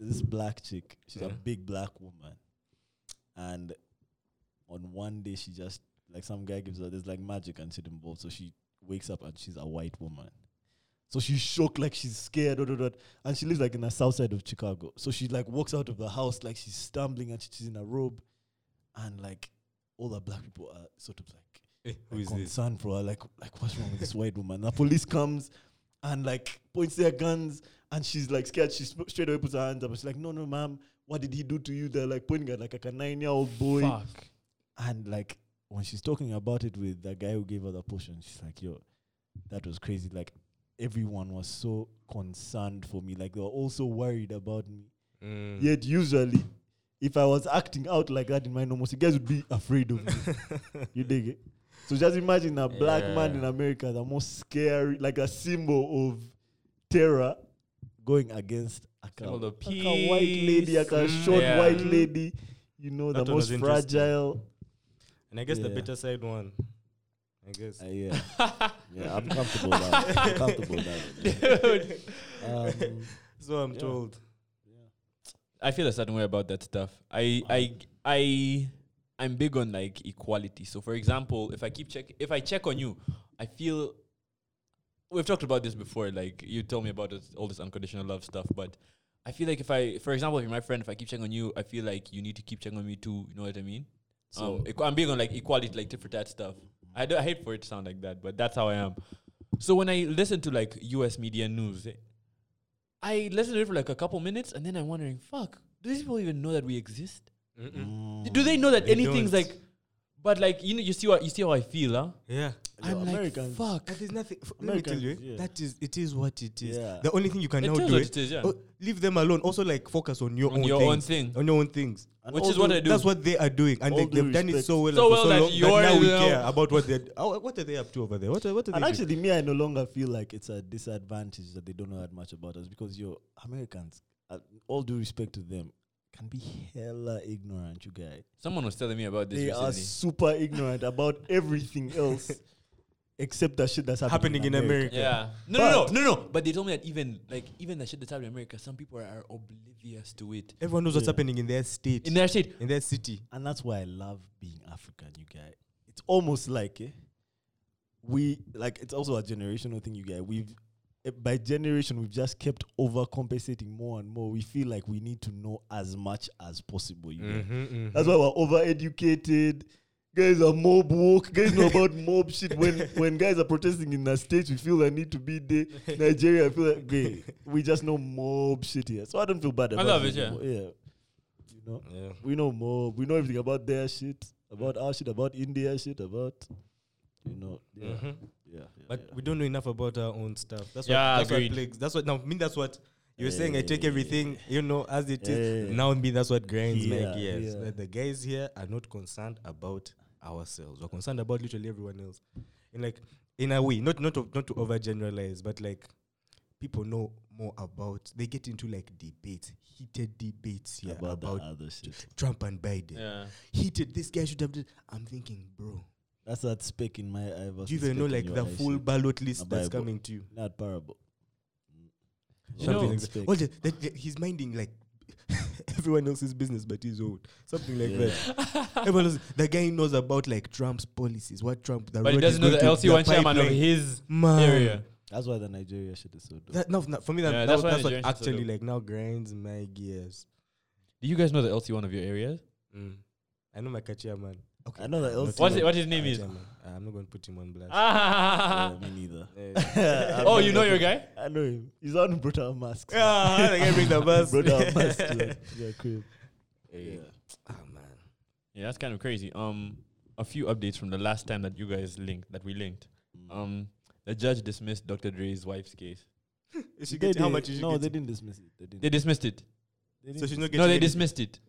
this black chick, she's a
Yeah.
big black woman, and on one day she just like some guy gives her there's like magic and shit involved, so she wakes up and she's a white woman. So she's shocked, like she's scared, dot, dot, dot. and she lives like in the south side of Chicago. So she like walks out of the house like she's stumbling and she's in a robe, and like all the black people are sort of like
Eh, who is this?
concern for her, like like what's wrong with this white woman? The police comes and like points their guns, and she's like scared. She sp- straight away puts her hands up. She's like, no, no, ma'am, what did he do to you? They're like pointing at like, a nine year old boy,
Fuck.
and like when she's talking about it with the guy who gave her the potion, she's like, yo, that was crazy. Like everyone was so concerned for me, like they were also worried about me.
Mm.
Yet usually. If I was acting out like that in my normal, you guys would be afraid of me.
*laughs*
You dig it? So just imagine a black man
Yeah.
in America, the most scary, like a symbol of terror, going against a, ca-
Symbol of Mm,
like a white lady, like a
peace.
short
Yeah.
white lady. You know,
That
the
one was
most
interesting.
fragile.
and I guess the
Yeah.
better side one. *laughs* I guess.
Uh,
*laughs*
yeah, yeah, I'm comfortable. with that. I'm comfortable. with
*laughs* Dude,
that. Um,
so I'm
yeah.
told.
I feel a certain way about that stuff. I I I I'm big on like equality. So for example, if I keep check if I check on you, I feel we've talked about this before. Like you told me about this, all this unconditional love stuff, but I feel like if I, for example, if you're my friend, if I keep checking on you, I feel like you need to keep checking on me too. You know what I mean?
so
um, equ- I'm big on like equality, like tit for tat stuff. I, do, I hate for it to sound like that, but that's how I am. So when I listen to like U.S. media news, eh, I listen to it for like a couple minutes, and then I'm wondering, fuck, do these people even know that we exist?
mm,
Do they know that
They
anything's
don't.
like? But like you know, you see what you see how I feel, huh?
Yeah.
yo,
I'm
Americans,
like, fuck.
That is nothing. f- Let me
Americans,
tell you, eh,
yeah.
that is it is what it is.
Yeah.
The only thing you can
It
now
is
do
what
is
it is, yeah.
oh, leave them alone. Also, like focus on your
On
own
your
things.
own thing.
on your own things.
And
Which
all
is what
due-
I do.
That's what they are doing, and
All
they,
due
they've done it
respect.
so well,
So
and for
well that
long
you're
now we
now-
care about what they're. Oh, what are they up to over there? What are, what are
And
they?
actually, me, I no longer feel like it's a disadvantage that they don't know that much about us because yo, Americans, uh, all due respect to them, can be hella ignorant, you guys.
Someone was telling me about this
They
recently.
are super ignorant about everything
*laughs*
else except the shit that's
doing?
happening,
happening in America?
yeah. No, no, no, no, no. But they told me that even like even the shit that's happening in America, some people are oblivious to it.
Everyone knows what's
Yeah.
happening in their state,
In
in
their shit,
their, city.
And that's why I love being African, you guys. It's almost like eh, we like it's also a generational thing, you guys. We've eh, by generation we've just kept overcompensating more and more. We feel like we need to know as much as possible, you
Mm-hmm.
Mm-hmm,
guys. That's why we're overeducated. Guys are mob woke. Guys know about mob shit. When when guys are protesting in the states, we feel the need to be there. Nigeria, I feel like gay. We just know mob shit here, so I don't feel bad. About
love it,
anymore. yeah. You know,
Yeah.
we know mob. We know everything about their shit, about our shit, about India shit, about you know, yeah,
Mm-hmm.
yeah, yeah,
Mm-hmm. But
yeah.
we don't know enough about our own stuff. That's
Yeah,
what, that's
agreed.
what plagues. That's what now. I mean, that's what you're saying. I take
Yeah.
everything, you know, as it is.
Yeah.
Now, me, that's what grinds
Yeah,
my gears.
yeah.
That the guys here are not concerned about ourselves. We're concerned about literally everyone else. In like, in a way, not not to, not to overgeneralize, but like, people know more about. They get into like debates, heated debates here
about,
about,
the other shit.
Trump and Biden.
yeah.
Heated. This guy should have. Did, I'm thinking, bro.
That's that speck in my eye. versus
Do you even know
speck
like
in
the
your eye
full
shit.
ballot list
A
that's
Bible.
coming to you?
Not parable.
You
something
know-
like that. Well, the, the, the, he's minding like *laughs* everyone else's business but his own. Something like that. everyone else, the guy knows about like Trump's policies, what Trump, the
But he
road he's
doesn't know the
going to,
LC1 chairman of
pipeline.
his
Man.
area.
That's why the Nigeria shit is so dope.
That, no, no, for me, that,
Yeah,
that
that's
was-
why
that's,
Nigerians
what
are so
actually
dope.
like now grinds my gears.
Do you guys know the LT one of your *laughs* areas?
Mm. I know my Kachia man. Okay,
I know that
I'm
LT
not
What's
gonna-
it, what his name
Kachia
is?
man. Uh, I'm not going to put him on blast.
Ah.
Yeah, me *laughs* neither.
*laughs*
Yeah.
oh, you know your guy?
I know him. He's on brutal masks.
*laughs* Ah, the guy bring the bus.
brutal masks. Yeah, *laughs* yeah, crib.
Hey. Ah, man.
*laughs* Yeah, that's kind of crazy. Um, a few updates from the last time that you guys linked, that we linked.
mm.
Um, the judge dismissed Dr. Dre's wife's case.
Is
They
she getting, how
did-
much is she
No, they
getting?
didn't dismiss it. They didn't.
They dismissed it.
they
So
didn't
she's not
No,
getting
they
any-
dismissed it.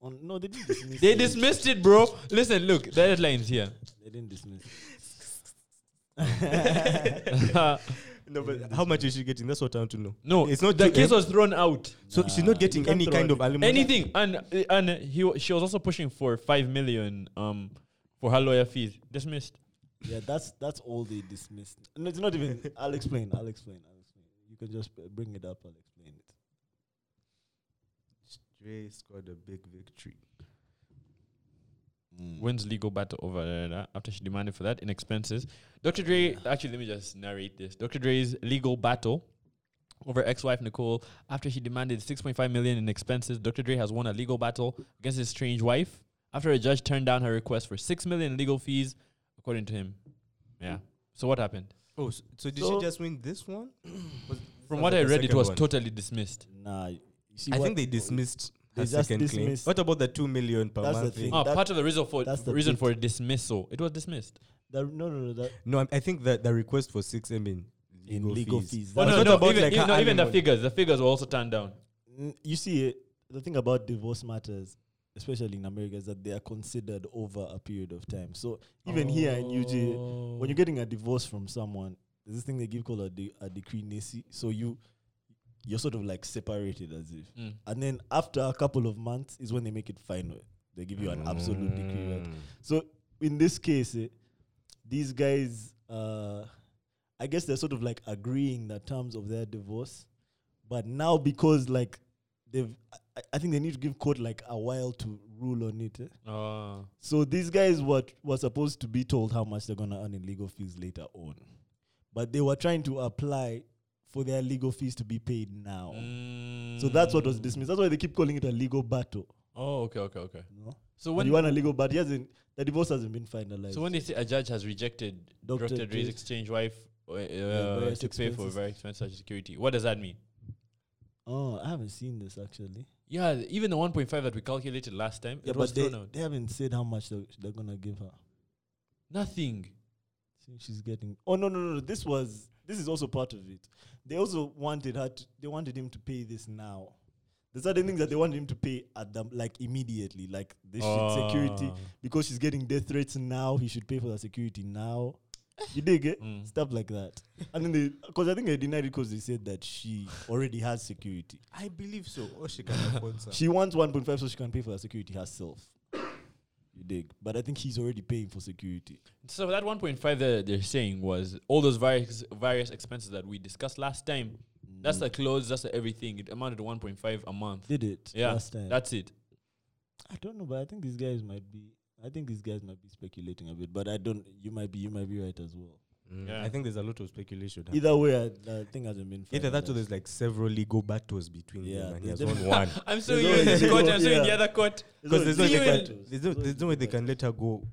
on, no, they
*laughs*
didn't dismiss
They
it.
dismissed it, bro. Listen, look, the headlines *laughs* here.
They didn't dismiss it.
*laughs* No,
*laughs*
but how much is she getting? That's what I want to know.
no,
It's not
the
too-
case was thrown out.
So she's
Nah,
not getting
you can't
any
throw
kind
it.
of alimony.
Anything, and and he wa- she was also pushing for five million um for her lawyer fees. Dismissed.
Yeah, that's that's all they dismissed. No, it's not even. I'll explain. I'll explain. I'll explain. You can just uh, bring it up. I'll explain it.
Dre scored a big victory.
wins legal battle over da- da- da, after she demanded for that in expenses. Dr. Dre, actually, let me just narrate this. Dr. Dre's legal battle over ex-wife Nicole after she demanded 6.5 million in expenses. Dr. Dre has won a legal battle against his strange wife after a judge turned down her request for 6 million in legal fees, according to him. Yeah. So what happened?
Oh, so, so did
So-
she just win this
*clears throat*
one? Was-
From
sounds
what
like
I
the
read, it
second
was
one.
totally dismissed.
Nah, you see
I
what-
think they dismissed
They
her
just
second claim.
dismissed-
What about the two million per
That's the
month thing? Oh.
thing.
Ah,
that-
part of the reason for
that's the
reason
bit.
for dismissal. It was dismissed.
The, no, no, no. That
No, I'm- I think that the request for six, I mean,
in legal fees.
Oh,
That's
I
no,
thought
no,
about
even,
like
even-
her
no, even the
alimony.
figures. The figures were also turned down.
N- you see it, the thing about divorce matters especially in america is that they are considered over a period of time so even here in
Oh.
uj when you're getting a divorce from someone there's this thing they give called a, de- a decree nisi so you you're sort of like separated as if
Mm.
and then after a couple of months is when they make it final they give you an absolute decree right? So in this case, eh, these guys, uh, I guess they're sort of like agreeing the terms of their divorce, but now because like they've, I, I think they need to give court like a while to rule on it. eh.
Oh.
So these guys were were supposed to be told how much they're gonna earn in legal fees later on, but they were trying to apply for their legal fees to be paid now. So that's what was
Mm.
dismissed. That's why they keep calling it a legal battle.
Oh, okay, okay, okay.
You know?
So
When
when
you want a legal battle, he hasn't, the divorce hasn't been finalized.
so when they say a judge has rejected Dr.
Dr.
Dre's
Dre's-
exchange wife uh,
various
to pay for
expenses.
very expensive Social security, what does that mean?
Oh, I haven't seen this actually.
Yeah, even the 1.5 that we calculated last time,
Yeah,
it was
but they,
thrown out.
they haven't said how much they're, they're gonna give her.
Nothing.
See, she's getting. Oh no no no! no, This was this is also part of it. They also wanted her. To, they wanted him to pay this now. There's certain things that they wanted him to pay at them like immediately, like this shit, security
Ah.
because she's getting death threats now. He should pay for the security now. You dig it?
Mm.
Stuff like that. And then they, because I think they denied it because they said that she already has security.
I believe so. Or
*laughs*
she can afford some.
She wants 1.5 so she can pay for her security herself. You dig? But I think he's already paying for security.
So that 1.5 that they're saying was all those various various expenses that we discussed last time. That's
Mm.
the clothes, that's the everything. It amounted to 1.5 a month.
Did it
Yeah,
last time.
That's it.
I don't know, but I think these guys might be. I think these guys might be speculating a bit, but I don't. You might be. You might be right as well.
Mm,
Yeah.
I think there's a lot of speculation. happening.
Either way, I, the thing hasn't been.
Either that or
finalized.
there's like several legal battles between
Yeah,
them and he
there's
has won
definitely-
one.
*laughs*
*laughs*
I'm so
There's
you in
always
this
legal-
court, I'm so in
*laughs*
the
yeah.
other court.
*laughs* Because there's no
always
way
legal
they
battles.
can, there's no, there's no way they can let her go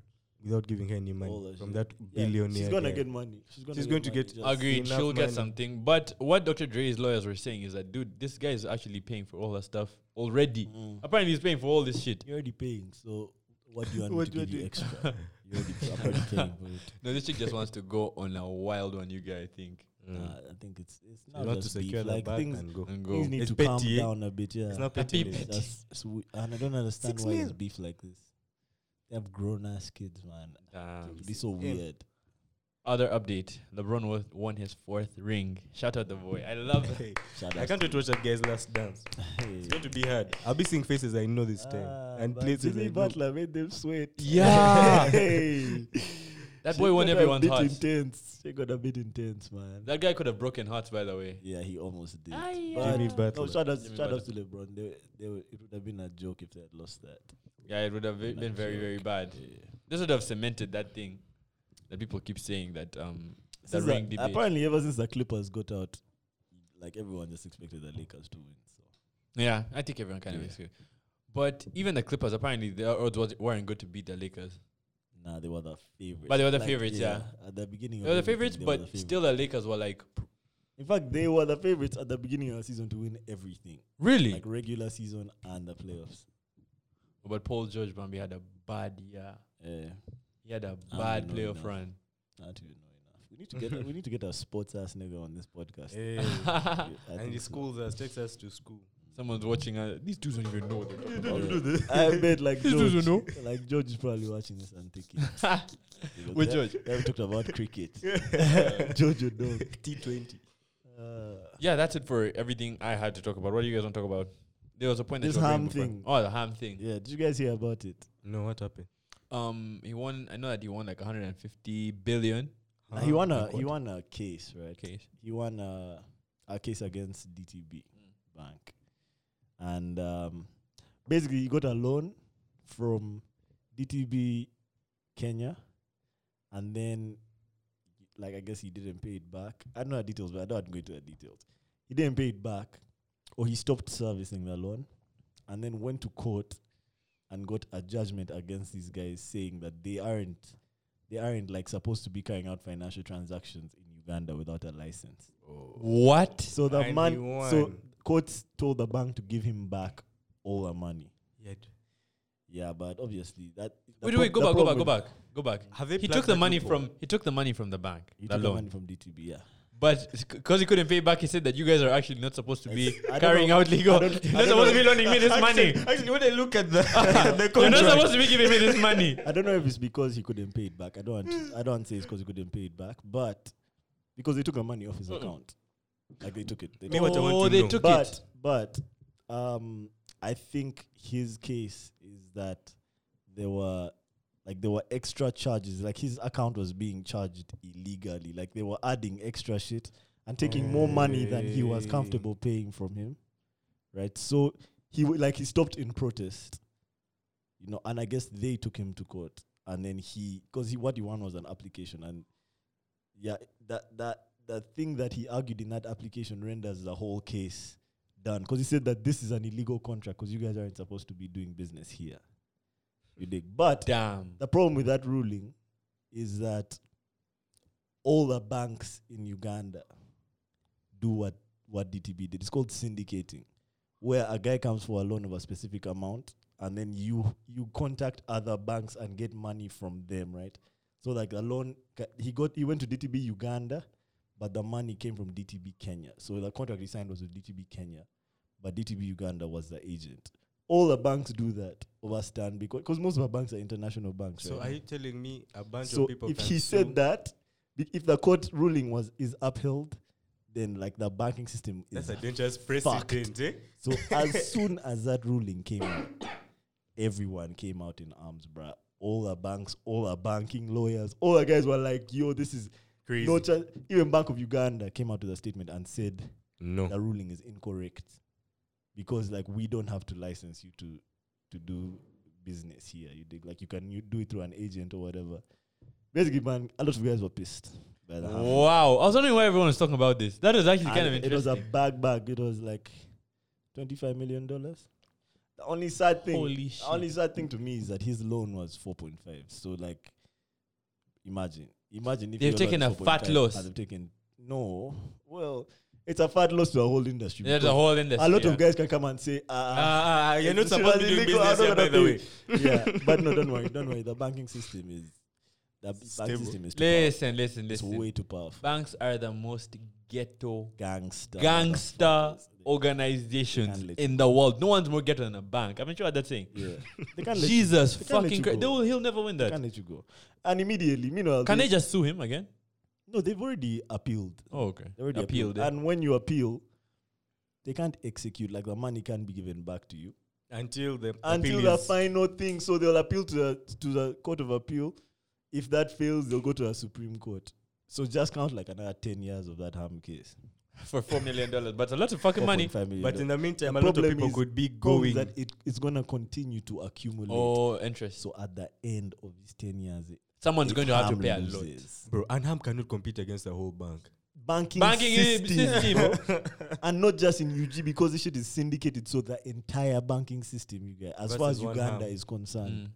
without giving her any
All
money
that
from
shit.
that
Yeah,
billionaire.
She's gonna
guy.
get money. She's gonna.
She's
get
going to
money,
get-
just-
Agreed.
enough
She'll get
money.
something. But what Dr. Dre's lawyers were saying is that, dude, this guy is actually paying for all that stuff already.
Mm.
Apparently, he's paying for all this shit.
You're already paying, so what do
*laughs*
you want me
What
to
do I
give you
do?
extra? You're already, I'm already paying for
*laughs*
it.
No, this chick just wants to go on a wild one, you guys, I think.
Mm.
Nah, I think it's it's
you
not
want to
just beef,
secure the
like
bag
things.
*laughs* and go.
And go.
Things need
It's
to calm
petty, eh?
down a bit. Yeah,
It's not
Happy
pettiness.
petty.
That's it's we- and I don't understand
Six
why it's
mil.
beef like this. They have grown ass kids, man.
Damn.
It'd be so
Yeah.
weird.
Other update LeBron wa- won his fourth ring. Shout out the boy. I love
*laughs*
it.
Hey,
Shout
I
out
can't wait to watch that guy's last dance.
Hey.
It's going to be hard. I'll be seeing faces I know this time
Ah,
and
but
places I
Jimmy
know.
Butler made them sweat.
Yeah.
*laughs* hey.
That
She
boy won
got a
everyone's
bit
hearts.
intense. She got a bit intense, man.
That guy could have broken hearts, by the way.
yeah, he almost did.
Aye,
But
Jimmy
no,
Butler.
shout out,
Jimmy
shout out to LeBron. They, they were, it would have been a joke if they had lost that.
Yeah, it would have ve- been very, very bad.
Yeah.
This would have cemented that thing that people keep saying that um, the
Since
ring
the-
debate.
Apparently, ever since the Clippers got out, like everyone just expected the Lakers to win. So
Yeah, I think everyone kind of
Yeah.
is good. But even the Clippers, apparently their odds was- weren't good to beat the Lakers.
nah, they were the favorites.
But they were the favorites,
At the beginning,
They
of
were the
everything,
favorites,
they were
but
the favorites.
still the Lakers were like, pr-
in fact, they were the favorites at the beginning of the season to win everything,
really?
like regular season and the playoffs.
but Paul George Bambi had a bad year.
Yeah,
He had a
don't
bad
know
playoff
enough. *laughs*
run.
not even know enough. We need to get a, we need to get a sports ass nigga on this podcast.
*laughs*
I
and
think
he
so. *laughs*
schools us, takes us to *laughs* school.
Someone's watching. Uh, these dudes don't even know what they're
Oh,
talking about.
I bet
*laughs*
like
These
George,
dudes don't
like George is probably watching this and
*laughs*
thinking.
With
They-
George.
they haven't talked about
*laughs*
cricket. George, you know.
T20.
Uh,
Yeah, that's it for everything I had to talk about. What do you guys want to talk about? There was a point that
This
you were
ham
bringing before.
thing.
Oh, the ham thing.
yeah, did you guys hear about it?
No, what happened?
Um, he won. I know that he won like 150 billion.
Uh,
Uh-huh.
he won a he won a case, right?
Okay.
He won a, a case against DTB Bank, and um, basically he got a loan from DTB Kenya, and then like I guess he didn't pay it back. I don't know the details, but I don't go into the details. He didn't pay it back, or he stopped servicing the loan, and then went to court and got a judgment against these guys saying that they aren't they aren't like supposed to be carrying out financial transactions in Uganda without a license.
What?
So the
And
man
he won.
so courts told the bank to give him back all the money.
Yeah. d-
Yeah, but obviously that the
Wait,
prob-
wait, go
the
back, go back,
problem-
go back, go back.
Have they
He
plugged
took the money
loophole?
from he took the money from the bank,
He
the
took the
loan.
money from DTB, yeah.
But *laughs* because he couldn't pay back, he said that you guys are actually not supposed to be
I don't
carrying
know.
out legal.
I
*laughs* You're
don't- I don't
not supposed to
know.
be loaning me
*laughs*
this money.
Actually, when I look at *laughs* the, the
You're not
contract-
supposed to be
*laughs*
giving me this money.
I don't know if it's because he couldn't pay it back. I don't want to, I don't want to say it's because he couldn't pay it back, but because they took the money off his account. Like they took it. They
Me
took
what I want
Oh,
to
they
know.
took
but,
it.
But um, I think his case is that there were like there were extra charges. Like his account was being charged illegally. Like they were adding extra shit and taking more money than he was
Hey.
comfortable paying from him. Right. So he w- like he stopped in protest. You know, and I guess they took him to court. And then he because he what he won was an application and yeah, that that the thing that he argued in that application renders the whole case done because he said that this is an illegal contract because you guys aren't supposed to be doing business here. You dig? But
Damn.
the problem with that ruling is that all the banks in Uganda do what what DTB did. It's called syndicating, where a guy comes for a loan of a specific amount, and then you you contact other banks and get money from them, right? So like the loan ca- he got, he went to DTB Uganda, but the money came from DTB Kenya. So the contract he signed was with DTB Kenya, but DTB Uganda was the agent. All the banks do that overstand because because most of the banks are international banks.
So
right?
are you telling me a bunch
so
of people?
if
can
he
sue?
said that be- if the court ruling was is upheld then like the banking system is
that's a dangerous
fucked.
precedent. Eh?
so as soon as that ruling came out everyone came out in arms bruh all the banks all the banking lawyers all the guys were like yo this is
Crazy.
no chance even bank of uganda came out with a statement and said
No.
the ruling is incorrect because like we don't have to license you to to do business here you dig like you can you do it through an agent or whatever basically man a lot of guys were pissed by the hammer.
Wow. I was wondering why everyone was talking about this. That is actually kind of
And it was a
interesting.
bag bag it was like 25 million dollars the only sad thing
Holy
the
shit.
only sad thing to me is that his loan was 4.5 so like imagine imagine if
They've
your loan
taken
is
a fat
4.5
loss.
and they've taken no well it's a fat loss to the whole industry
There's
because
a whole industry.
a lot of
yeah.
guys can come and say, ah, *laughs*
Ah, you're not
it's
supposed to be doing
illegal,
business
I'm
here,
not
by the
gonna
way.
do it.
*laughs*
yeah, but no, don't worry, don't worry. The banking system is the b-
Stable.
bank system is too powerful.
Listen, listen,
It's
listen.
way too powerful.
Banks are the most ghetto
Gangster,
gangster
motherfuckers.
organizations
Can't let
in the world. No one's more ghetto than a bank. I'm not sure what that's saying.
Yeah, *laughs* they can't let you,
Jesus
they can't let
fucking
you
Christ.
go.
They'll- He'll never win
they
that.
can't let you go. And immediately, meanwhile,
Can they just sue him again?
No, they've already appealed.
Oh, okay.
They already appealed,
yeah.
and when you appeal, they can't execute. Like the money can't be given back to you.
Until the
until
appeal
the
is-
final thing. So they'll appeal to the to the court of appeal. If that fails, they'll go to the Supreme Court. So just count like another ten years of that harm case.
for four million dollars, but a lot of fucking money.
4.5 million
But
dollars.
in the meantime,
The
a lot of
problem
people
is
could be
Problem
going.
is that it, it's gonna continue to accumulate.
Oh, interest.
So at the end of these ten years,
Someone's
If
going to have to
Ham
pay a lot.
loses.
Bro, Anham cannot compete against the whole bank.
Banking,
Banking
system.
system. bro.
and not just in UG because this shit is syndicated. So the entire banking system, you guys, as far
Versus
as
one
Uganda
Ham.
is concerned,
Mm.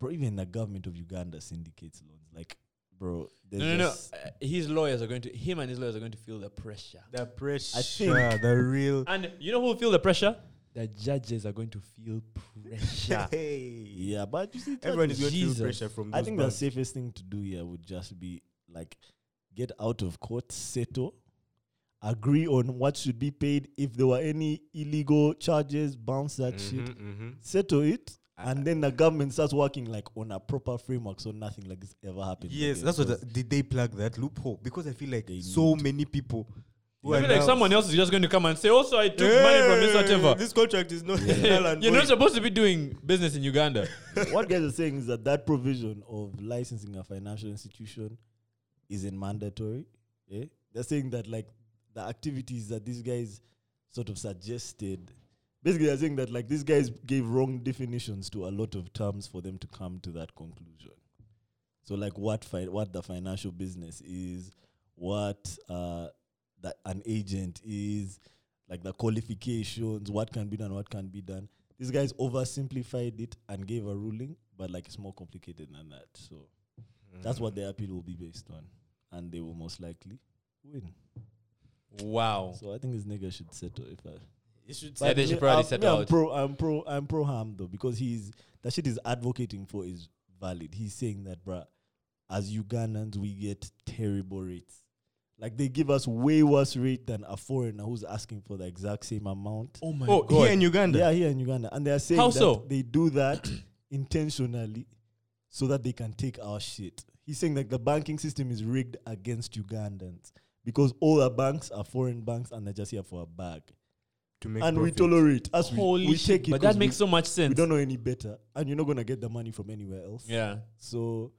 bro, even the government of Uganda syndicates loans. Like, bro, there's
No, no, no.
just-
Uh, his lawyers are going to, him and his lawyers are going to feel the pressure.
The pressure.
think-
the *laughs* real.
And you know who will feel the pressure? The judges are going to feel pressure.
hey.
Yeah, but you see,
Everyone is
judges-
going to
Jesus.
feel pressure from
I
those
think the
banks.
safest thing to do here would just be like get out of court, settle, agree on what should be paid if there were any illegal charges, bounce that shit,
Mhm, mhm.
settle it. And then the government starts working like on a proper framework, so nothing like this ever happened.
Yes,
again,
that's what.
because-
The, did they plug that loophole? Because I feel like
They
so many people. who
I
are
feel like
now-
someone else is just going to come and say, also, I took money from Mr.
Hey,
Temper.
This contract is
*laughs*
not. *laughs* null and
You're not
void.
supposed to be doing business in Uganda.
*laughs* what guys are saying is that that provision of licensing a financial institution isn't mandatory. eh? They're saying that like the activities that these guys sort of suggested, basically they're saying that like these guys gave wrong definitions to a lot of terms for them to come to that conclusion. So like what fi- what the financial business is, what uh, that an agent is, like the qualifications, what can be done, what can be done these guys oversimplified it and gave a ruling, but like it's more complicated than that. So that's what their appeal will be based on, and they will most likely win.
wow.
So I think this nigga should settle. If I,
It should
Yeah,
But
they should
me-
probably
I'm- me,
settle
I'm
out.
pro, I'm pro, I'm pro harm though because he's the shit he's advocating for is valid. He's saying that, bruh, as Ugandans we get terrible rates. Like they give us way worse rate than a foreigner who's asking for the exact same amount.
Oh my
Oh,
God.
here in Uganda.
Yeah, here in Uganda, and they are saying
How
that
so?
they do that *coughs* intentionally so that they can take our shit. He's saying that the banking system is rigged against Ugandans because all our banks are foreign banks and they're just here for a bag,
To make
and
profit.
we tolerate. As
Holy
we, we
shit.
take it,
But that
'cause we-
makes so much
we
sense.
don't know any better, and you're not gonna get the money from anywhere else.
yeah.
So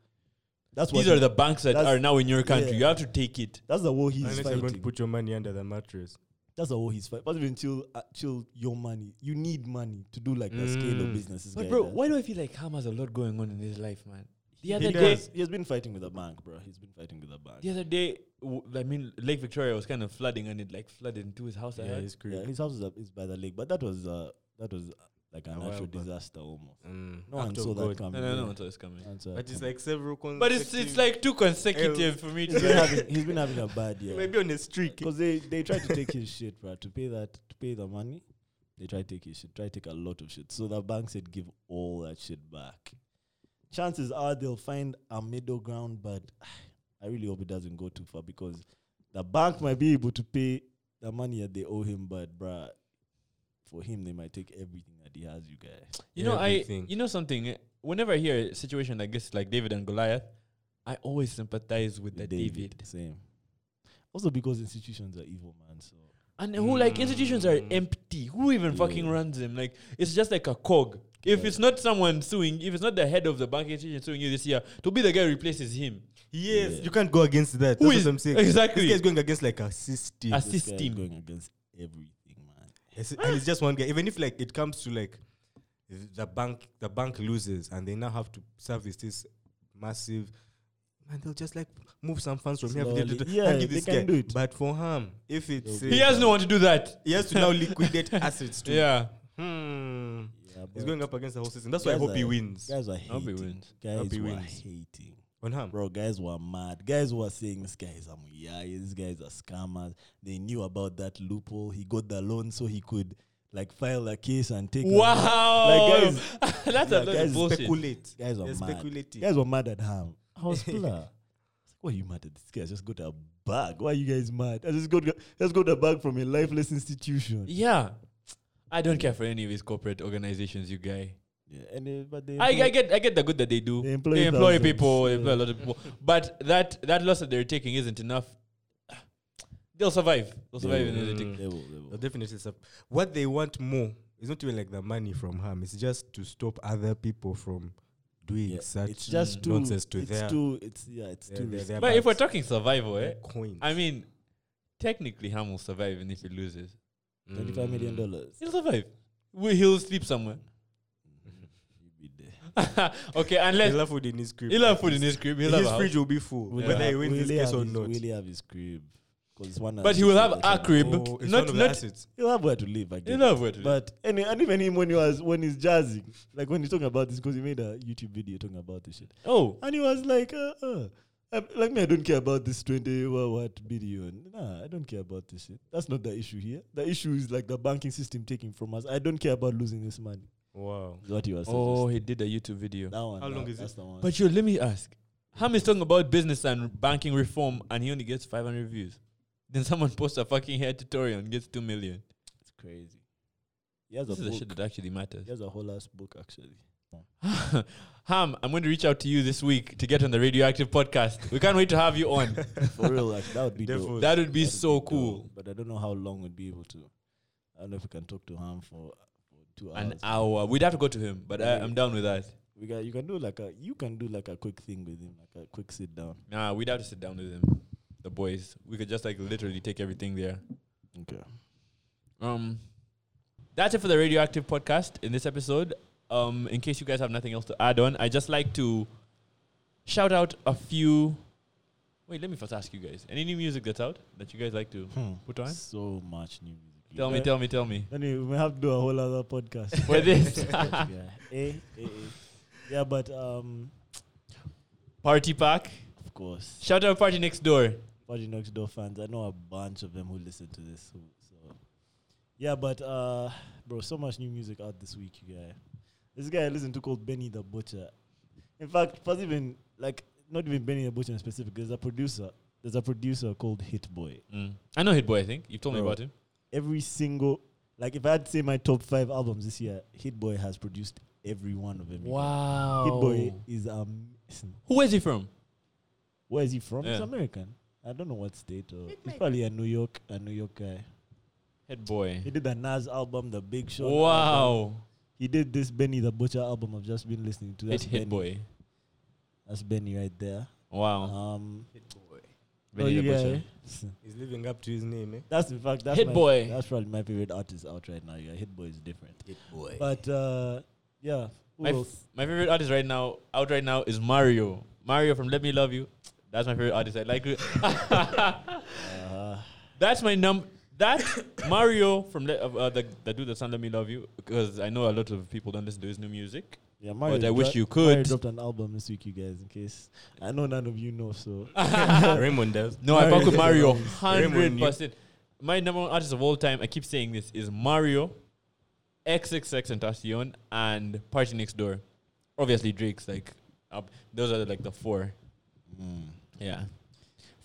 that's what
These are
he-
the banks that
that's-
are now in your country.
yeah.
You have to take it.
that's the war he's
Unless you're
fighting.
going to put your money under the mattress.
that's the war he's fighting. But even chill, uh, chill your money. You need money to do like the scale of
Mm.
business. this guy does.
do I feel like Ham has a lot going on in his life, man? The
he
other day,
does. He has been fighting with the bank, bro. He's been fighting with the bank.
the other day, w- I mean, Lake Victoria was kind of flooding and it like flooded into his house. I
Yeah,
heard.
it's
Yeah,
crazy.
his house is, up, is by the lake, but that was uh, that was uh, like a
A while
natural
back.
disaster almost.
Mm,
No one
act of
saw that
God.
coming.
No, no, no,
yeah.
until it's coming.
No one saw that
But it's
coming.
like several
But it's it's like too consecutive for me
he's
to
been,
like,
having, he's been having a
*laughs*
bad year
maybe on
*laughs*
a streak.
because they they tried to take his shit, bro. To pay that to pay the money, they tried to take his shit. Try to take a lot of shit. So the bank said, give all that shit back. Chances are they'll find a middle ground, but *sighs* I really hope it doesn't go too far because the bank might be able to pay the money that they owe him, but bruh, for him they might take everything that he has, you guys.
You know, I
Everything.
you know something. eh, Whenever I hear a situation like this, like David and Goliath, I always sympathize with the David.
Same. Also because institutions are evil, man. So
And who like institutions are
Mm.
empty. Who even fucking
Yeah.
runs them? Like it's just like a cog. If
Yeah.
it's not someone suing, if it's not the head of the bank institution suing you this year, to be the guy who replaces him.
Yes,
Yeah.
you can't go against that.
Who
That's
is-
what I'm saying.
exactly.
This guy's going against like a system.
A
this guy is
system.
going against everything, man.
It's- and it's just one guy. Even if like it comes to like th- the bank, the bank loses, and they now have to service this massive. And they'll just like move some funds from here
Slowly.
and
Yeah,
give
they
this
can
guy.
do it.
But for him, if it's
They'll
He
Yeah.
has no one to do that.
he has to
*laughs*
now liquidate assets too.
Yeah.
Hmm.
Yeah,
He's
but
going up against the whole system. That's why I
Guys
hope he
are-
wins.
Guys were
Hope he
hating.
wins.
Guys
Hope he
were
wins.
hating.
On him.
Bro, guys were mad. Guys were saying this guy is a muyai, this guy is a scammer. They knew about that loophole. He got the loan so he could like file a case and take a-
Wow.
Like,
*laughs* That's a
like,
lot
guys,
of bullshit.
Speculate.
Guys were
They're
mad.
speculating.
Guys were mad at him. I *laughs* was like, Why are you mad at this guy? Just got a bag. Why are you guys mad? I just got just got a bag from a lifeless institution.
Yeah. I don't care for any of these corporate organizations, you guy.
Yeah, and they, but they
I, I
employ-
get I get the good that they do.
They
They
employ
employ,
thousands,
people, they
yeah.
employ a lot of people. But that that loss that they're taking isn't enough. They'll survive. They'll survive in
will.
the
They will, they will.
They'll definitely sup- What they want more is not even like the money from harm. It's just to stop other people from doing
Yeah,
such
it's just too
nonsense to
it's
their,
too it's yeah it's
their,
too
their,
risky.
their
But if we're
banks,
talking survival, eh?
their coins.
I mean, technically Ham will survive even if he loses. Mm.
twenty five Mm. million dollars.
He'll survive. We, he'll sleep somewhere.
You'll be there.
*laughs* okay, unless
He'll have food in his crib.
he'll have food in his crib, he'll
his
have a
fridge
house.
will be full.
Will
Whether
have-
he wins
will
this
he
case
have
or
his-
not.
Will he have his crib? 'Cause one
but he will have a crib,
Oh, it's one
not
of the
not
assets.
He'll have where to live. I guess.
he'll have where to live.
But and, and even him when he was when he's jazzing, like when he's talking about this, because he made a YouTube video talking about this shit,
Oh,
and he was like, uh, uh, I'm- like me, I don't care about this twenty what, what billion. Nah, I don't care about this shit. That's not the issue here. The issue is like the banking system taking from us. I don't care about losing this money.
Wow.
Is what he was.
oh,
suggesting.
he did a YouTube video.
that one.
How
that-
long is
that's
it?
The one.
But yo, let me ask. Ham is talking about business and banking reform, and he only gets 500 views. Then someone posts a fucking hair tutorial and gets 2 million.
it's crazy. He has a
This is the shit
book.
that actually matters.
He has a whole ass book
*laughs*
actually.
Ham, I'm going to reach out to you this week to get on the Radioactive podcast. We can't wait to have you on.
For real, like that would be dope.
Therefore,
That would be
That'd
so
dope,
cool.
But I don't know how long we'd be able to. I don't know if we can talk to him for, for two hours.
An hour. We'd have to go to him, but I, I'm down with that.
We got you can do like a you can do like a quick thing with him, like a quick sit down.
Nah, we'd have to sit down with him, the boys. We could just like literally take everything there.
Okay.
Um, that's it for the radioactive podcast in this episode. Um, in case you guys have nothing else to add on, I just like to shout out a few. Wait, let me first ask you guys: any new music that's out that you guys like to Hmm. put on?
So much new music.
Tell me,
Yeah.
tell me, tell me.
*laughs* Then we may have to do a whole other podcast. *laughs*
For this *laughs*
yeah. Eh, eh, eh. yeah, but um
party pack,
of course.
shout out party next door.
Party Next Door fans. I know a bunch of them who listen to this. So, so. yeah, but uh, bro, so much new music out this week, you guy. This guy I listen to called Benny the Butcher. In fact, first even like not even Benny the Butcher in specific. There's a producer. There's a producer called Hit Boy.
Mm. I know Hit Boy. I think you've told me
Bro.
about him.
Every single like if I had to say my top five albums this year, Hit Boy has produced every one of them. you guy.
Wow.
Hit Boy is amazing.
Who is he from?
Where is he from? He's
Yeah.
American. I don't know what state or he's probably a New York a New York guy.
Hit Boy.
He did the Nas album, the Big Show.
Wow.
He did this Benny the Butcher album I've just been listening to.
Hit
That's
Hit
Benny.
Boy.
That's Benny right there.
Wow.
Um,
Benny
oh,
the
you
Butcher.
guy-
He's living up to his name, eh?
That's in fact that's
Hit
my-
Boy.
That's probably my favorite artist out right now. Yeah, Hit Boy is different.
Hit boy.
*laughs*
But uh, yeah, who
My, f-
else?
my favorite artist right now, out right now, is Mario. Mario from Let Me Love You. That's my favorite artist. I like it.
Uh,
That's my num.
*coughs*
That Mario from Le- uh, uh, the, the dude that's on Let Me Love You, because I know a lot of people don't listen to his new music.
yeah, Mario.
I wish
dro-
you could.
Mario dropped an album this week, you guys. In case I know none of you know, so
Raymond does.
No, I fuck with Mario
*laughs*
Raymond
hundred
knew.
percent. My number one artist of all time, I keep saying this, is Mario, XXX Tentacion, and Party Next Door. Obviously, Drake's like up. Those are like the four. Mm. Yeah,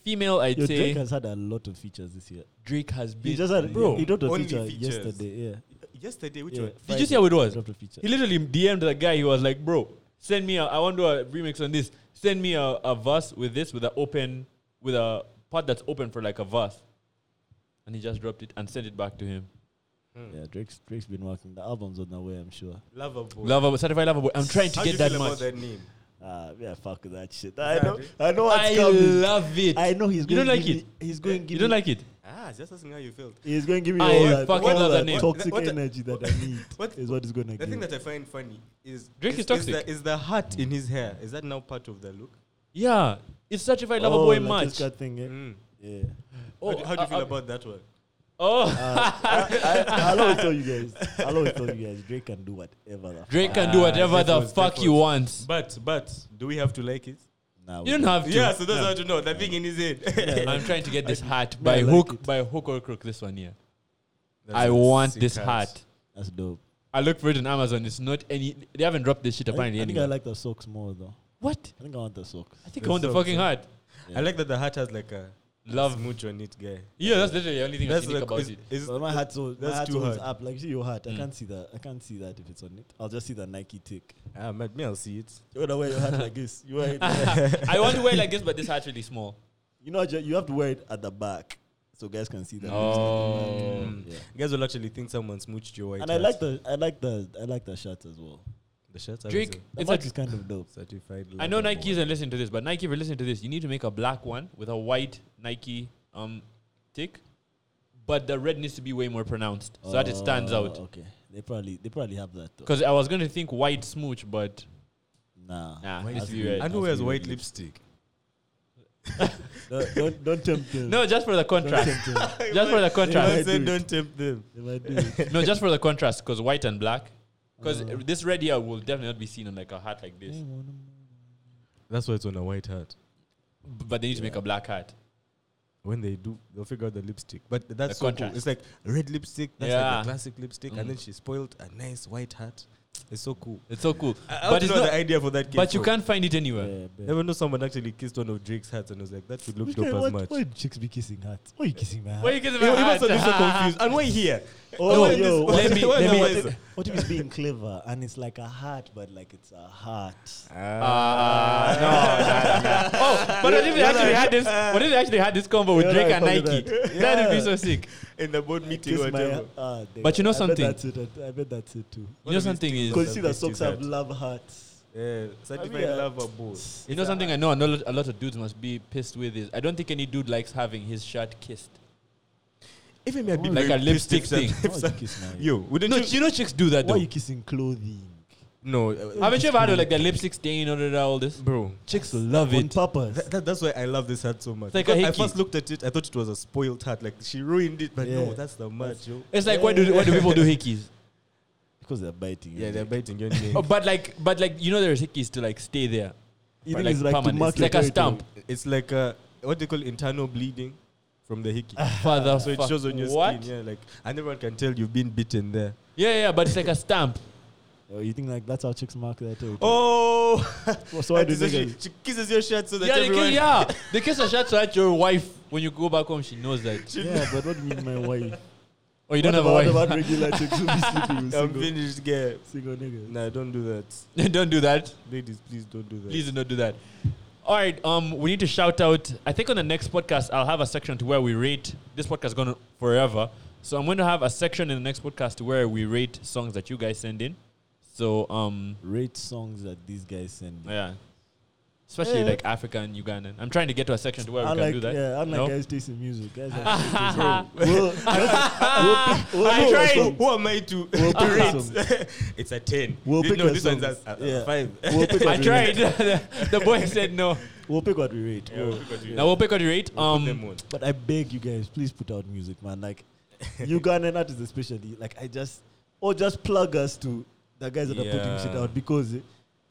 female, I'd
Yo,
say
Drake has had a lot of features this year.
Drake has been.
He just had
bro.
He dropped a
only
feature
features.
yesterday. Yeah.
Yesterday, which
yeah,
one?
Did you
Friday,
see how it was?
he dropped a feature.
He literally DM'd the guy. He was like, "Bro, send me. A, I want to do a remix on this. Send me a, a verse with this, with an open, with a part that's open for like a verse." And he just dropped it and sent it back to him.
Hmm.
Yeah, Drake's Drake's been working. The album's on the way, I'm sure.
Lover boy.
Lover, certified lover boy. I'm trying to
How do
get
you
that
feel
much.
about that name?
Ah, yeah, fuck that shit.
Yeah,
I know,
dude.
I know what's
I
coming.
love it.
I know he's
You
going.
don't like
give
it?
Me, he's going. Give
you don't
me,
like it?
Ah, just asking how you felt.
He's going to give me
I
all that,
fucking
all
love that
that
name.
toxic
What the-
energy that I need.
what-
is what he's going to
The
give.
thing that I find funny is
Drake
is,
is toxic.
Is the, is the heart in his hair? Is that now part of the look?
Yeah, it's certified lover
oh,
boy
like this
match.
guy thing, yeah.
Mm.
yeah.
Oh,
how do, how do you
uh,
feel
uh,
about that one?
Oh,
Uh, I, I, I'll always tell you guys. I'll always tell you guys. Drake can do whatever. The
Drake can do
Ah,
whatever the
difference,
fuck he
difference.
wants.
But but do we have to like it?
Nah, we
You don't have to.
Yeah, so that's how to know that thing in his head. *laughs*
I'm trying to get this hat
I
by
like
hook,
it.
by hook or crook. This one here.
That's
I
a
want
sick
this
hat.
hat.
That's dope.
I look for it on Amazon. It's not any. They haven't dropped this shit
I think,
apparently
I think I
anywhere.
like the socks more though.
what?
I think I want the socks.
I think I
The
want the
socks,
fucking
yeah.
hat.
Yeah.
I like that the hat has like a
Love.
smooch on it, guy.
Yeah, that's literally the only thing I
That's
think
like
about
is,
*laughs*
it.
is-
But my hat's all, my
that's
hat's
too
always
hard.
up. Like, see your hat. I
Mm.
can't see that. I can't see that if it's on it. I'll just see the Nike tick.
Ah, but me, I'll see it.
You wanna wear your hat
*laughs*
like this. You wear it.
I want to wear like this, but this hat's really small.
You know, ju- you have to wear it at the back so guys can see that.
Oh.
Yeah.
Mm. Guys will actually think someone smooched your white.
And I
hat.
like the I like the I like the shirt as well.
the shirt. I was
Drake,
a
The
it's
match
a,
is kind of dope.
certified.
I know
lover
Nike
boy.
isn't listening to this, but Nike, if you're listening to this, you need to make a black one with a white Nike um tick, but the red needs to be way more pronounced so that it stands
Oh,
out.
Okay, they probably they probably have that. Though.
Because I was going to think white smooch, but
Nah.
Nah,
White
it's
lip.
you, right?
I
And
know
who
where's
wears white lipstick?
don't, don't, don't tempt them.
No, just for the
don't *laughs*
contrast.
tempt them.
just for the
They
I
might
contrast.
do it.
said don't tempt them.
They might do
*laughs*
it.
no, just for the contrast, because white and black. Because this red here will definitely not be seen on like a hat like this.
That's why it's on a white hat.
B- But they need to make a black hat.
When they do, they'll figure out the lipstick. But th- that's
The
so cool.
contrast.
It's like red lipstick. That's like
Yeah.
a classic lipstick,
Mm.
and then she spoiled a nice white hat. It's so cool.
It's so cool.
I,
Uh, But
but
it's
know
not-
the idea for that. Came
But you
from.
can't find it anywhere.
Yeah, bet.
Never know someone actually kissed one of Drake's hats and was like, that should look
Which
dope
guy-
as
what-
much.
Why would chicks be kissing hats? Why are you kissing my hat?
Why you getting
He-
my
he must have been
*laughs*
so
hat?
confused. And why here?
Oh,
Why
yo,
this- why
let
this-
me-
why
let me-
this-
let
What if he's being clever and it's like a hat, but like it's a heart?
*laughs* Ah,
*laughs*
no, no, no, no. Oh, but what if they
Yeah,
actually
like-
had this? What if they actually had this combo with
Yeah,
Drake
like,
and
probably
Nike?
that.
That would be
Yeah.
so sick.
in the board meeting
Kiss
or
my-
whatever.
ah, damn.
But you know
I bet
something?
that's it. I- I bet that's it too.
You know something is
Because see, the
That's
socks
his
have
hat.
love hearts.
Yeah,
I mean,
certified
uh,
lover board.
You know something I know a lot, a lot of dudes must be pissed with is I don't think any dude likes having his shirt kissed.
Even me, I'd be
Like
very
a lipstick
pissed if
Why would you *laughs*
some-
kiss my
Yo, wouldn't
No,
you?
you know chicks do that
Why
though.
are you kissing clothing?
no, uh,
Haven't you ever had like their lipstick stain or all this?
bro.
Chicks love
On
it.
purpose.
That, that, that's why I love this hat so much.
It's like a
Because I
hickey.
first looked at it, I thought it was a spoiled hat. Like she ruined it, but
Yeah.
no, that's the match, yo.
It's like why do why do people do hickeys?
*laughs* Because they're biting.
Yeah,
isn't
they're
it?
biting your name.
Oh, but like but like you know there's hickeys to like stay there.
You
But
think it's like to
permanent.
mark
It's
your
like a
territory. *laughs*
stamp.
*laughs* It's like a, what they call internal bleeding from the hickey.
Ah,
Father,
so it
fuck.
shows on your
what?
skin, yeah. Like and everyone can tell you've been beaten there.
Yeah. yeah, but it's like
*laughs*
a stamp.
Oh, you think like that's how chicks mark their territory? *laughs*
Oh,
Well, so why do
so she,
niggas?
she kisses your shirt so that
yeah, they
everyone. *laughs*
kiss, yeah, they kiss a shirt so that your wife, when you go back home, she knows that.
Yeah, but what do you mean, my wife?
Oh, you don't
what
have a
about,
wife.
What about regular chicks who be
*laughs*
sleeping with
*laughs* I'm
single,
finished, girl.
single niggas?
Nah, don't do that,
*laughs* don't do that.
ladies. Please don't do that.
Please don't do that. All right. Um, we need to shout out. I think on the next podcast, I'll have a section to where we rate. This podcast is going forever, so I'm going to have a section in the next podcast to where we rate songs that you guys send in. So, um,
Rate songs that these guys send.
yeah, especially
Yeah.
like Africa and Ugandan. I'm trying to get to a section to where
I
we can
like,
do that.
yeah, I like
No? *laughs*
guys tasting music. Guys are tasting music. We'll, we'll,
I
pick-
tried.
So who am I to,
We'll
*laughs* to
pick
rate?
some.
it's a ten.
We'll
Th-
pick
no,
a
this
song.
one's a, a- a
Yeah.
five.
We'll
*laughs*
pick
I
what we
tried.
rate.
the boy said no.
We'll pick what we rate.
*laughs* Yeah, we'll pick what we
Now we'll pick what you rate.
We'll put them
Um,
on.
But I beg you guys, please put out music, man. Like Ugandan artists especially. Like I just or just plug us to the guys that are putting shit
Yeah.
out because eh,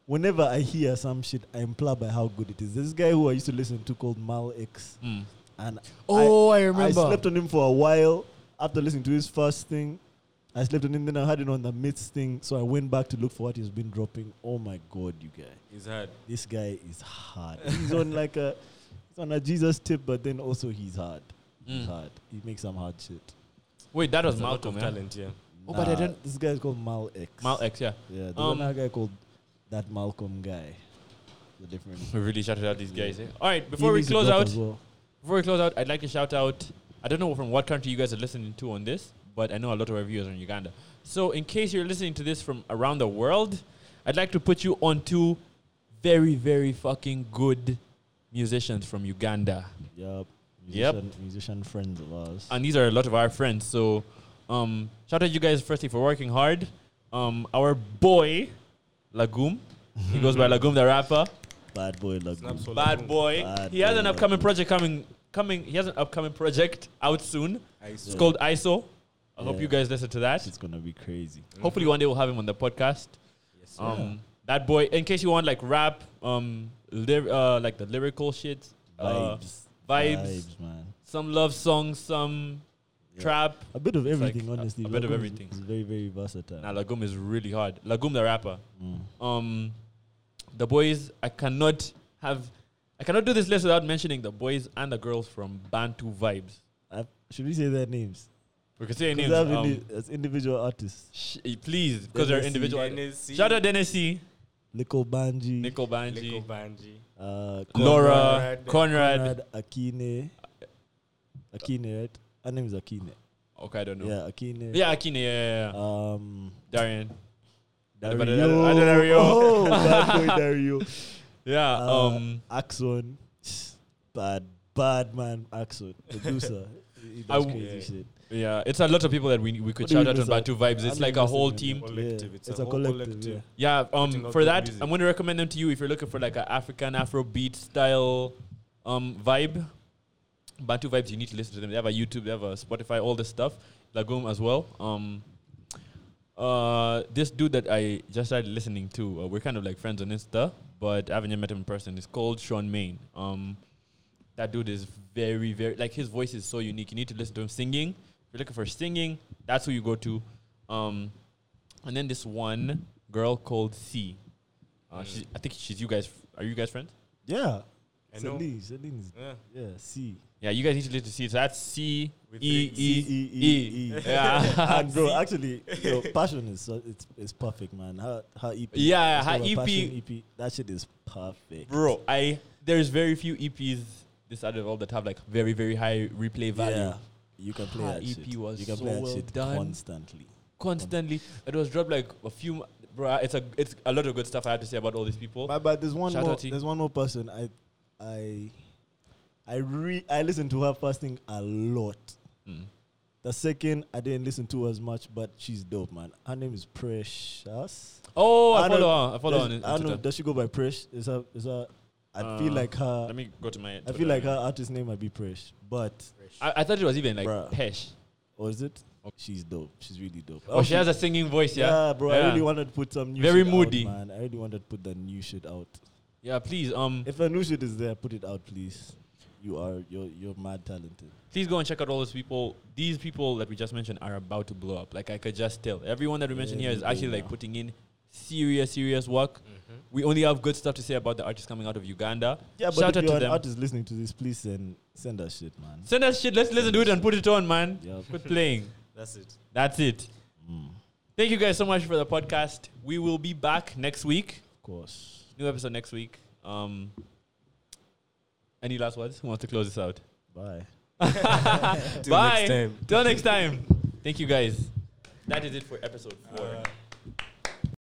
whenever I hear some shit, I'm plugged by how good it is. There's this guy who I used to listen to called Mal X,
mm.
and
Oh, I,
I, I
remember.
slept on him for a while after listening to his first thing. I slept on him, then I had it on the myths thing, so I went back to look for what he's been dropping. Oh my god, you guys
It's hard.
this guy is hard. He's on *laughs* like a he's on a Jesus tip, but then also he's hard. He's
Mm.
hard. He makes some hard shit.
Wait, that was
It's a lot of
Malcolm. Yeah?
talent, yeah.
Oh, but I don't-
This guy's called Mal X.
Mal X, yeah.
Yeah, there's
Um,
another guy called that Malcolm guy. The *laughs* different.
We really shouted out these guys.
Yeah.
eh? All right,
He
before we
needs to
close
drop
out,
as well.
Before we close out, I'd like to shout out. I don't know from what country you guys are listening to on this, but I know a lot of our viewers are in Uganda. So, in case you're listening to this from around the world, I'd like to put you on two very, very fucking good musicians from Uganda.
Yep.
Yep.
Musician, musician friends of ours.
And these are a lot of our friends. So, um, shout out you guys, firstly, for working hard. Um, our boy, Lagum. he goes by Lagum the rapper.
Bad boy Lagoon.
Snaps all
Bad
along.
boy.
Bad
he has
boy,
an upcoming
Lagum.
project coming. Coming, he has an upcoming project out soon.
I saw.
It's called ISO. I hope
Yeah.
you guys listen to that.
It's gonna be crazy.
Hopefully, one day we'll have him on the podcast. Um, That boy. In case you want like rap, um, lyr- uh, like the lyrical shit, uh,
Vibes.
vibes,
man.
some love songs, some
Yeah.
trap.
A bit of
It's like
everything,
a-
honestly.
a bit of
Lagoon is-
everything.
is very, very versatile.
Nah, Lagum is really hard. Lagum the rapper.
Mm.
Um, the boys. I cannot have. I cannot do this list without mentioning the boys and the girls from Bantu Vibes.
I- should we say their names?
We can say
'Cause
names.
they have
um,
indi- as individual artists.
sh- please, because they're
NSC.
individual.
NSC,
Shout out Dennisy,
Lico Banji,
Nicole
Leko
Banji,
Banji.
uh,
Laura,
Conrad.
Conrad.
Conrad Akine. Akine, right? Her name is Akine.
Okay, I don't know.
Yeah, Akine.
Yeah, Akine, yeah, yeah, yeah.
Um,
Darian. But- but-
Dario.
uh,
*laughs*
Dario.
Oh,
*laughs*
bad boy Dario.
Yeah,
Uh,
um,
Axon. Bad, bad man, Axon. Producer. He- He
I
does
w-
crazy shit.
Yeah, it's a lot of people that we we could
What do you
shout out on
miss out?
Batu Vibes. It's
I'm
like a
missing
whole
it.
team.
Collective,
Yeah,
it's a whole collective.
Yeah,
Putting
um,
out
for
good
that,
music.
I'm going to recommend them to you if you're looking for like an African Afro beat style um, vibe. Bantu vibes, you need to listen to them. They have a YouTube, they have a Spotify, all this stuff. Lagoon as well. Um, uh, this dude that I just started listening to, uh, we're kind of like friends on Insta, but I haven't yet met him in person. He's called Sean Main. Um, that dude is very, very like his voice is so unique. You need to listen to him singing. If you're looking for singing, that's who you go to. Um, and then this one girl called C. Uh,
Mm.
she's, I think she's you guys. Are you guys friends?
Yeah.
I know.
Celine, Celine is-
Yeah.
yeah, C.
Yeah, you guys need to listen to C. So that's C
With
E
three
E
E,
E. *laughs*
E, E.
Yeah.
And *laughs* bro, actually,
*laughs*
yo, passion is so- it's it's perfect, man. Her her E EP,
Yeah,
it's
her
called a
EP.
Passion EP, that shit is perfect,
Bro, I there's very few EPs this out of all that have like very very high replay value.
Yeah, you can play
Her
that
EP
shit.
was
you can
so
play that
well
shit
done.
constantly.
Constantly, it was dropped like a few. mo- Bro, it's a it's a lot of good stuff I have to say about all these people.
But, but there's one
Shout
more.
out to-
There's one more person. I, I, I re I listened to her fasting a lot.
Mm.
The second I didn't listen to as much, but she's dope, man. Her name is Precious.
Oh, I,
I don't-
follow her. I follow her.
Does-
On, on
I don't know.
Twitter.
Does she go by Presh? Is her? Is her? I feel
Uh,
like her.
Let me go to my.
I
Twitter
feel like
right
her
now.
artist name might be Presh, but
I, I thought it was even like
Bruh.
Pesh.
or is it?
Oh.
She's dope. She's really dope.
Oh, she has a singing voice. Yeah.
Yeah, bro. I
Yeah.
really wanted to put some new
Very
shit out,
moody.
man. I really wanted to put the new shit out.
Yeah, please, um,
If the new shit is there, put it out, please. You are you're you're mad talented.
please go and check out all those people. These people that we just mentioned are about to blow up. Like I could just tell. Everyone that we mentioned here is
Everybody
actually like
now.
putting in serious, serious work.
Mm-hmm.
We only have good stuff to say about the artists coming out of Uganda.
Yeah, but
Shout out
if
to
you're an
them.
artist listening to this, please send send us shit, man.
Send us shit. Let's listen to it and put it on, man.
Yeah.
Quit playing.
That's it.
That's it.
Mm,
Thank you guys so much for the podcast. We will be back next week.
of course.
New episode next week. Um, any last words? Who wants to close this
*laughs*
out?
Bye.
Bye.
next time.
Till next time. Thank you guys. That is it for episode four.